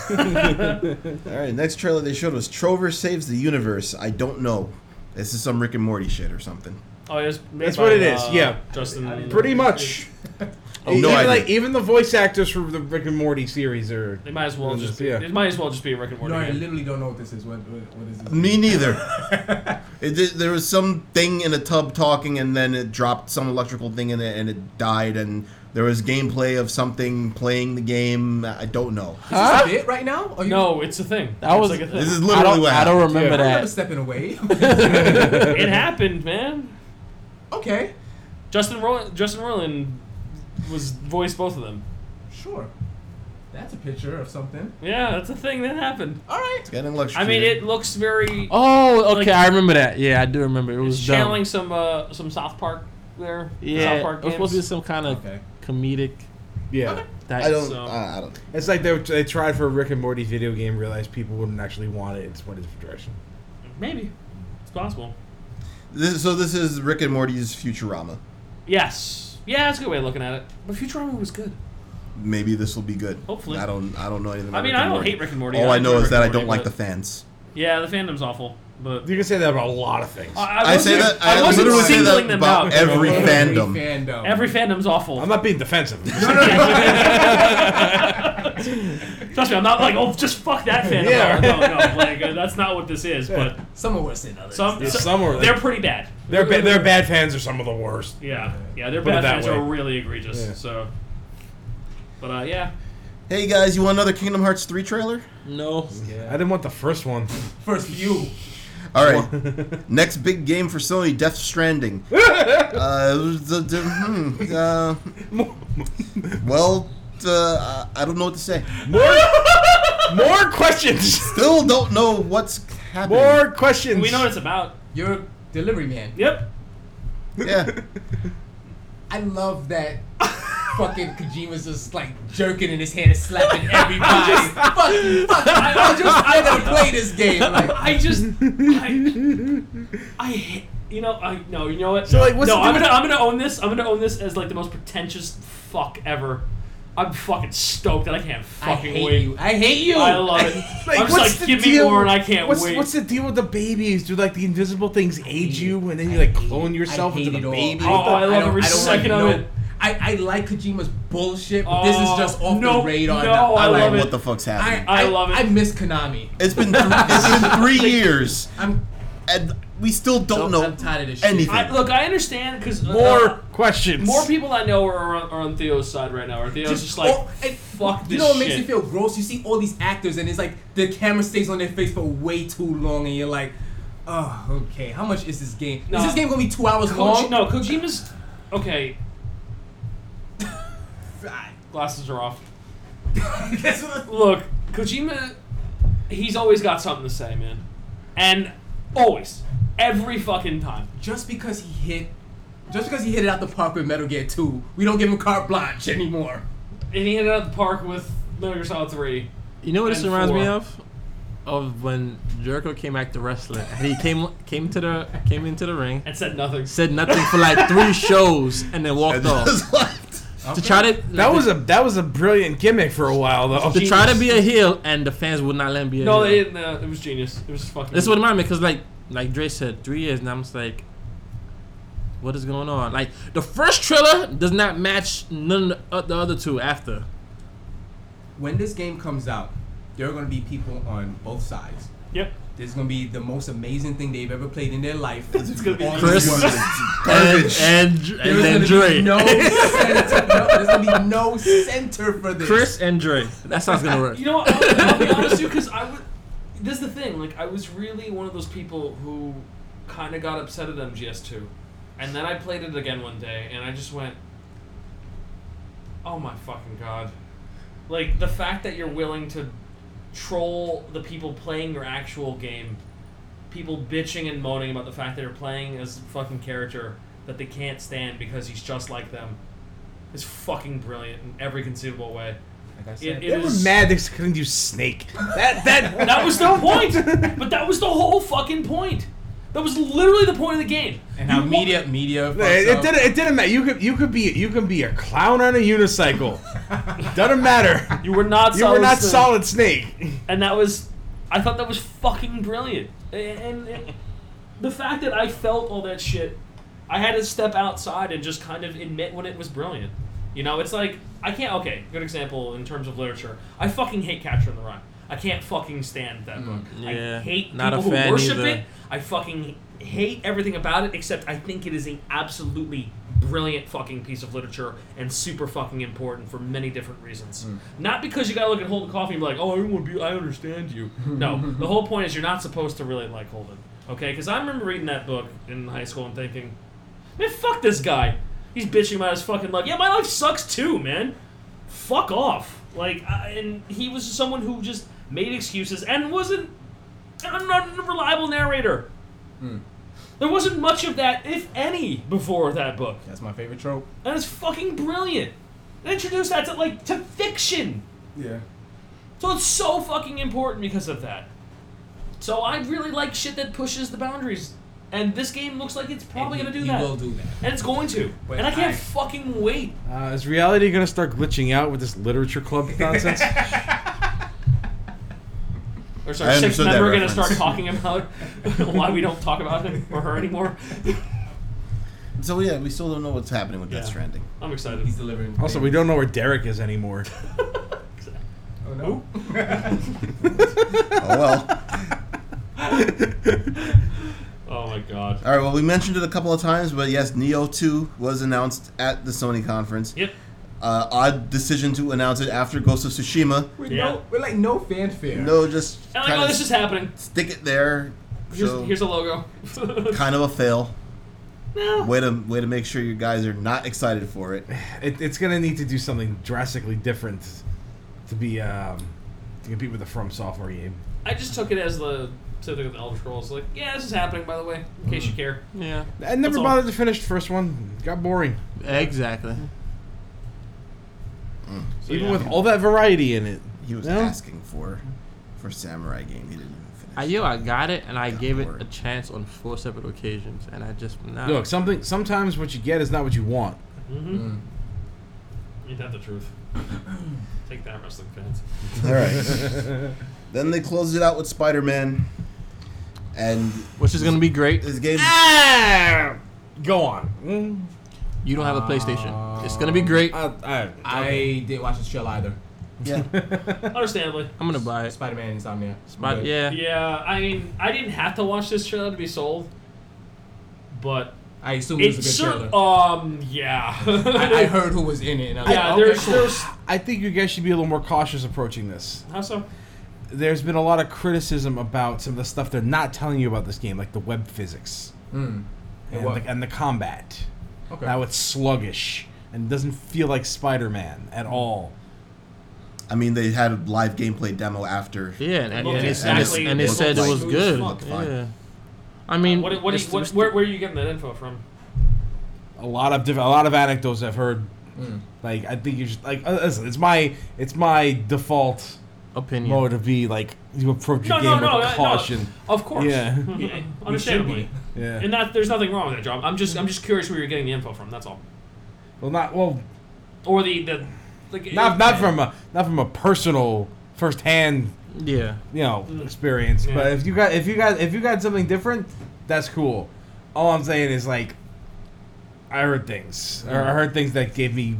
Speaker 1: All right, next trailer they showed was Trover Saves the Universe. I don't know. This is some Rick and Morty shit or something.
Speaker 2: Oh, it was made
Speaker 3: That's
Speaker 2: by,
Speaker 3: what it is,
Speaker 2: uh,
Speaker 3: yeah.
Speaker 2: Justin.
Speaker 3: Pretty much. E,
Speaker 1: Oh, no
Speaker 3: even
Speaker 1: idea.
Speaker 3: like even the voice actors from the Rick and Morty series are.
Speaker 2: They might as well just.
Speaker 3: Yeah.
Speaker 2: It might as well just be a Rick and
Speaker 5: No,
Speaker 2: Morty.
Speaker 5: I
Speaker 2: game.
Speaker 5: literally don't know what this is. What, what, what is this?
Speaker 1: Me neither. it, did- there was some thing in a tub talking, and then it dropped some electrical thing in it, and it died. And there was gameplay of something playing the game. I don't know.
Speaker 5: Is this a bit right now? Or you-
Speaker 2: No, it's a thing.
Speaker 4: That
Speaker 2: It's
Speaker 4: was-
Speaker 2: like a thing.
Speaker 1: This is
Speaker 4: I
Speaker 1: literally
Speaker 4: don't.
Speaker 1: what
Speaker 4: I
Speaker 1: happened.
Speaker 4: don't remember
Speaker 5: I remember
Speaker 4: that.
Speaker 5: stepping away.
Speaker 2: it happened, man.
Speaker 5: okay,
Speaker 2: Justin Roiland, Justin Roiland was voiced both of them.
Speaker 5: sure. That's a picture of something.
Speaker 2: Yeah, that's a thing that happened.
Speaker 5: All right.
Speaker 1: Getting
Speaker 2: I
Speaker 1: electrocuted.
Speaker 2: mean, it looks very
Speaker 4: Oh, okay.
Speaker 2: Like-
Speaker 4: I remember that. Yeah, I do remember. It was dumb.
Speaker 2: channeling some uh, some South Park there.
Speaker 4: Yeah,
Speaker 2: South Park
Speaker 4: it was supposed to be
Speaker 2: games.
Speaker 4: some kind of
Speaker 5: Okay.
Speaker 4: comedic.
Speaker 3: Yeah.
Speaker 4: That,
Speaker 1: I don't.
Speaker 2: so-
Speaker 1: I I don't.
Speaker 3: It's like they, they tried for a Rick and Morty video game, realized people wouldn't actually want it. It's went a different direction.
Speaker 2: Maybe it's possible.
Speaker 1: This is, so this is Rick and Morty's Futurama.
Speaker 2: Yes, Yeah, that's a good way of looking at it. But Futurama was good.
Speaker 1: Maybe this will be good.
Speaker 2: Hopefully.
Speaker 1: I don't. I don't know anything. About
Speaker 2: I mean,
Speaker 1: Rick
Speaker 2: I
Speaker 1: and
Speaker 2: don't
Speaker 1: Morty.
Speaker 2: hate Rick and Morty.
Speaker 1: All I know
Speaker 2: enjoy
Speaker 1: is
Speaker 2: Rick
Speaker 1: that I
Speaker 2: and
Speaker 1: don't
Speaker 2: Morty,
Speaker 1: like the
Speaker 2: but-
Speaker 1: fans.
Speaker 2: Yeah, the fandom's awful, but
Speaker 8: You can say that about a lot of things.
Speaker 1: I, say
Speaker 2: wasn't-
Speaker 1: that. I,
Speaker 2: wasn't
Speaker 1: literally say that
Speaker 2: singling them
Speaker 1: about
Speaker 2: out.
Speaker 1: every
Speaker 5: Every
Speaker 1: fandom.
Speaker 5: fandom.
Speaker 2: Every fandom's awful.
Speaker 8: I'm not being defensive.
Speaker 2: Trust me, I'm not like oh, just fuck that fandom.
Speaker 8: Yeah.
Speaker 2: No, no, no, like uh, that's not what this is. But
Speaker 5: Some are worse than others.
Speaker 2: some,
Speaker 8: Yeah,
Speaker 2: so-
Speaker 8: some are, like-
Speaker 2: they're pretty bad.
Speaker 8: their, ba- their bad fans are some of the worst.
Speaker 2: Yeah, yeah, their
Speaker 8: Put it
Speaker 2: bad
Speaker 8: that
Speaker 2: fans
Speaker 8: way.
Speaker 2: are really egregious.
Speaker 8: Yeah.
Speaker 2: So, but uh, yeah,
Speaker 1: Hey guys, you want another Kingdom Hearts three trailer?
Speaker 4: No.
Speaker 8: I didn't want the first one.
Speaker 5: First few.
Speaker 1: All right. Next big game for Sony: Death Stranding. uh, the, the, hmm, uh, well, uh, I I don't know what to say.
Speaker 8: More, more questions.
Speaker 1: Still don't know what's happening.
Speaker 8: More questions.
Speaker 2: we know what it's about.
Speaker 5: You're a delivery man.
Speaker 2: Yep.
Speaker 1: Yeah.
Speaker 5: I love that fucking Kojima's just like jerking in his hand and slapping everybody. fuck, fuck, I, I just, I gotta play this game. Like,
Speaker 2: I just, I, I, hate- you know, I no, you know what?
Speaker 8: So, like, what's
Speaker 2: no,
Speaker 8: the
Speaker 2: I'm
Speaker 8: difference-
Speaker 2: gonna, I'm gonna own this. I'm gonna own this as like the most pretentious fuck ever. I'm fucking stoked that I can't
Speaker 5: I
Speaker 2: fucking
Speaker 5: hate
Speaker 2: wait.
Speaker 5: you. I hate you.
Speaker 2: I love it.
Speaker 8: Like,
Speaker 2: I'm just
Speaker 8: what's
Speaker 2: like,
Speaker 8: the
Speaker 2: give
Speaker 8: deal-
Speaker 2: me more, and I can't
Speaker 8: what's,
Speaker 2: wait.
Speaker 8: What's the deal with the babies? Do like the invisible things age you, and then you like clone yourself
Speaker 5: Mm. I hate
Speaker 8: into
Speaker 5: it
Speaker 8: the
Speaker 5: all.
Speaker 8: baby?
Speaker 2: Oh, I love
Speaker 5: don't-
Speaker 2: every
Speaker 5: I don't
Speaker 2: second
Speaker 5: like
Speaker 2: of
Speaker 5: no-
Speaker 2: it.
Speaker 5: I, I like Kojima's bullshit, but this is
Speaker 2: Oh,
Speaker 5: just off
Speaker 2: no,
Speaker 5: the radar.
Speaker 2: no,
Speaker 5: now.
Speaker 2: I
Speaker 5: like,
Speaker 2: love it.
Speaker 1: what the fuck's
Speaker 5: I,
Speaker 1: happening?
Speaker 2: I love it.
Speaker 5: I miss Konami.
Speaker 1: it's been th- it's been three years,
Speaker 5: I'm,
Speaker 1: and we still don't know.
Speaker 5: I'm tired of this
Speaker 1: anything.
Speaker 2: I,
Speaker 5: shit.
Speaker 2: look, I understand because
Speaker 8: More questions.
Speaker 2: more people I know are on, are on Theo's side right now. Or Theo's just, like,
Speaker 8: oh,
Speaker 5: all- and
Speaker 2: fuck
Speaker 5: You
Speaker 2: this
Speaker 5: know what makes
Speaker 2: shit.
Speaker 5: me feel gross? You see all these actors, and it's like the camera stays on their face for way too long, and you're like, oh, okay, how much is this game?
Speaker 2: No.
Speaker 5: Is this game gonna be two hours
Speaker 2: Koji-
Speaker 5: long?
Speaker 2: no, Kojima's okay.
Speaker 5: I-
Speaker 2: Glasses are off.
Speaker 5: that's what-
Speaker 2: Look, Kojima, he's always got something to say, man, and always, every fucking time.
Speaker 5: just because he hit, just because he hit it out the park with Metal Gear 2, we don't give him carte blanche anymore.
Speaker 2: And he ended up at the park with Metal Gear Solid Three.
Speaker 4: You know what this
Speaker 2: And
Speaker 4: reminds me
Speaker 2: four.
Speaker 4: of? Of when Jericho came back to wrestling. And he came came to the came into the ring,
Speaker 2: and said nothing.
Speaker 4: said nothing for like three shows, and then walked
Speaker 1: And
Speaker 4: off.
Speaker 1: just left.
Speaker 4: To try to
Speaker 8: That was a that was a brilliant gimmick for a while though.
Speaker 4: to try to be a heel, and the fans would not let him be a
Speaker 2: No,
Speaker 4: heel.
Speaker 2: they didn't, uh, it was genius. It was fucking.
Speaker 4: This is what reminded me because, like, like Dre said, three years, and I'm just like, what is going on? Like, the first trailer does not match none of the other two after.
Speaker 5: When this game comes out, there are gonna be people on both sides.
Speaker 2: Yep.
Speaker 5: This is gonna be the most amazing thing they've ever played in their life. It's
Speaker 2: gonna be
Speaker 4: Chris. And and, and then
Speaker 5: There's gonna be
Speaker 4: Dre,
Speaker 5: no center. No, there's gonna be no center for this.
Speaker 4: Chris and Dre. That's how it's gonna work.
Speaker 2: You know, what, I'll, I'll be honest with you, because I would. This is the thing. Like, I was really one of those people who kind of got upset at MGS2, and then I played it again one day, and I just went, "Oh my fucking god!" Like the fact that you're willing to troll the people playing your actual game, people bitching and moaning about the fact that they're playing as a fucking character that they can't stand because he's just like them, is fucking brilliant in every conceivable way.
Speaker 5: Like I said,
Speaker 2: It,
Speaker 8: They
Speaker 2: it
Speaker 8: were
Speaker 2: is-
Speaker 8: mad they couldn't use Snake. That that
Speaker 2: that was the point. But that was the whole fucking point. That was literally the point of the game.
Speaker 5: and how
Speaker 2: You wa-
Speaker 5: media media
Speaker 8: No,
Speaker 5: fucks
Speaker 8: it,
Speaker 5: up.
Speaker 8: it didn't. It didn't matter. You could. You could be. You can be a clown on a unicycle. Doesn't matter.
Speaker 2: You were not.
Speaker 8: You were not
Speaker 2: Snake.
Speaker 8: solid snake.
Speaker 2: And that was, I thought that was fucking brilliant. And, and the fact that I felt all that shit, I had to step outside and just kind of admit when it was brilliant. You know, it's like I can't. Okay, good example in terms of literature. I fucking hate Catcher in the Rye. I can't fucking stand that book.
Speaker 4: Hmm, yeah,
Speaker 2: I hate
Speaker 4: not a
Speaker 2: people
Speaker 4: fan
Speaker 2: who worship
Speaker 4: either.
Speaker 2: it. I fucking hate everything about it except I think it is an absolutely brilliant fucking piece of literature and super fucking important for many different reasons.
Speaker 4: Hmm.
Speaker 2: Not because you gotta look at Holden Coffee and be like, oh, everyone be, I understand you. No, the whole point is you're not supposed to really like Holden. Okay, because I remember reading that book in high school and thinking, man, fuck this guy. He's bitching about his fucking life. Yeah, my life sucks too, man fuck off. Like, I, and he was someone who just made excuses and wasn't an unreliable narrator.
Speaker 5: Hmm.
Speaker 2: There wasn't much of that, if any, before that book.
Speaker 5: That's my favorite trope.
Speaker 2: And it's fucking brilliant. They introduced that to, like, to fiction.
Speaker 5: Yeah.
Speaker 2: So it's so fucking important because of that. So I really like shit that pushes the boundaries And this game looks like it's probably
Speaker 5: And
Speaker 2: going to
Speaker 5: he-
Speaker 2: do
Speaker 5: he
Speaker 2: that.
Speaker 5: will do that.
Speaker 2: And it's going to.
Speaker 5: But
Speaker 2: and I can't
Speaker 5: I-
Speaker 2: fucking wait.
Speaker 3: Uh, is reality gonna start glitching out with this literature club nonsense?
Speaker 2: Or
Speaker 1: I
Speaker 2: sorry, six
Speaker 1: understood
Speaker 2: member
Speaker 1: that
Speaker 2: going to start
Speaker 1: reference.
Speaker 2: talking about why we don't talk about him or her anymore.
Speaker 1: So yeah, we still don't know what's happening with Death
Speaker 2: Yeah.
Speaker 1: Stranding.
Speaker 2: I'm excited.
Speaker 5: He's delivering.
Speaker 3: also, we don't know where Derek is anymore.
Speaker 5: Oh no.
Speaker 1: Oh well.
Speaker 2: Oh my god.
Speaker 1: All right. Well, we mentioned it a couple of times, but yes, Neo Two was announced at the Sony conference.
Speaker 2: Yep.
Speaker 1: Uh, odd decision to announce it after Ghost of Tsushima.
Speaker 5: With
Speaker 2: Yeah.
Speaker 5: no, with like no fanfare.
Speaker 1: No, just
Speaker 2: And like,
Speaker 1: kinda
Speaker 2: oh, this is happening.
Speaker 1: stick it there.
Speaker 2: Here's,
Speaker 1: so
Speaker 2: here's a logo.
Speaker 1: kind of a fail.
Speaker 2: no.
Speaker 1: Way to way to make sure you guys are not excited for it.
Speaker 3: It, it's gonna need to do something drastically different to be um, to compete with the From Software game.
Speaker 2: I just took it as the typical the Elder Scrolls. Like, yeah, this is happening, by the way, in case you
Speaker 1: Mm.
Speaker 2: care.
Speaker 4: Yeah,
Speaker 3: I never
Speaker 2: That's all.
Speaker 3: bothered to finish the first one. Got boring,
Speaker 4: exactly.
Speaker 2: So,
Speaker 3: even
Speaker 2: Oh, yeah.
Speaker 3: with all that variety in it.
Speaker 1: He was
Speaker 3: No?
Speaker 1: asking for for samurai game. He didn't even finish.
Speaker 4: I yo, I got it, and I gave it
Speaker 1: word.
Speaker 4: a chance on four separate occasions, and I just nah.
Speaker 3: Look, something sometimes what you get is not what you want.
Speaker 5: Mm.
Speaker 2: Mhm. Ain't that the truth? Take that, wrestling fans.
Speaker 1: All right. then they closed it out with Spider Man, and
Speaker 4: which is gonna be great.
Speaker 1: this game.
Speaker 2: Ah!
Speaker 3: Go on. Mm,
Speaker 4: You don't have a PlayStation. It's gonna be great.
Speaker 3: I, I,
Speaker 5: I didn't watch this show either.
Speaker 1: Yeah.
Speaker 2: Understandably.
Speaker 4: I'm gonna buy it.
Speaker 5: Uh, Spider-Man Insomnia.
Speaker 4: But
Speaker 5: Good.
Speaker 4: yeah,
Speaker 2: Yeah, I mean, I didn't have to watch this trailer to be sold, but
Speaker 5: I assume it was
Speaker 2: it
Speaker 5: a good
Speaker 2: sure.
Speaker 5: trailer.
Speaker 2: Um, yeah.
Speaker 5: I, I heard who was in it, and I was
Speaker 2: Yeah,
Speaker 5: like, okay,
Speaker 2: there's,
Speaker 5: cool.
Speaker 2: there's.
Speaker 3: I think you guys should be a little more cautious approaching this.
Speaker 2: How so?
Speaker 3: There's been a lot of criticism about some of the stuff they're not telling you about this game, like the web physics
Speaker 2: Hmm.
Speaker 5: Mm.
Speaker 3: and,
Speaker 5: what?
Speaker 3: the, and the combat.
Speaker 5: Okay.
Speaker 3: Now it's sluggish and doesn't feel like Spider-Man at all.
Speaker 1: I mean, they had a live gameplay demo after.
Speaker 4: yeah, and, and,
Speaker 2: Looked
Speaker 4: it's- and it's-
Speaker 2: exactly
Speaker 4: and they
Speaker 1: what it
Speaker 4: said it
Speaker 1: looked
Speaker 4: was
Speaker 1: like.
Speaker 4: good.
Speaker 1: Fuck, fine.
Speaker 4: Yeah. I mean,
Speaker 2: What? What? do you-
Speaker 4: it's-
Speaker 2: what where, where are you getting that info from?
Speaker 3: A lot of diff- a lot of anecdotes I've heard.
Speaker 2: Hmm.
Speaker 3: Like I think you should like uh, listen, it's my it's my default
Speaker 4: opinion?
Speaker 3: mode to be like you approach
Speaker 2: No,
Speaker 3: your game
Speaker 2: no, no,
Speaker 3: with
Speaker 2: no,
Speaker 3: caution.
Speaker 2: Of course.
Speaker 3: Yeah.
Speaker 2: yeah understandably.
Speaker 3: Yeah.
Speaker 2: And that there's nothing wrong with that, John. I'm just I'm just curious where you're getting the info from. That's all.
Speaker 3: Well, not well,
Speaker 2: Or the the. Like,
Speaker 3: not not from a not from a personal first-hand
Speaker 4: Yeah,
Speaker 3: you know experience.
Speaker 2: Mm.
Speaker 3: But
Speaker 2: Yeah.
Speaker 3: if you got if you got if you got something different, that's cool. All I'm saying is like, I heard things or
Speaker 2: Mm.
Speaker 3: I heard things that gave me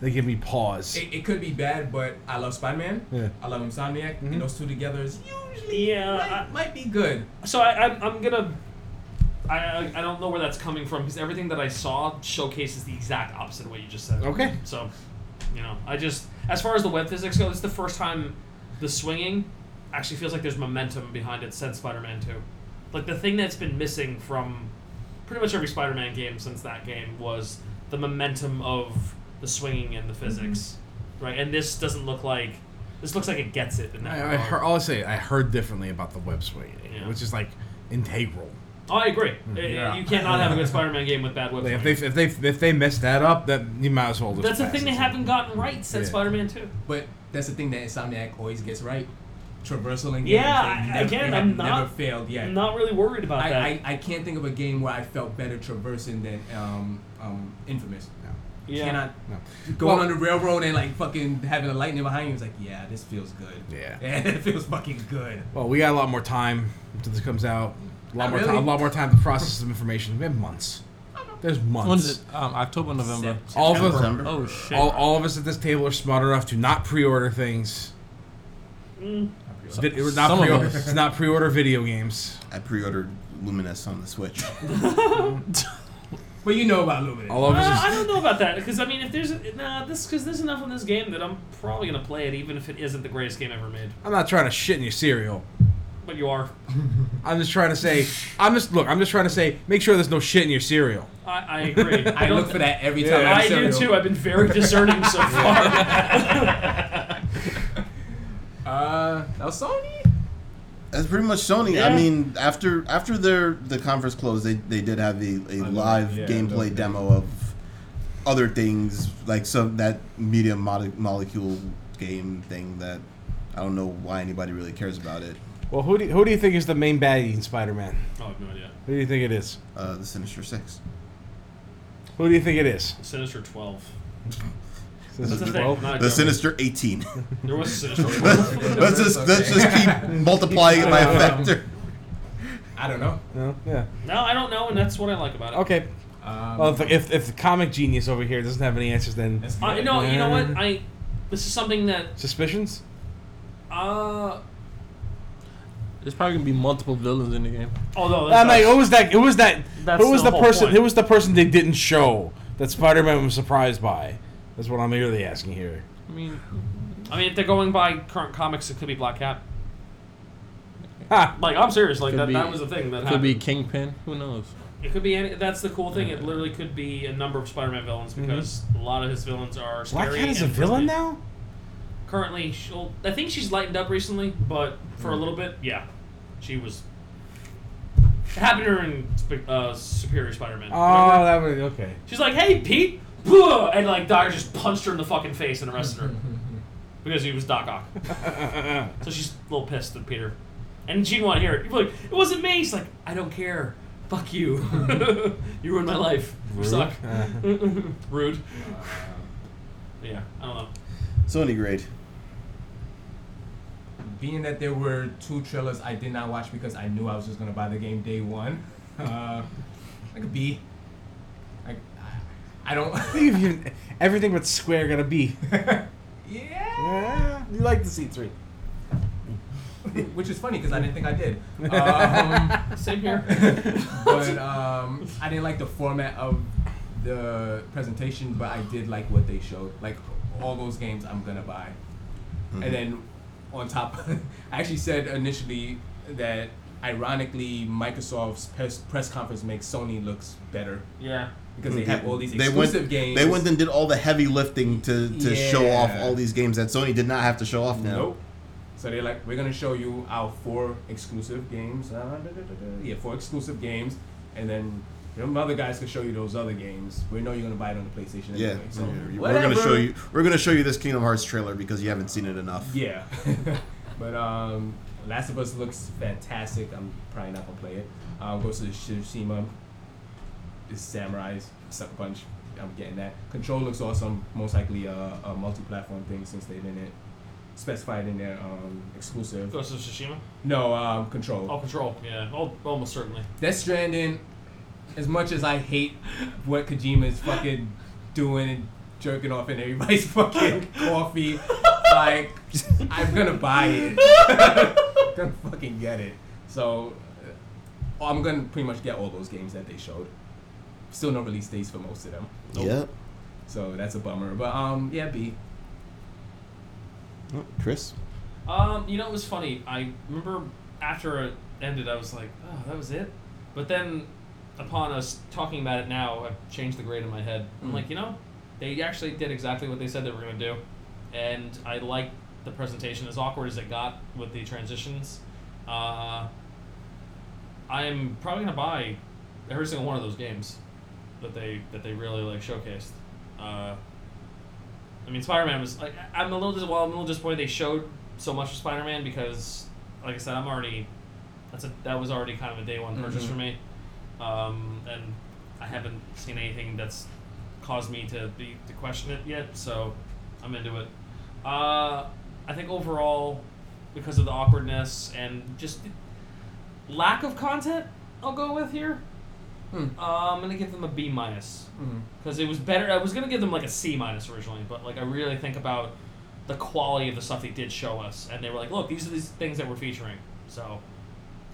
Speaker 3: that gave me pause.
Speaker 5: It, it could be bad, but I love Spider-Man.
Speaker 3: Yeah.
Speaker 5: I love Insomniac, and those two together is usually
Speaker 2: Yeah,
Speaker 5: might,
Speaker 2: I-
Speaker 5: might be good.
Speaker 2: So I, I'm, I'm gonna. I, I I don't know where that's coming from because everything that I saw showcases the exact opposite of what you just said.
Speaker 3: Okay.
Speaker 2: So, you know, I just as far as the web physics go, it's the first time the swinging actually feels like there's momentum behind it since Spider-Man Two. Like the thing that's been missing from pretty much every Spider-Man game since that game was the momentum of the swinging and the
Speaker 3: Mm-hmm.
Speaker 2: physics, right? And this doesn't look like this looks like it gets it in that.
Speaker 3: I, I
Speaker 2: regard.
Speaker 3: heard, I'll say I heard differently about the web swing,
Speaker 2: Yeah.
Speaker 3: which is like integral.
Speaker 2: Oh, I agree. Uh,
Speaker 3: Yeah.
Speaker 2: You cannot have a good Spider-Man game with bad web.
Speaker 3: Like, if
Speaker 2: swing.
Speaker 3: they if they if they mess that up, that you might as well. Just
Speaker 2: That's the
Speaker 3: pass
Speaker 2: thing
Speaker 3: it.
Speaker 2: they haven't gotten right since
Speaker 3: Yeah.
Speaker 2: Spider-Man Two.
Speaker 5: But that's the thing that Insomniac always gets right. Traversal and
Speaker 2: Yeah,
Speaker 5: games, they
Speaker 2: I-
Speaker 5: never,
Speaker 2: again,
Speaker 5: they
Speaker 2: I'm
Speaker 5: have never
Speaker 2: not-
Speaker 5: failed yet.
Speaker 2: I'm not really worried about
Speaker 5: I,
Speaker 2: that.
Speaker 5: I, I can't think of a game where I felt better traversing than um, um, Infamous.
Speaker 2: yeah.
Speaker 5: Cannot
Speaker 3: No.
Speaker 5: going
Speaker 3: Well-
Speaker 5: on the railroad and like fucking having the lightning behind you. It's like, yeah, this feels good.
Speaker 3: Yeah.
Speaker 5: yeah, it feels fucking good.
Speaker 3: Well, we got a lot more time until this comes out. A lot
Speaker 5: Not
Speaker 3: more
Speaker 5: really.
Speaker 3: time. A lot more time to process some information. We have months. There's months.
Speaker 4: When's it? Um, October, November.
Speaker 5: Sept-
Speaker 3: All of us.
Speaker 1: September.
Speaker 4: Oh shit!
Speaker 3: All, all of us at this table are smart enough to not pre-order things. Vid- we're not
Speaker 4: some of
Speaker 3: pre-order,
Speaker 4: us.
Speaker 3: to not pre-order video games.
Speaker 1: I pre-ordered Luminous on the Switch.
Speaker 5: But you know about Luminous.
Speaker 3: All of
Speaker 2: Uh,
Speaker 3: us.
Speaker 2: I
Speaker 3: Is,
Speaker 2: don't know about that because I mean, if there's nah, this because there's enough in this game that I'm probably gonna play it, even if it isn't the greatest game ever made.
Speaker 3: I'm not trying to shit in your cereal.
Speaker 2: But you are.
Speaker 3: I'm just trying to say. I'm just look. I'm just trying to say. Make sure there's no shit in your cereal.
Speaker 2: I, I agree.
Speaker 5: I
Speaker 2: don't
Speaker 5: look for that every
Speaker 3: Yeah.
Speaker 5: time.
Speaker 2: I
Speaker 5: have
Speaker 2: do
Speaker 5: cereal.
Speaker 2: too. I've been very discerning so far.
Speaker 5: Uh, now Sony.
Speaker 1: That's pretty much Sony.
Speaker 2: Yeah.
Speaker 1: I mean, after after their the conference closed, they, they did have a, a live
Speaker 5: yeah,
Speaker 1: gameplay
Speaker 5: another-
Speaker 1: demo of other things like some that medium mod- molecule game thing that I don't know why anybody really cares about it.
Speaker 8: Well, who do you, who do you think is the main baddie in Spider-Man?
Speaker 2: Oh, I have no idea.
Speaker 8: Who do you think it is?
Speaker 1: Uh, the Sinister Six.
Speaker 8: Who do you think it is?
Speaker 2: Sinister Twelve.
Speaker 8: This
Speaker 2: That's
Speaker 8: is
Speaker 2: the thing.
Speaker 8: 12?
Speaker 2: I'm not
Speaker 1: The
Speaker 2: joking.
Speaker 1: Sinister 18.
Speaker 2: There was a Sinister Twelve.
Speaker 1: let's, just, let's just keep multiplying it by a factor.
Speaker 5: I don't know.
Speaker 8: No? Yeah.
Speaker 2: No, I don't know, and that's what I like about it.
Speaker 8: Okay.
Speaker 5: Um,
Speaker 8: Well, if, if, if the comic genius over here doesn't have any answers, then
Speaker 5: that's
Speaker 2: I,
Speaker 5: good.
Speaker 2: no, you know what? I this is something that
Speaker 8: suspicions.
Speaker 2: uh
Speaker 4: There's probably gonna be multiple villains in the game.
Speaker 2: although
Speaker 8: I'm like,
Speaker 2: that's-
Speaker 8: who was that? Who was that?
Speaker 2: That's
Speaker 8: who was
Speaker 2: the
Speaker 8: the,
Speaker 2: whole
Speaker 8: person?
Speaker 2: point.
Speaker 8: Who was the person they didn't show that Spider-Man was surprised by? That's what I'm really asking here.
Speaker 4: I mean,
Speaker 2: I mean, if they're going by current comics, it could be Black Cat.
Speaker 8: Ha!
Speaker 2: Like I'm serious. Like
Speaker 4: Could
Speaker 2: that,
Speaker 4: be-
Speaker 2: that was the thing that
Speaker 4: it could be
Speaker 2: happened.
Speaker 4: Kingpin. Who knows?
Speaker 2: It could be any. That's the cool thing. It literally could be a number of Spider-Man villains because a lot of his villains are scary.
Speaker 8: Mm-hmm. Black Cat is a
Speaker 2: and
Speaker 8: villain
Speaker 2: frisky.
Speaker 8: now.
Speaker 2: Currently, she'll. I think she's lightened up recently, but for a
Speaker 8: Mm.
Speaker 2: little bit, yeah, she was. It happened to her in Sp- uh, Superior Spider-Man.
Speaker 8: Oh,
Speaker 2: Remember?
Speaker 8: that would okay.
Speaker 2: She's like, "Hey, Pete," Blah! and like Doc just punched her in the fucking face and arrested her because he was Doc Ock. So she's a little pissed at Peter. And she didn't want to hear it. You're like, it wasn't me. She's like, I don't care. Fuck you. you ruined my life. You suck. Rude. Yeah, I don't know.
Speaker 1: So any grade.
Speaker 5: Being that there were two trailers I did not watch because I knew I was just gonna buy the game day one, uh, like a B. Like I, I don't.
Speaker 8: You've given everything but Square got a B.
Speaker 5: yeah.
Speaker 8: Yeah, you like the C three.
Speaker 5: Which is funny because I didn't think I did. Um,
Speaker 2: Same here.
Speaker 5: but um, I didn't like the format of the presentation, but I did like what they showed. Like all those games, I'm gonna buy.
Speaker 1: Mm-hmm.
Speaker 5: And then on top, I actually said initially that ironically Microsoft's press, press conference makes Sony looks better
Speaker 2: Yeah.
Speaker 5: because they have all these
Speaker 1: Mm-hmm. They
Speaker 5: exclusive
Speaker 1: went,
Speaker 5: games.
Speaker 1: they went and did all the heavy lifting to, to show off
Speaker 5: Yeah.
Speaker 1: all these games that Sony did not have to show off now.
Speaker 5: Nope. So they're like, we're gonna show you our four exclusive games. Uh, da, da, da, da. Yeah, four exclusive games, and then them other guys can show you those other games. We know you're gonna buy it on the PlayStation
Speaker 1: Yeah,
Speaker 5: anyway. So
Speaker 1: we're gonna
Speaker 5: whatever.
Speaker 1: show you. We're gonna show you this Kingdom Hearts trailer because you haven't seen it enough.
Speaker 5: Yeah. but um, Last of Us looks fantastic. I'm probably not gonna play it. Um, Ghost of Tsushima is Samurai's sucker punch. I'm getting that. Control looks awesome. Most likely a, a multi-platform thing since they didn't specify it in their um, exclusive.
Speaker 2: Ghost of Tsushima.
Speaker 5: No, um, Control.
Speaker 2: Oh, Control. Yeah, al- almost certainly.
Speaker 5: Death Stranding, as much as I hate what Kojima is fucking doing and jerking off in everybody's fucking coffee, like, I'm gonna buy it. gonna fucking get it. So, uh, I'm gonna pretty much get all those games that they showed. Still no release dates for most of them.
Speaker 1: Yep.
Speaker 5: So, that's a bummer. But, um, yeah, B.
Speaker 1: Oh, Chris.
Speaker 2: Um, you know, it was funny. I remember after it ended, I was like, oh, that was it. But then, upon us talking about it now, I've changed the grade in my head. I'm like, you know, they actually did exactly what they said they were going to do. And I liked the presentation, as awkward as it got with the transitions. Uh, I'm probably going to buy every single one of those games that they that they really like showcased. Uh, I mean, Spider Man was like I- I'm a little dis- well, I'm a little disappointed they showed so much of Spider Man because, like I said, I'm already that's a that was already kind of a day one purchase for me, um, and I haven't seen anything that's caused me to be to question it yet. So I'm into it. Uh, I think overall, because of the awkwardness and just lack of content, I'll go with here.
Speaker 5: Hmm.
Speaker 2: Uh, I'm gonna give them a B minus
Speaker 5: Mm.
Speaker 2: because it was better. I was gonna give them like a C minus originally, but like I really think about the quality of the stuff they did show us, and they were like, "Look, these are these things that we're featuring, so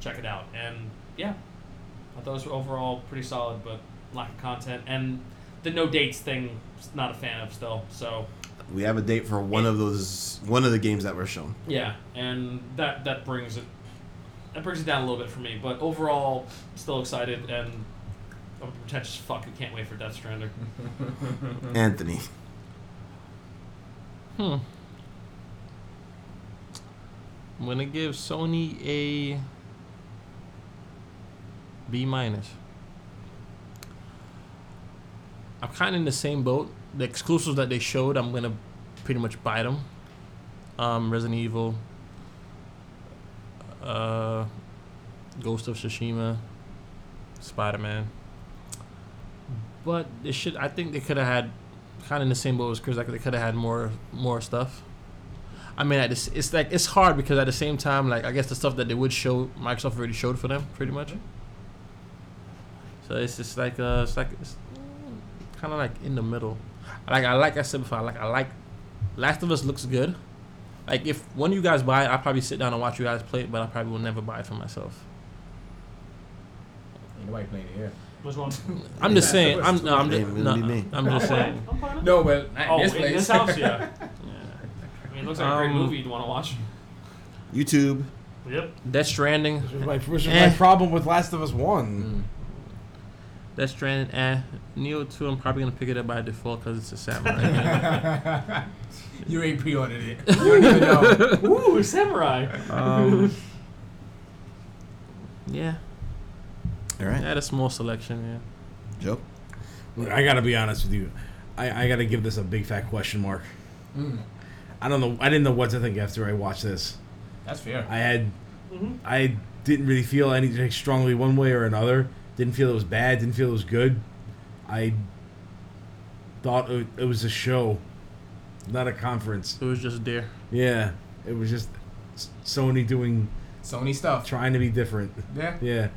Speaker 2: check it out." And yeah, I thought those were overall pretty solid, but lack of content and the no dates thing, s- not a fan of still. So
Speaker 1: We have a date for one of those. One of the games that were shown.
Speaker 2: yeah, and that that brings it that brings it down a little bit for me, but overall, still excited and. I'm pretentious fuck who can't wait for Death Stranding.
Speaker 5: Mm-hmm.
Speaker 1: Anthony.
Speaker 4: Hmm. I'm gonna give Sony a B minus. I'm kind of in the same boat. The exclusives that they showed, I'm gonna pretty much buy them. Um, Resident Evil, uh, uh, Ghost of Tsushima, Spider Man. But they should. I think they could have had kind of in the same boat as Chris. Like they could have had more more stuff. I mean, at this, it's like it's hard because at the same time, like I guess the stuff that they would show, Microsoft already showed for them pretty much. So it's just like uh, it's like it's kind of like in the middle. Like I like I said before, I like I like Last of Us looks good. Like if one of you guys buy it, I'll probably sit down and watch you guys play it, but I probably will never buy it for myself.
Speaker 5: Ain't nobody playing it here.
Speaker 2: What's wrong?
Speaker 4: I'm just saying. I'm no, I'm
Speaker 1: It
Speaker 4: just
Speaker 1: wouldn't
Speaker 4: no,
Speaker 1: be me.
Speaker 4: I'm just saying.
Speaker 2: I'm fine.
Speaker 5: No, but not
Speaker 2: Oh,
Speaker 5: in this
Speaker 2: in
Speaker 5: place.
Speaker 2: this house, yeah.
Speaker 4: Yeah.
Speaker 2: I mean, it looks like a great
Speaker 4: Um,
Speaker 2: movie you'd want to watch.
Speaker 1: YouTube.
Speaker 2: Yep.
Speaker 4: Death Stranding,
Speaker 9: Which was my, which was
Speaker 4: Eh.
Speaker 9: my problem with Last of Us One.
Speaker 4: Death Stranding, eh. Neo two, I'm probably gonna pick it up by default because it's a samurai. game.
Speaker 5: you ain't pre-ordered it. You don't even know.
Speaker 2: Ooh, samurai.
Speaker 4: um, yeah,
Speaker 1: All
Speaker 4: I
Speaker 1: right,
Speaker 4: had a small selection.
Speaker 1: Joe.
Speaker 2: Mm.
Speaker 3: Look, I gotta be honest with you. I, I gotta give this a big fat question mark.
Speaker 2: Mm.
Speaker 3: I don't know. I didn't know what to think after I watched this.
Speaker 5: That's fair.
Speaker 3: I had, I didn't really feel anything strongly one way or another. Didn't feel it was bad. Didn't feel it was good. I thought it, it was a show, not a conference.
Speaker 4: Yeah, it was just there.
Speaker 3: Yeah, it was just S- Sony doing,
Speaker 5: Sony stuff.
Speaker 3: trying to be different.
Speaker 5: Yeah.
Speaker 3: Yeah,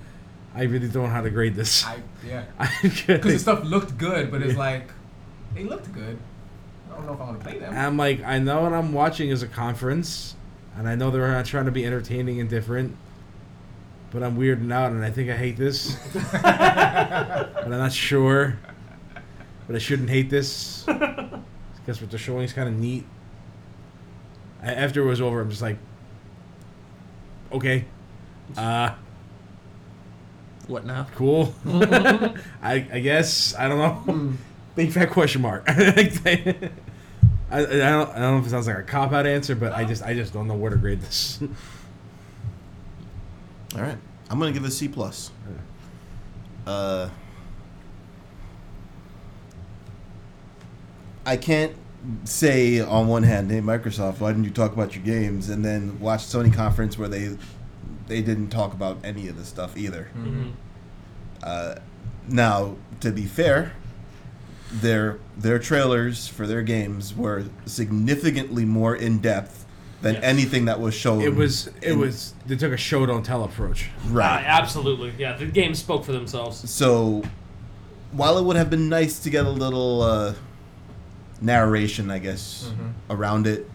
Speaker 3: I really don't know how to grade this.
Speaker 5: I yeah.
Speaker 3: I'm
Speaker 5: Because
Speaker 3: gonna-
Speaker 5: the stuff looked good, but it's like they looked good. I don't know if I want to play them.
Speaker 3: I'm like, I know what I'm watching is a conference, and I know they're not trying to be entertaining and different, but I'm weirding out, and I think I hate this. but I'm not sure. But I shouldn't hate this. Guess what they're showing is kind of neat. A- After it was over, I'm just like, okay, uh,
Speaker 4: What now?
Speaker 3: cool. I, I guess I don't know. Big fat question mark. I, I don't I don't know if it sounds like a cop out answer, but I just I just don't know where to grade this.
Speaker 1: All right, I'm gonna give it a C plus. Uh, I can't say on one hand, "Hey Microsoft, why didn't you talk about your games?" and then watch Sony conference where they they didn't talk about any of this stuff either.
Speaker 2: Mm-hmm.
Speaker 1: Uh, now, to be fair, their their trailers for their games were significantly more in depth than
Speaker 2: Yes.
Speaker 1: anything that was shown.
Speaker 3: It was it
Speaker 1: in-
Speaker 3: was they took a show don't tell approach.
Speaker 1: right.
Speaker 2: absolutely. Yeah, the game spoke for themselves.
Speaker 1: So, while it would have been nice to get a little uh, narration, I guess, around it,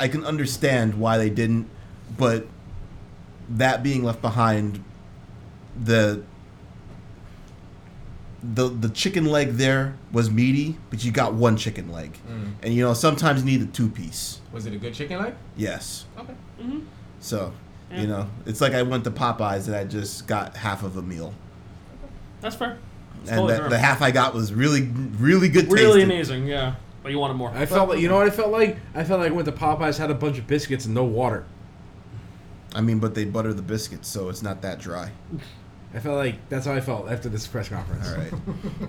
Speaker 1: I can understand why they didn't. But that being left behind, the the the chicken leg there was meaty, but you got one chicken leg, and you know sometimes you need a two piece.
Speaker 5: Was it a good chicken leg?
Speaker 1: Yes,
Speaker 5: Okay.
Speaker 1: so.
Speaker 2: Yeah.
Speaker 1: You know, it's like I went to Popeyes and I just got half of a meal
Speaker 2: That's fair. It's
Speaker 1: and
Speaker 2: totally
Speaker 1: the,
Speaker 2: fair.
Speaker 1: the half I got was really, really good.
Speaker 2: really
Speaker 1: tasting.
Speaker 2: amazing. Yeah, but you wanted more.
Speaker 3: I felt like you know what I felt like? I felt like I went to Popeyes had a bunch of biscuits and no water.
Speaker 1: I mean, but they butter the biscuits, so it's not that dry.
Speaker 3: I felt like that's how I felt after this press conference.
Speaker 1: All right.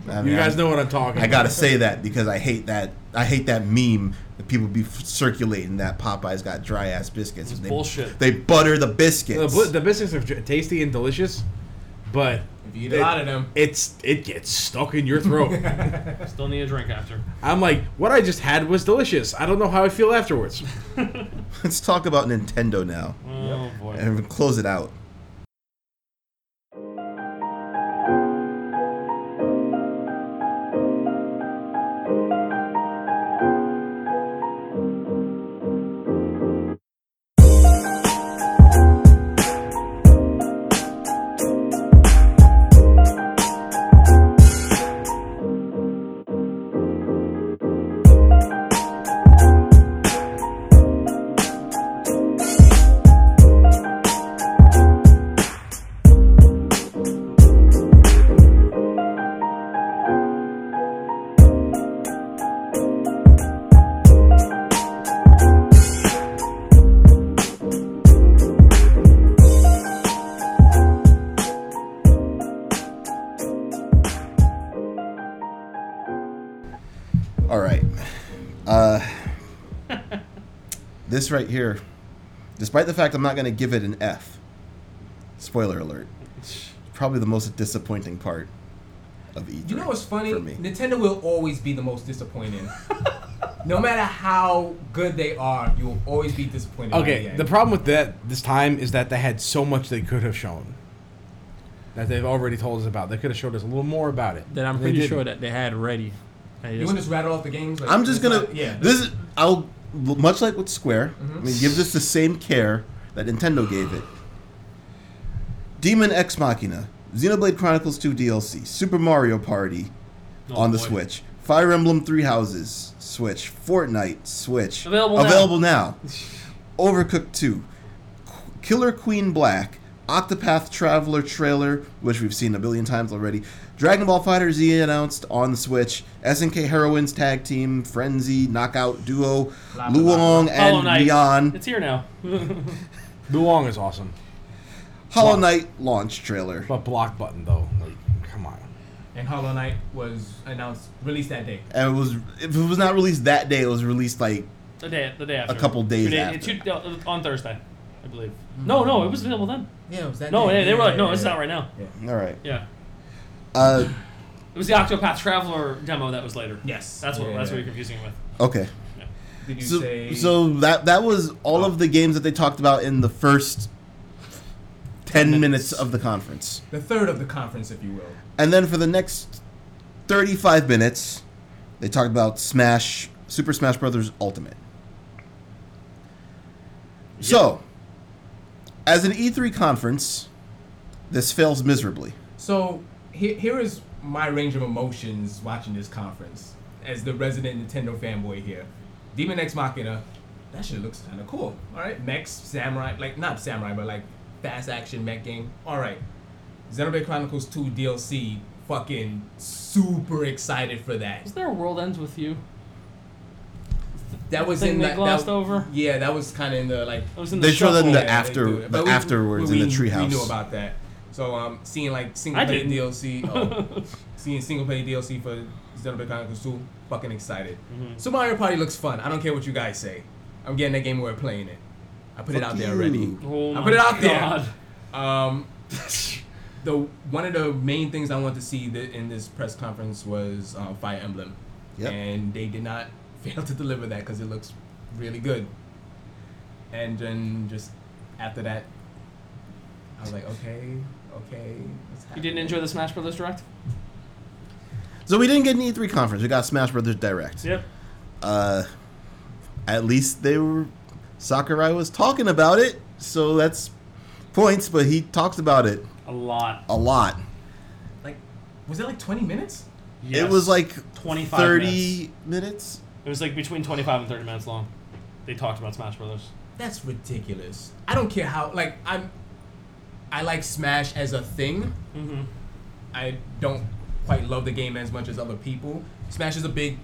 Speaker 1: I
Speaker 3: You
Speaker 1: mean,
Speaker 3: guys
Speaker 1: I-
Speaker 3: know what I'm talking.
Speaker 1: I gotta say that because I hate that. I hate that meme that people be f- circulating that Popeyes got dry ass biscuits.
Speaker 2: It's
Speaker 1: They,
Speaker 2: bullshit. Uh,
Speaker 1: They butter the
Speaker 3: the,
Speaker 1: biscuits.
Speaker 3: bu- the biscuits are j- tasty and delicious, but
Speaker 5: If you eat a lot of them,
Speaker 3: it's it gets stuck in your throat.
Speaker 2: Still need a drink after.
Speaker 3: I'm like, what I just had was delicious. I don't know how I feel afterwards.
Speaker 1: Let's talk about Nintendo now
Speaker 2: Oh boy.
Speaker 1: and we'll close it out. All right. Uh, this right here, despite the fact I'm not gonna give it an F, Spoiler alert. Probably the most disappointing part of E E3.
Speaker 5: You know what's funny?
Speaker 1: For me.
Speaker 5: Nintendo will always be the most disappointing. no matter how good they are, you will always be disappointed. by
Speaker 8: Okay,
Speaker 5: EA.
Speaker 8: the problem with that this time is that they had so much they could have shown that they've already told us about. They could have showed us a little more about it.
Speaker 4: That I'm
Speaker 8: They
Speaker 4: pretty
Speaker 8: didn't.
Speaker 4: sure that they had ready. And
Speaker 5: you
Speaker 4: just-
Speaker 5: want to just rattle off the games? Like,
Speaker 1: I'm just
Speaker 5: it's
Speaker 1: gonna.
Speaker 5: not- yeah. Mm-hmm.
Speaker 1: This is. I'll much like with Square. I mean, give this the same care that Nintendo gave it. Demon Ex Machina, Xenoblade Chronicles 2 DLC, Super Mario Party on the
Speaker 2: Oh, boy.
Speaker 1: Switch, Fire Emblem Three Houses Switch, Fortnite Switch,
Speaker 2: Available now.
Speaker 1: now. Overcooked 2, Qu- Killer Queen Black, Octopath Traveler trailer, which we've seen a billion times already. Dragon Ball Fighter Z announced on the Switch. SNK Heroines Tag Team, Frenzy, Knockout Duo,
Speaker 5: Blah, blah, blah.
Speaker 1: Luong,
Speaker 2: Hollow
Speaker 1: and
Speaker 2: Knight.
Speaker 1: Neon.
Speaker 2: Oh, It's here now.
Speaker 8: Luong is awesome,
Speaker 1: Hollow Knight launch trailer.
Speaker 8: but block button though, like come on.
Speaker 5: And Hollow Knight was announced, released that day.
Speaker 1: And it was if it was not released that day, it was released like
Speaker 2: the day, the day after.
Speaker 1: couple
Speaker 2: Two
Speaker 1: days
Speaker 2: day-
Speaker 1: after.
Speaker 2: two- uh, on Thursday, I believe. No, no, it was available then.
Speaker 5: Yeah, it was that
Speaker 2: No,
Speaker 5: day.
Speaker 2: they, they were like, no, it's
Speaker 5: yeah.
Speaker 2: not right now.
Speaker 1: all right.
Speaker 2: Yeah.
Speaker 1: Uh
Speaker 2: It was the Octopath Traveler demo that was later.
Speaker 5: Yes.
Speaker 2: That's what
Speaker 5: Yeah,
Speaker 2: that's what
Speaker 5: yeah.
Speaker 2: you're confusing it with.
Speaker 1: okay.
Speaker 5: Did you
Speaker 1: So,
Speaker 5: say?
Speaker 1: so that that was all of the games that they talked about in the first 10 minutes. of the conference.
Speaker 5: the third of the conference, if you will.
Speaker 1: And then for the next 35 minutes, they talked about Smash Super Smash Brothers Ultimate. So, as an E3 conference, this fails miserably.
Speaker 5: So here, here is my range of emotions watching this conference as the resident Nintendo fanboy here. Demon X Machina, that shit looks kind of cool. All right, mechs, samurai, like not samurai, but like fast action mech game. All right, Xenoblade Chronicles 2 DLC, fucking super excited for that.
Speaker 2: Is there a World Ends with You?
Speaker 5: That was
Speaker 2: Thing
Speaker 5: in
Speaker 2: they
Speaker 5: like,
Speaker 2: glossed
Speaker 5: that,
Speaker 2: over?
Speaker 5: Yeah, that was kind of in the like
Speaker 2: It was in the
Speaker 1: They showed them
Speaker 2: shuffle.
Speaker 1: the
Speaker 5: Yeah,
Speaker 1: after
Speaker 5: they do it.
Speaker 1: the
Speaker 5: But we-
Speaker 1: afterwards
Speaker 5: we-
Speaker 1: in the
Speaker 5: We knew
Speaker 1: treehouse.
Speaker 5: about that. So um, seeing like single
Speaker 2: I
Speaker 5: player
Speaker 2: didn't.
Speaker 5: DLC, oh, seeing single player DLC for Xenoblade Chronicles 2, fucking excited.
Speaker 2: Mm-hmm.
Speaker 5: So Mario Party looks fun. I don't care what you guys say. I'm getting that game. We're playing it. I put it
Speaker 1: Fuck
Speaker 5: out there
Speaker 1: you.
Speaker 5: already.
Speaker 2: Oh
Speaker 5: I
Speaker 2: my
Speaker 5: put it out there.
Speaker 2: God.
Speaker 5: Um, the one of the main things I want to see th in this press conference was uh, Fire Emblem,
Speaker 1: Yep.
Speaker 5: and they did not fail to deliver that because it looks really good. And then just after that, I was like, okay, okay. what's
Speaker 2: You didn't
Speaker 5: happening?
Speaker 2: enjoy the Smash Brothers Direct?
Speaker 1: So we didn't get an E3 conference. We got Smash Brothers Direct.
Speaker 2: Yep.
Speaker 1: Uh, at least they were Sakurai was talking about it, so that's points. But he talks about it
Speaker 2: A lot.
Speaker 1: a lot.
Speaker 5: Like, was it like 20 minutes?
Speaker 1: It was like
Speaker 2: 25
Speaker 1: thirty minutes.
Speaker 2: It was like between 25 and 30 minutes long. They talked about Smash Brothers.
Speaker 5: That's ridiculous. I don't care how. Like, I'm. I like Smash as a thing.
Speaker 2: Mm-hmm.
Speaker 5: I don't quite love the game as much as other people. Smash is a big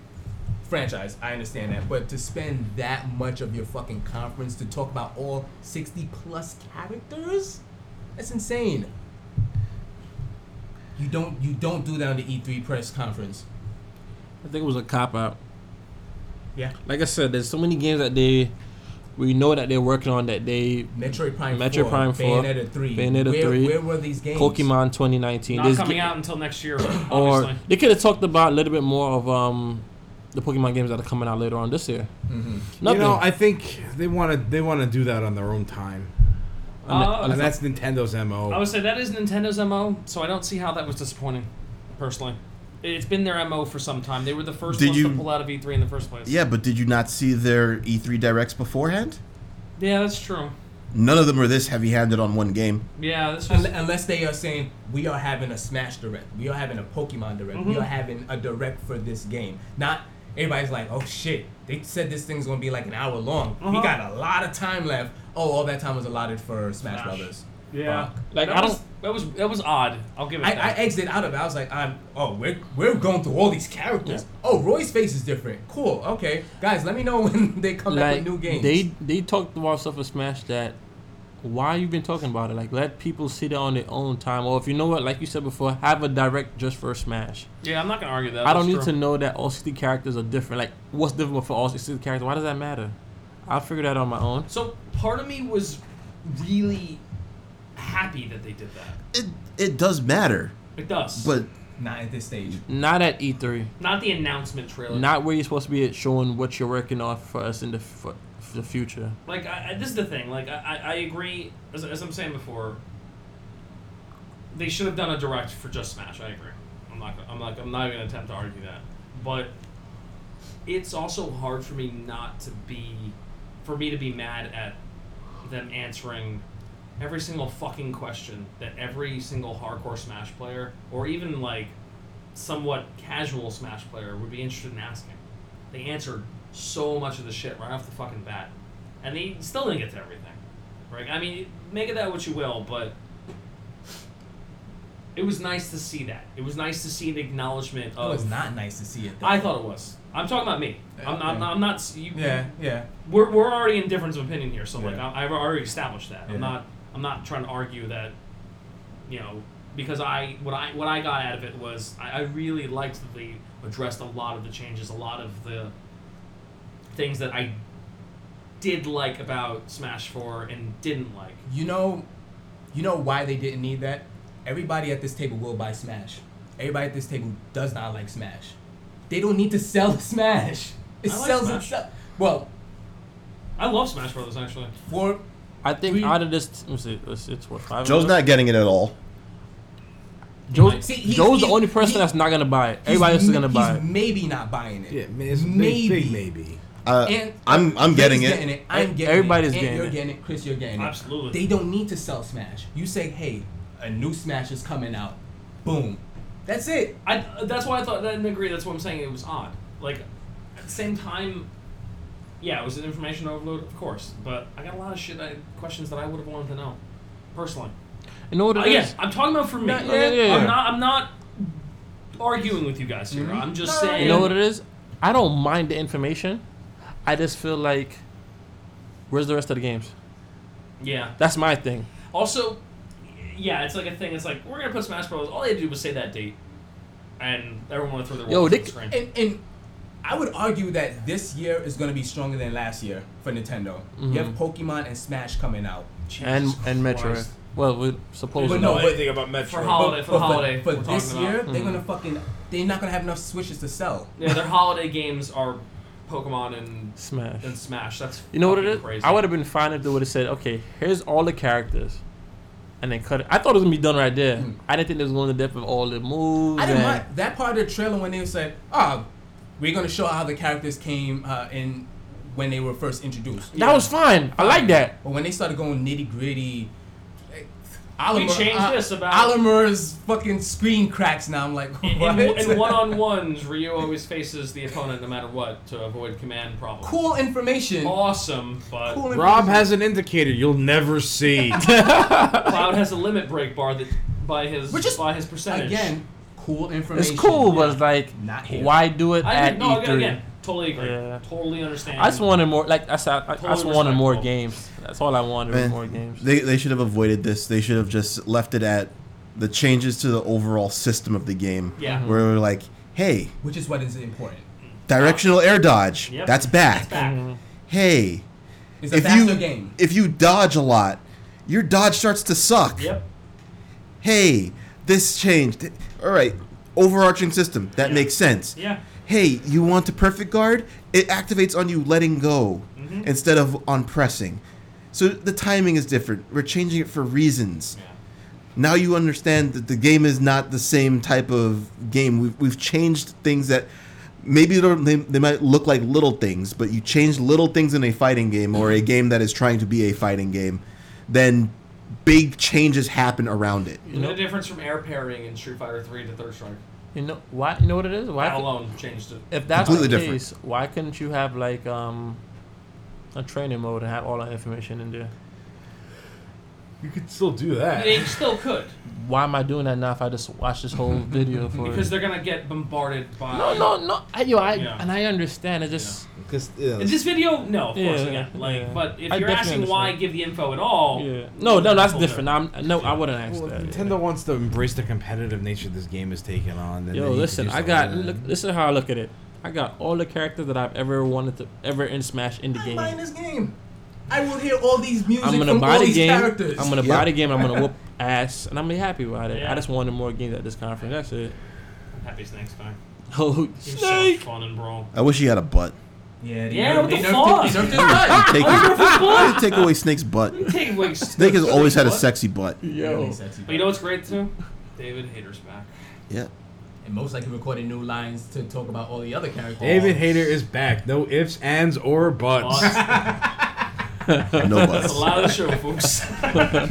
Speaker 5: franchise. I understand that, but to spend that much of your fucking conference to talk about all 60 plus characters? That's insane. You don't you don't do that on the E3 press conference.
Speaker 4: I think it was a cop out.
Speaker 5: Yeah.
Speaker 4: Like I said, there's so many games that they we know that they're working on that they
Speaker 5: Metroid Prime
Speaker 4: Metroid
Speaker 5: 4,
Speaker 4: Prime 4,
Speaker 5: Bayonetta 3.
Speaker 4: Bayonetta
Speaker 5: where,
Speaker 4: 3,
Speaker 5: Where were these games?
Speaker 4: Pokemon 2019.
Speaker 2: Not
Speaker 4: There's
Speaker 2: coming
Speaker 4: ga-
Speaker 2: out until next year,
Speaker 4: Or
Speaker 2: obviously.
Speaker 4: they could have talked about a little bit more of um the Pokemon games that are coming out later on this year.
Speaker 5: Mhm.
Speaker 4: Nothing.
Speaker 8: You know, I think they want to they want to do that on their own time,
Speaker 2: Uh,
Speaker 8: and that's Nintendo's mo.
Speaker 2: I would say that is Nintendo's MO, so I don't see how that was disappointing, personally. It's been their MO for some time. They were the first
Speaker 1: Did
Speaker 2: ones
Speaker 1: you-
Speaker 2: to pull out of E3 in the first place.
Speaker 1: Yeah, but did you not see their E3 directs beforehand?
Speaker 2: Yeah, that's true.
Speaker 1: None of them were this heavy-handed on one game.
Speaker 2: Yeah, this was.
Speaker 5: Unle- Unless they are saying we are having a Smash Direct, we are having a Pokemon Direct, we
Speaker 2: Mhm.
Speaker 5: are having a Direct for this game. Not everybody's like, oh shit, they said this thing's gonna be like an hour long. We
Speaker 2: Uh-huh.
Speaker 5: got a lot of time left. Oh, all that time was allotted for Smash,
Speaker 2: Smash.
Speaker 5: Brothers.
Speaker 2: Yeah.
Speaker 5: Fuck.
Speaker 4: Like,
Speaker 2: that
Speaker 4: I
Speaker 2: was, That was that was odd. I'll give it
Speaker 5: I, I
Speaker 2: that.
Speaker 5: exit out of it. I was like, I'm, oh, we're, we're going through all these characters. Oh, Roy's face is different. Cool. Okay, guys, let me know when they come back
Speaker 4: like
Speaker 5: with new games.
Speaker 4: they they talked about stuff with Smash that why you been talking about it? Like let people sit down on their own time, or if you know what, like you said before, have a direct just for Smash.
Speaker 2: yeah, I'm not gonna argue that.
Speaker 4: I don't
Speaker 2: That's
Speaker 4: need to
Speaker 2: true.
Speaker 4: know that all sixty characters are different. Like what's different for all sixty characters? Why does that matter? I'll figure that out on my own.
Speaker 2: So part of me was really happy that they did that.
Speaker 1: It it does matter,
Speaker 2: It does,
Speaker 1: but
Speaker 5: Not at this stage.
Speaker 4: Not at E3.
Speaker 2: not the announcement trailer.
Speaker 4: Not where you're supposed to be at showing what you're working on for us in the for, for the future.
Speaker 2: like I, I, this is the thing. Like I, I, I agree, as, as I'm saying before. They should have done a direct for just Smash. I agree. I'm not. gonna- I'm like. I'm not even gonna attempt to argue that. But it's also hard for me not to be, for me to be mad at them answering every single fucking question that every single hardcore Smash player, or even like somewhat casual Smash player, would be interested in asking. They answered so much of the shit right off the fucking bat, and they still didn't get to everything. Right? I mean, make of that what you will, but it was nice to see that. It was nice to see an acknowledgement
Speaker 5: It
Speaker 2: of.
Speaker 5: was not nice to see it. Though.
Speaker 2: I thought it was. I'm talking about me. I'm not. I'm not. I'm not you,
Speaker 5: Yeah, yeah.
Speaker 2: we're, we're already in difference of opinion here, so like
Speaker 5: Yeah.
Speaker 2: I, I've already established that.
Speaker 5: Yeah.
Speaker 2: I'm not I'm not trying to argue that, you know, because I what I what I got out of it was I, I really liked that they addressed a lot of the changes, a lot of the things that I did like about Smash Four and didn't like.
Speaker 5: You know, you know why they didn't need that. Everybody at this table will buy Smash. Everybody at this table does not like Smash. They don't need to sell Smash. It
Speaker 2: I like
Speaker 5: sells
Speaker 2: Smash.
Speaker 5: itself. Well,
Speaker 2: I love Smash Brothers actually.
Speaker 5: for
Speaker 4: I think
Speaker 5: We-
Speaker 4: out of this, let me see, it's, it's what five.
Speaker 1: Joe's
Speaker 4: of
Speaker 1: not getting it at all.
Speaker 4: Joe's,
Speaker 5: See, he's-
Speaker 4: Joe's the
Speaker 5: he's-
Speaker 4: only person
Speaker 5: he-
Speaker 4: that's not gonna buy it.
Speaker 5: he's-
Speaker 4: Everybody else is gonna
Speaker 5: he's
Speaker 4: buy it.
Speaker 5: Maybe not buying it.
Speaker 8: Yeah, man, it's a big,
Speaker 5: Maybe.
Speaker 8: big maybe.
Speaker 1: Uh,
Speaker 5: And
Speaker 1: I'm I'm getting
Speaker 5: He's
Speaker 1: it.
Speaker 5: Getting it. I'm getting
Speaker 4: E- Everybody's
Speaker 5: it. Ant,
Speaker 4: getting
Speaker 5: you're
Speaker 4: it.
Speaker 5: getting it. Chris, you're getting it.
Speaker 2: Absolutely.
Speaker 5: They don't need to sell Smash. You say, hey, a new Smash is coming out. Boom. That's it.
Speaker 2: I that's why I thought I didn't agree. That's what I'm saying. It was odd. Like at the same time, yeah, it was an information overload, of course. But I got a lot of shit, I, questions that I would have wanted to know, personally.
Speaker 4: You know what
Speaker 5: Oh,
Speaker 2: Uh,
Speaker 4: it
Speaker 2: yeah,
Speaker 4: is?
Speaker 2: I'm talking about for me.
Speaker 4: Yeah, yeah, yeah,
Speaker 2: I'm
Speaker 4: yeah.
Speaker 2: not. I'm not arguing with you guys here.
Speaker 4: Mm-hmm.
Speaker 2: I'm just saying.
Speaker 4: You know what it is? I don't mind the information. I just feel like, where's the rest of the games?
Speaker 2: Yeah.
Speaker 4: That's my thing.
Speaker 2: Also, yeah, it's like a thing. It's like we're gonna put Smash Bros. All they had to do was say that date, and everyone would throw their
Speaker 4: Yo,
Speaker 2: wallets
Speaker 4: they
Speaker 2: at the
Speaker 4: c-
Speaker 2: screen.
Speaker 5: And, and I would argue that this year is going to be stronger than last year for Nintendo. You have
Speaker 4: Mm-hmm.
Speaker 5: Pokemon and Smash coming out.
Speaker 4: And
Speaker 2: Jesus
Speaker 4: and Metroid.
Speaker 2: Christ.
Speaker 4: Well, we supposedly.
Speaker 5: But no, but-
Speaker 6: anything about Metroid.
Speaker 2: For holiday, for the holiday,
Speaker 5: but
Speaker 2: we're
Speaker 5: this
Speaker 2: talking about.
Speaker 5: year, they're
Speaker 4: Mm-hmm.
Speaker 5: going to fucking. They're not going to have enough Switches to sell.
Speaker 2: Yeah, their holiday games are Pokemon and
Speaker 4: Smash.
Speaker 2: and Smash. That's
Speaker 4: You know what it
Speaker 2: fucking
Speaker 4: is?
Speaker 2: Crazy.
Speaker 4: I would have been fine if they would have said, "Okay, here's all the characters," and then cut it. I thought it was gonna be done right there.
Speaker 2: Hmm.
Speaker 4: I didn't think they was going to depth of all the moves.
Speaker 5: I didn't
Speaker 4: and-
Speaker 5: mind that part of the trailer when they said, "Ah, we're gonna show how the characters came uh, in when they were first introduced."
Speaker 4: That was fine. I like that.
Speaker 5: But when they started going eh, nitty gritty, Oliver,
Speaker 2: changed this about-
Speaker 5: Oliver's uh, fucking screen cracks. Now I'm like, what?
Speaker 2: In, in one-on-ones, Ryu always faces the opponent no matter what to avoid command problems.
Speaker 5: cool information.
Speaker 2: Awesome, but
Speaker 5: Cool
Speaker 8: Rob
Speaker 5: information.
Speaker 8: has an indicator you'll never see.
Speaker 2: Cloud has a limit break bar that by his
Speaker 5: Which is-
Speaker 2: by his percentage.
Speaker 5: again cool information.
Speaker 4: It's cool, but it's like,
Speaker 5: Not here.
Speaker 4: why do it
Speaker 2: I
Speaker 4: at
Speaker 2: agree- no,
Speaker 4: E3?
Speaker 2: again, again, totally agree.
Speaker 4: Yeah.
Speaker 2: Totally understand.
Speaker 4: I just wanted more. Like I said, I, I just
Speaker 2: Totally
Speaker 4: wanted more
Speaker 2: respectful.
Speaker 4: games. That's all I wanted. was
Speaker 1: Man,
Speaker 4: more games.
Speaker 1: They they should have avoided this. They should have just left it at the changes to the overall system of the game.
Speaker 2: Yeah. Mhm.
Speaker 1: Where we're like, hey,
Speaker 5: which is what is important.
Speaker 1: directional air dodge.
Speaker 2: Yep.
Speaker 1: That's back.
Speaker 2: It's back.
Speaker 1: Hey,
Speaker 5: Mm-hmm. It's a
Speaker 1: if
Speaker 5: faster
Speaker 1: you
Speaker 5: game.
Speaker 1: if you dodge a lot, your dodge starts to suck.
Speaker 2: Yep.
Speaker 1: Hey, this changed. All right, overarching system that
Speaker 2: Yeah.
Speaker 1: makes sense.
Speaker 2: Yeah.
Speaker 1: Hey, you want to perfect guard? It activates on you letting go instead of on pressing. So the timing is different. We're changing it for reasons.
Speaker 2: Yeah.
Speaker 1: Now you understand that the game is not the same type of game. We've, we've changed things that maybe they're- they, they might look like little things, but you change little things in a fighting game or a game that is trying to be a fighting game, then big changes happen around it.
Speaker 2: You the difference from air parrying in Street Fighter Three to Third Strike.
Speaker 4: You know why? You know what it is? Why?
Speaker 2: That alone changed it.
Speaker 4: If that's
Speaker 1: Completely
Speaker 4: the
Speaker 1: different.
Speaker 4: case, why couldn't you have like um a training mode and have all that information in there?
Speaker 8: you could still do that.
Speaker 2: They still could
Speaker 4: Why am I doing that now if I just watch this whole video for
Speaker 2: because
Speaker 4: it?
Speaker 2: they're gonna get bombarded by.
Speaker 4: No, no, no. I, yo, I
Speaker 2: Yeah.
Speaker 4: and I understand. It just
Speaker 8: Because yeah,
Speaker 2: In this video, no, of course,
Speaker 4: Yeah,
Speaker 2: again, like,
Speaker 4: yeah.
Speaker 2: but if
Speaker 4: I
Speaker 2: you're
Speaker 4: definitely
Speaker 2: asking why
Speaker 4: understand.
Speaker 2: give the info at all,
Speaker 4: yeah. No, no, that's
Speaker 2: Hold
Speaker 4: different.
Speaker 2: up.
Speaker 4: I'm no, I wouldn't ask
Speaker 8: well,
Speaker 4: that. yeah.
Speaker 8: Nintendo wants to embrace the competitive nature this game has taken on. then
Speaker 4: Yo,
Speaker 8: they
Speaker 4: listen,
Speaker 8: introduce
Speaker 4: I
Speaker 8: all
Speaker 4: got.
Speaker 8: that.
Speaker 4: Look, this is how I look at it. I got all the characters that I've ever wanted to ever in Smash in the
Speaker 5: I'm buying
Speaker 4: game.
Speaker 5: this game. I will hear all these music
Speaker 4: I'm gonna
Speaker 5: from
Speaker 4: buy
Speaker 5: all
Speaker 4: the
Speaker 5: these
Speaker 4: game.
Speaker 5: characters.
Speaker 4: I'm gonna
Speaker 1: Yep.
Speaker 4: buy the game. I'm gonna whoop ass, and I'm gonna be happy about it.
Speaker 2: Yeah.
Speaker 4: I just wanted more games at this conference. That's it.
Speaker 2: Happy Snake's fine.
Speaker 4: Oh,
Speaker 2: He's
Speaker 4: snake!
Speaker 2: so fun and brawl.
Speaker 1: I wish he had a butt.
Speaker 5: yeah, they
Speaker 2: Yeah,
Speaker 5: nerfed-
Speaker 2: what
Speaker 5: they
Speaker 2: the
Speaker 5: nerfed it-
Speaker 2: fuck?
Speaker 5: They nerfed it right.
Speaker 1: Take,
Speaker 2: I
Speaker 1: his,
Speaker 2: wonder if
Speaker 1: take away Snake's butt.
Speaker 2: it's Take away Snake.
Speaker 1: Snake has always had a sexy butt.
Speaker 4: Yo,
Speaker 5: Really sexy,
Speaker 2: But you know what's great too? David Hayter's back.
Speaker 1: Yeah.
Speaker 5: And most likely recorded new lines to talk about all the other characters.
Speaker 8: David Hayter is back. No ifs, ands, or buts.
Speaker 2: That's
Speaker 1: No
Speaker 2: a
Speaker 1: butts.
Speaker 2: lot of the show, folks.
Speaker 5: Uh,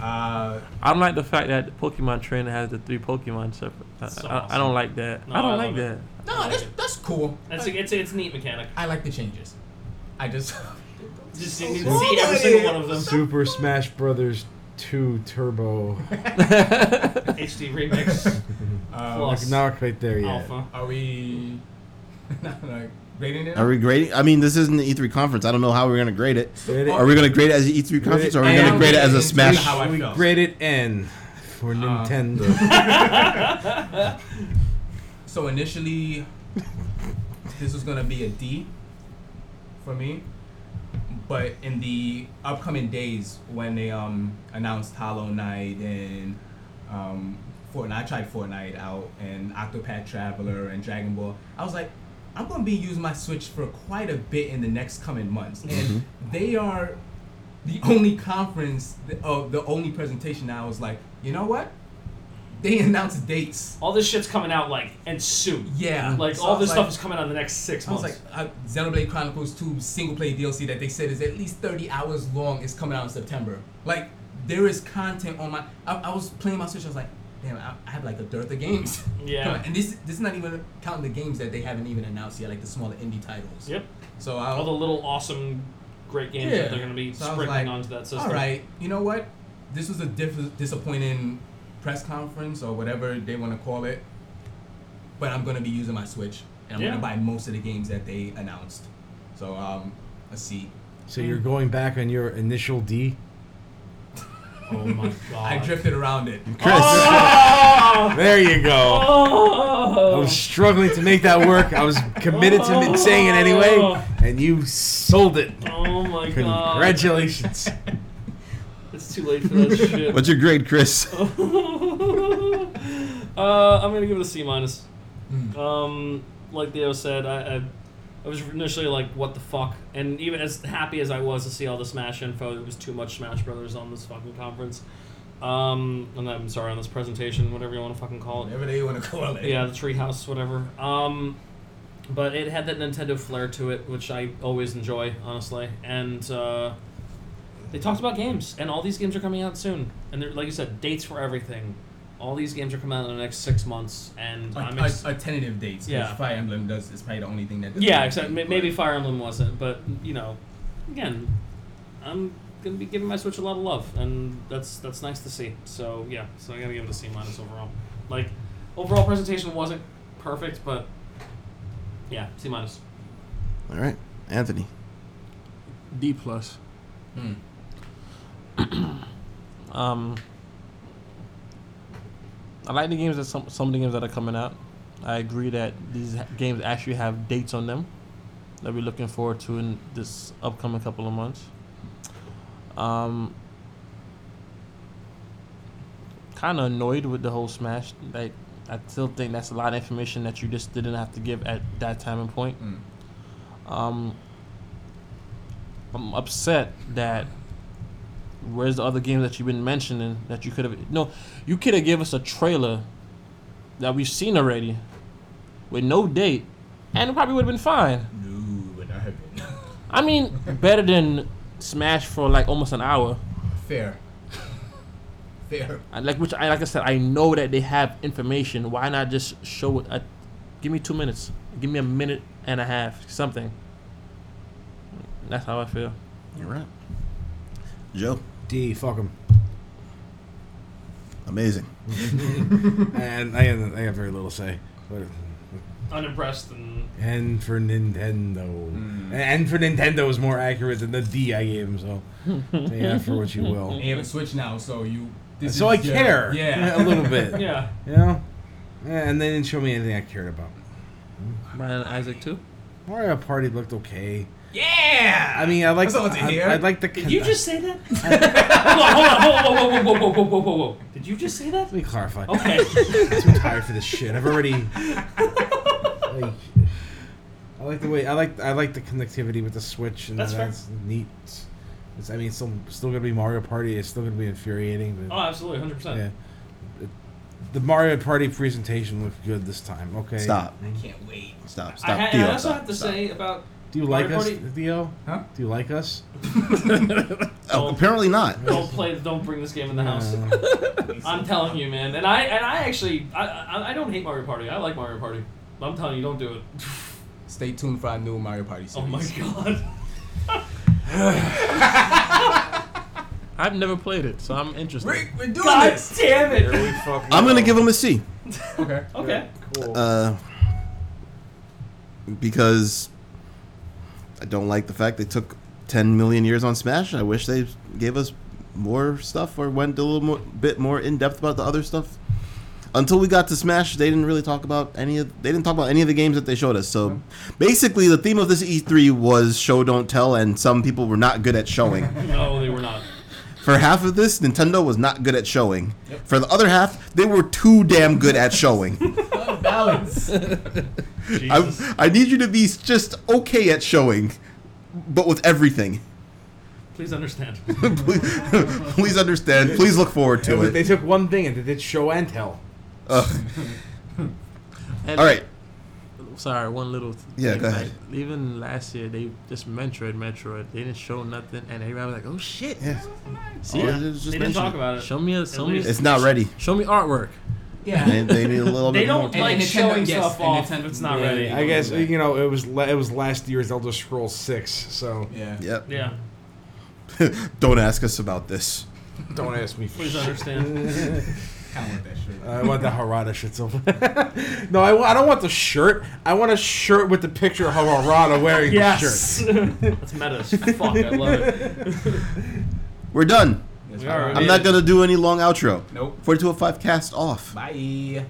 Speaker 4: I don't like the fact that Pokemon Trainer has the three Pokemon separate. I,
Speaker 2: So
Speaker 4: I- I
Speaker 2: awesome.
Speaker 4: don't like that.
Speaker 2: No,
Speaker 4: I don't
Speaker 2: I
Speaker 4: like
Speaker 2: love it.
Speaker 4: that.
Speaker 5: no, that's that's cool.
Speaker 2: That's
Speaker 5: I,
Speaker 2: a, it's a, it's a neat mechanic.
Speaker 5: I like the changes. I just
Speaker 2: Just you can see every single one of them.
Speaker 8: Super Smash Brothers 2 Turbo.
Speaker 2: HD remix
Speaker 5: uh,
Speaker 2: plus
Speaker 8: Not quite there yet.
Speaker 2: alpha.
Speaker 5: are we not like rating it?
Speaker 1: Are we grading? I mean, this isn't the E3 conference. I don't know how we're gonna grade it.
Speaker 8: Grade it-
Speaker 1: Are we gonna grade it as the E3 conference, or are we
Speaker 5: I
Speaker 1: gonna
Speaker 5: am
Speaker 1: grade it as a
Speaker 5: grading
Speaker 1: Smash?
Speaker 5: it how I felt.
Speaker 8: Grade it N
Speaker 2: Uh,
Speaker 8: for Nintendo.
Speaker 5: So initially, this was gonna be a D for me, but in the upcoming days when they um announced Hollow Knight and um Fortnite, I tried Fortnite out and Octopath Traveler and Dragon Ball. I was like, I'm gonna be using my Switch for quite a bit in the next coming months, and they are the only conference, the, uh, the only presentation. I was like, you know what? They announced dates.
Speaker 2: All this shit's coming out like and soon.
Speaker 5: Yeah.
Speaker 2: Like
Speaker 5: So I
Speaker 2: all
Speaker 5: was
Speaker 2: this
Speaker 5: like-
Speaker 2: stuff is coming out in the next six
Speaker 5: I was
Speaker 2: months.
Speaker 5: like, uh, Xenoblade Chronicles 2 single play DLC that they said is at least 30 hours long is coming out in September. Like, there is content on my. I, I was playing my Switch, I was like, damn, I, I have like a dearth of games.
Speaker 2: Yeah.
Speaker 5: Come on, and this this is not even counting the games that they haven't even announced yet, like the smaller indie titles.
Speaker 2: yep.
Speaker 5: So I
Speaker 2: All the little awesome, great games that they're gonna be
Speaker 5: So I was
Speaker 2: sprinkling
Speaker 5: like,
Speaker 2: onto that system.
Speaker 5: All right, you know what? This was a diff- disappointing press conference or whatever they want to call it. But I'm gonna be using my Switch, and I'm
Speaker 2: Yeah.
Speaker 5: gonna buy most of the games that they announced. So um, let's see.
Speaker 8: so you're going back on your initial D?
Speaker 2: Oh my god.
Speaker 5: I drifted around it.
Speaker 8: Chris. there you go. I
Speaker 2: Oh.
Speaker 8: was struggling to make that work. I was committed to mi- saying it anyway, and you sold it.
Speaker 2: Oh my god.
Speaker 8: Congratulations.
Speaker 2: It's too late for that shit.
Speaker 1: What's your grade, Chris?
Speaker 2: uh, I'm gonna give it a C minus. Um, like Theo said, I, I I was initially like, what the fuck? And even as happy as I was to see all the Smash info, it was too much Smash Brothers on this fucking conference. Um, and I'm sorry on this presentation, whatever you want to fucking call it.
Speaker 5: Whatever they want to call it.
Speaker 2: Yeah, the treehouse, whatever. Um, but it had that Nintendo flair to it, which I always enjoy, honestly. And uh, they talked about games, and all these games are coming out soon. And they're, like you said, dates for everything. All these games are coming out in the next six months, and
Speaker 5: A,
Speaker 2: I'm
Speaker 5: a-
Speaker 2: ex-
Speaker 5: a tentative date.
Speaker 2: Yeah.
Speaker 5: Yeah. Fire Emblem does is probably the only thing that. does
Speaker 2: yeah,
Speaker 5: that.
Speaker 2: except may- maybe Fire Emblem wasn't, but you know, again, I'm gonna be giving my Switch a lot of love, and that's that's nice to see. So yeah, so I gotta give it a C minus overall. Like, overall presentation wasn't perfect, but yeah, C minus.
Speaker 1: All right, Anthony.
Speaker 4: D plus.
Speaker 5: Hmm.
Speaker 4: Um, I like the games that some some of the games that are coming out. I agree that these ha- games actually have dates on them that we're looking forward to in this upcoming couple of months. Um, kind of annoyed with the whole Smash. Like, I still think that's a lot of information that you just didn't have to give at that time and point.
Speaker 5: Mm.
Speaker 4: Um, I'm upset that where's the other games that you've been mentioning that you could have no, you could have gave us a trailer that we've seen already with no date, and it probably would have been fine.
Speaker 5: No, but not happening.
Speaker 4: I mean, better than Smash for like almost an hour.
Speaker 5: Fair. Fair.
Speaker 4: I- Like which I like I said, I know that they have information. Why not just show it? At, give me two minutes. Give me a minute and a half. Something. That's how I feel.
Speaker 1: You're right. Joe,
Speaker 8: D, fuck him.
Speaker 1: amazing.
Speaker 8: And I have, I have very little to say. But,
Speaker 2: Unimpressed and
Speaker 8: and for Nintendo. And for Nintendo is more accurate than the D I gave him, so take that for what you will.
Speaker 5: And you have a Switch now, so you. This
Speaker 8: so I
Speaker 5: is your-
Speaker 8: care
Speaker 5: Yeah.
Speaker 8: a little bit.
Speaker 2: yeah.
Speaker 8: You know? And they didn't show me anything I cared about.
Speaker 4: Brian and Isaac too.
Speaker 8: Mario Party looked okay.
Speaker 5: Yeah.
Speaker 3: I mean, I like.
Speaker 5: That's all I want to
Speaker 3: I'd,
Speaker 5: hear.
Speaker 3: I'd like to.
Speaker 2: Did you just say that? hold on, hold on, hold on, whoa, whoa, whoa, whoa, whoa, whoa, whoa, whoa. Did you just say that?
Speaker 3: Let me clarify.
Speaker 2: Okay.
Speaker 3: I'm too tired for this shit. I've already. like, I like the way I like I like the connectivity with the Switch and
Speaker 2: That's fair.
Speaker 3: neat. It's, I mean, it's still still gonna be Mario Party. It's still gonna be infuriating,
Speaker 2: Oh,
Speaker 3: but
Speaker 2: absolutely, hundred
Speaker 3: yeah.
Speaker 2: percent.
Speaker 3: It- the Mario Party presentation looked good this time. Okay.
Speaker 1: Stop.
Speaker 5: I can't wait.
Speaker 1: Stop.
Speaker 2: I,
Speaker 1: Stop.
Speaker 2: ha-
Speaker 1: Deal.
Speaker 2: I also
Speaker 1: Stop.
Speaker 2: have to
Speaker 1: Stop.
Speaker 2: say about
Speaker 3: Do you like
Speaker 2: Mario
Speaker 3: us,
Speaker 2: Party-
Speaker 3: Theo?
Speaker 5: Huh?
Speaker 3: Do you like us?
Speaker 1: Oh, apparently not.
Speaker 2: don't play, don't bring this game in the house.
Speaker 3: Uh,
Speaker 2: I'm telling you, man. And I and I actually I, I I don't hate Mario Party. I like Mario Party. But I'm telling you, don't do it.
Speaker 5: Stay tuned for our new Mario Party series.
Speaker 2: Oh my god.
Speaker 4: I've never played it, so I'm interested.
Speaker 5: Rick, we're doing
Speaker 2: God
Speaker 5: this.
Speaker 2: damn
Speaker 10: Here
Speaker 2: it.
Speaker 10: we fucking
Speaker 1: I'm gonna
Speaker 10: go.
Speaker 1: give him a C.
Speaker 5: Okay.
Speaker 2: Okay.
Speaker 10: Cool.
Speaker 1: Uh, because I don't like the fact they took 10 million years on Smash. I wish they gave us more stuff or went a little more, bit more in depth about the other stuff. Until we got to Smash, they didn't really talk about any of they didn't talk about any of the games that they showed us. So basically, the theme of this E3 was show don't tell, and some people were not good at showing.
Speaker 2: No, they were not.
Speaker 1: For half of this, Nintendo was not good at showing. For the other half, they were too damn good at showing.
Speaker 5: Balance.
Speaker 1: I, I need you to be just okay at showing, but with everything.
Speaker 2: Please understand.
Speaker 1: please, please understand. Please look forward to
Speaker 3: they
Speaker 1: it.
Speaker 3: took one thing and they did show and tell.
Speaker 1: Ugh.
Speaker 4: And-
Speaker 1: all right.
Speaker 4: Sorry, one little. th-
Speaker 1: Yeah,
Speaker 4: thing,
Speaker 1: go
Speaker 4: like,
Speaker 1: ahead.
Speaker 4: even last year, they just Metroid, Metroid. They didn't show nothing, and everybody was like, "Oh shit!"
Speaker 1: Yeah.
Speaker 4: See,
Speaker 1: All it is is
Speaker 2: They
Speaker 1: just
Speaker 2: didn't
Speaker 1: mention
Speaker 2: talk
Speaker 1: it.
Speaker 2: about it.
Speaker 4: show me a, show me,
Speaker 2: least-
Speaker 1: It's not ready.
Speaker 4: show me artwork.
Speaker 1: They,
Speaker 5: Yeah.
Speaker 1: they need a little
Speaker 2: They
Speaker 1: bit
Speaker 2: don't
Speaker 1: more.
Speaker 2: like
Speaker 5: And Nintendo-
Speaker 2: showing
Speaker 5: yes,
Speaker 2: stuff
Speaker 5: and
Speaker 2: off
Speaker 5: Nintendo-
Speaker 2: if it's not
Speaker 5: yeah,
Speaker 2: ready.
Speaker 5: yeah,
Speaker 3: I guess you know it was la- it was last year's Elder Scrolls Six, so
Speaker 5: Yeah.
Speaker 1: Yep.
Speaker 2: Yeah.
Speaker 1: don't ask us about this.
Speaker 3: don't ask me. For
Speaker 2: Please
Speaker 3: shit.
Speaker 2: understand.
Speaker 5: Kind of want that shit.
Speaker 2: Uh,
Speaker 3: I want the Harada shit so No, I, wa- I don't want the shirt. I want a shirt with the picture of Harada wearing
Speaker 2: yes. That's meta as fuck. I love it.
Speaker 1: We're done.
Speaker 5: That's
Speaker 2: We are-
Speaker 5: fine.
Speaker 1: I'm not gonna do any long outro.
Speaker 5: uh, Nope.
Speaker 1: 4205 cast off.
Speaker 5: Bye.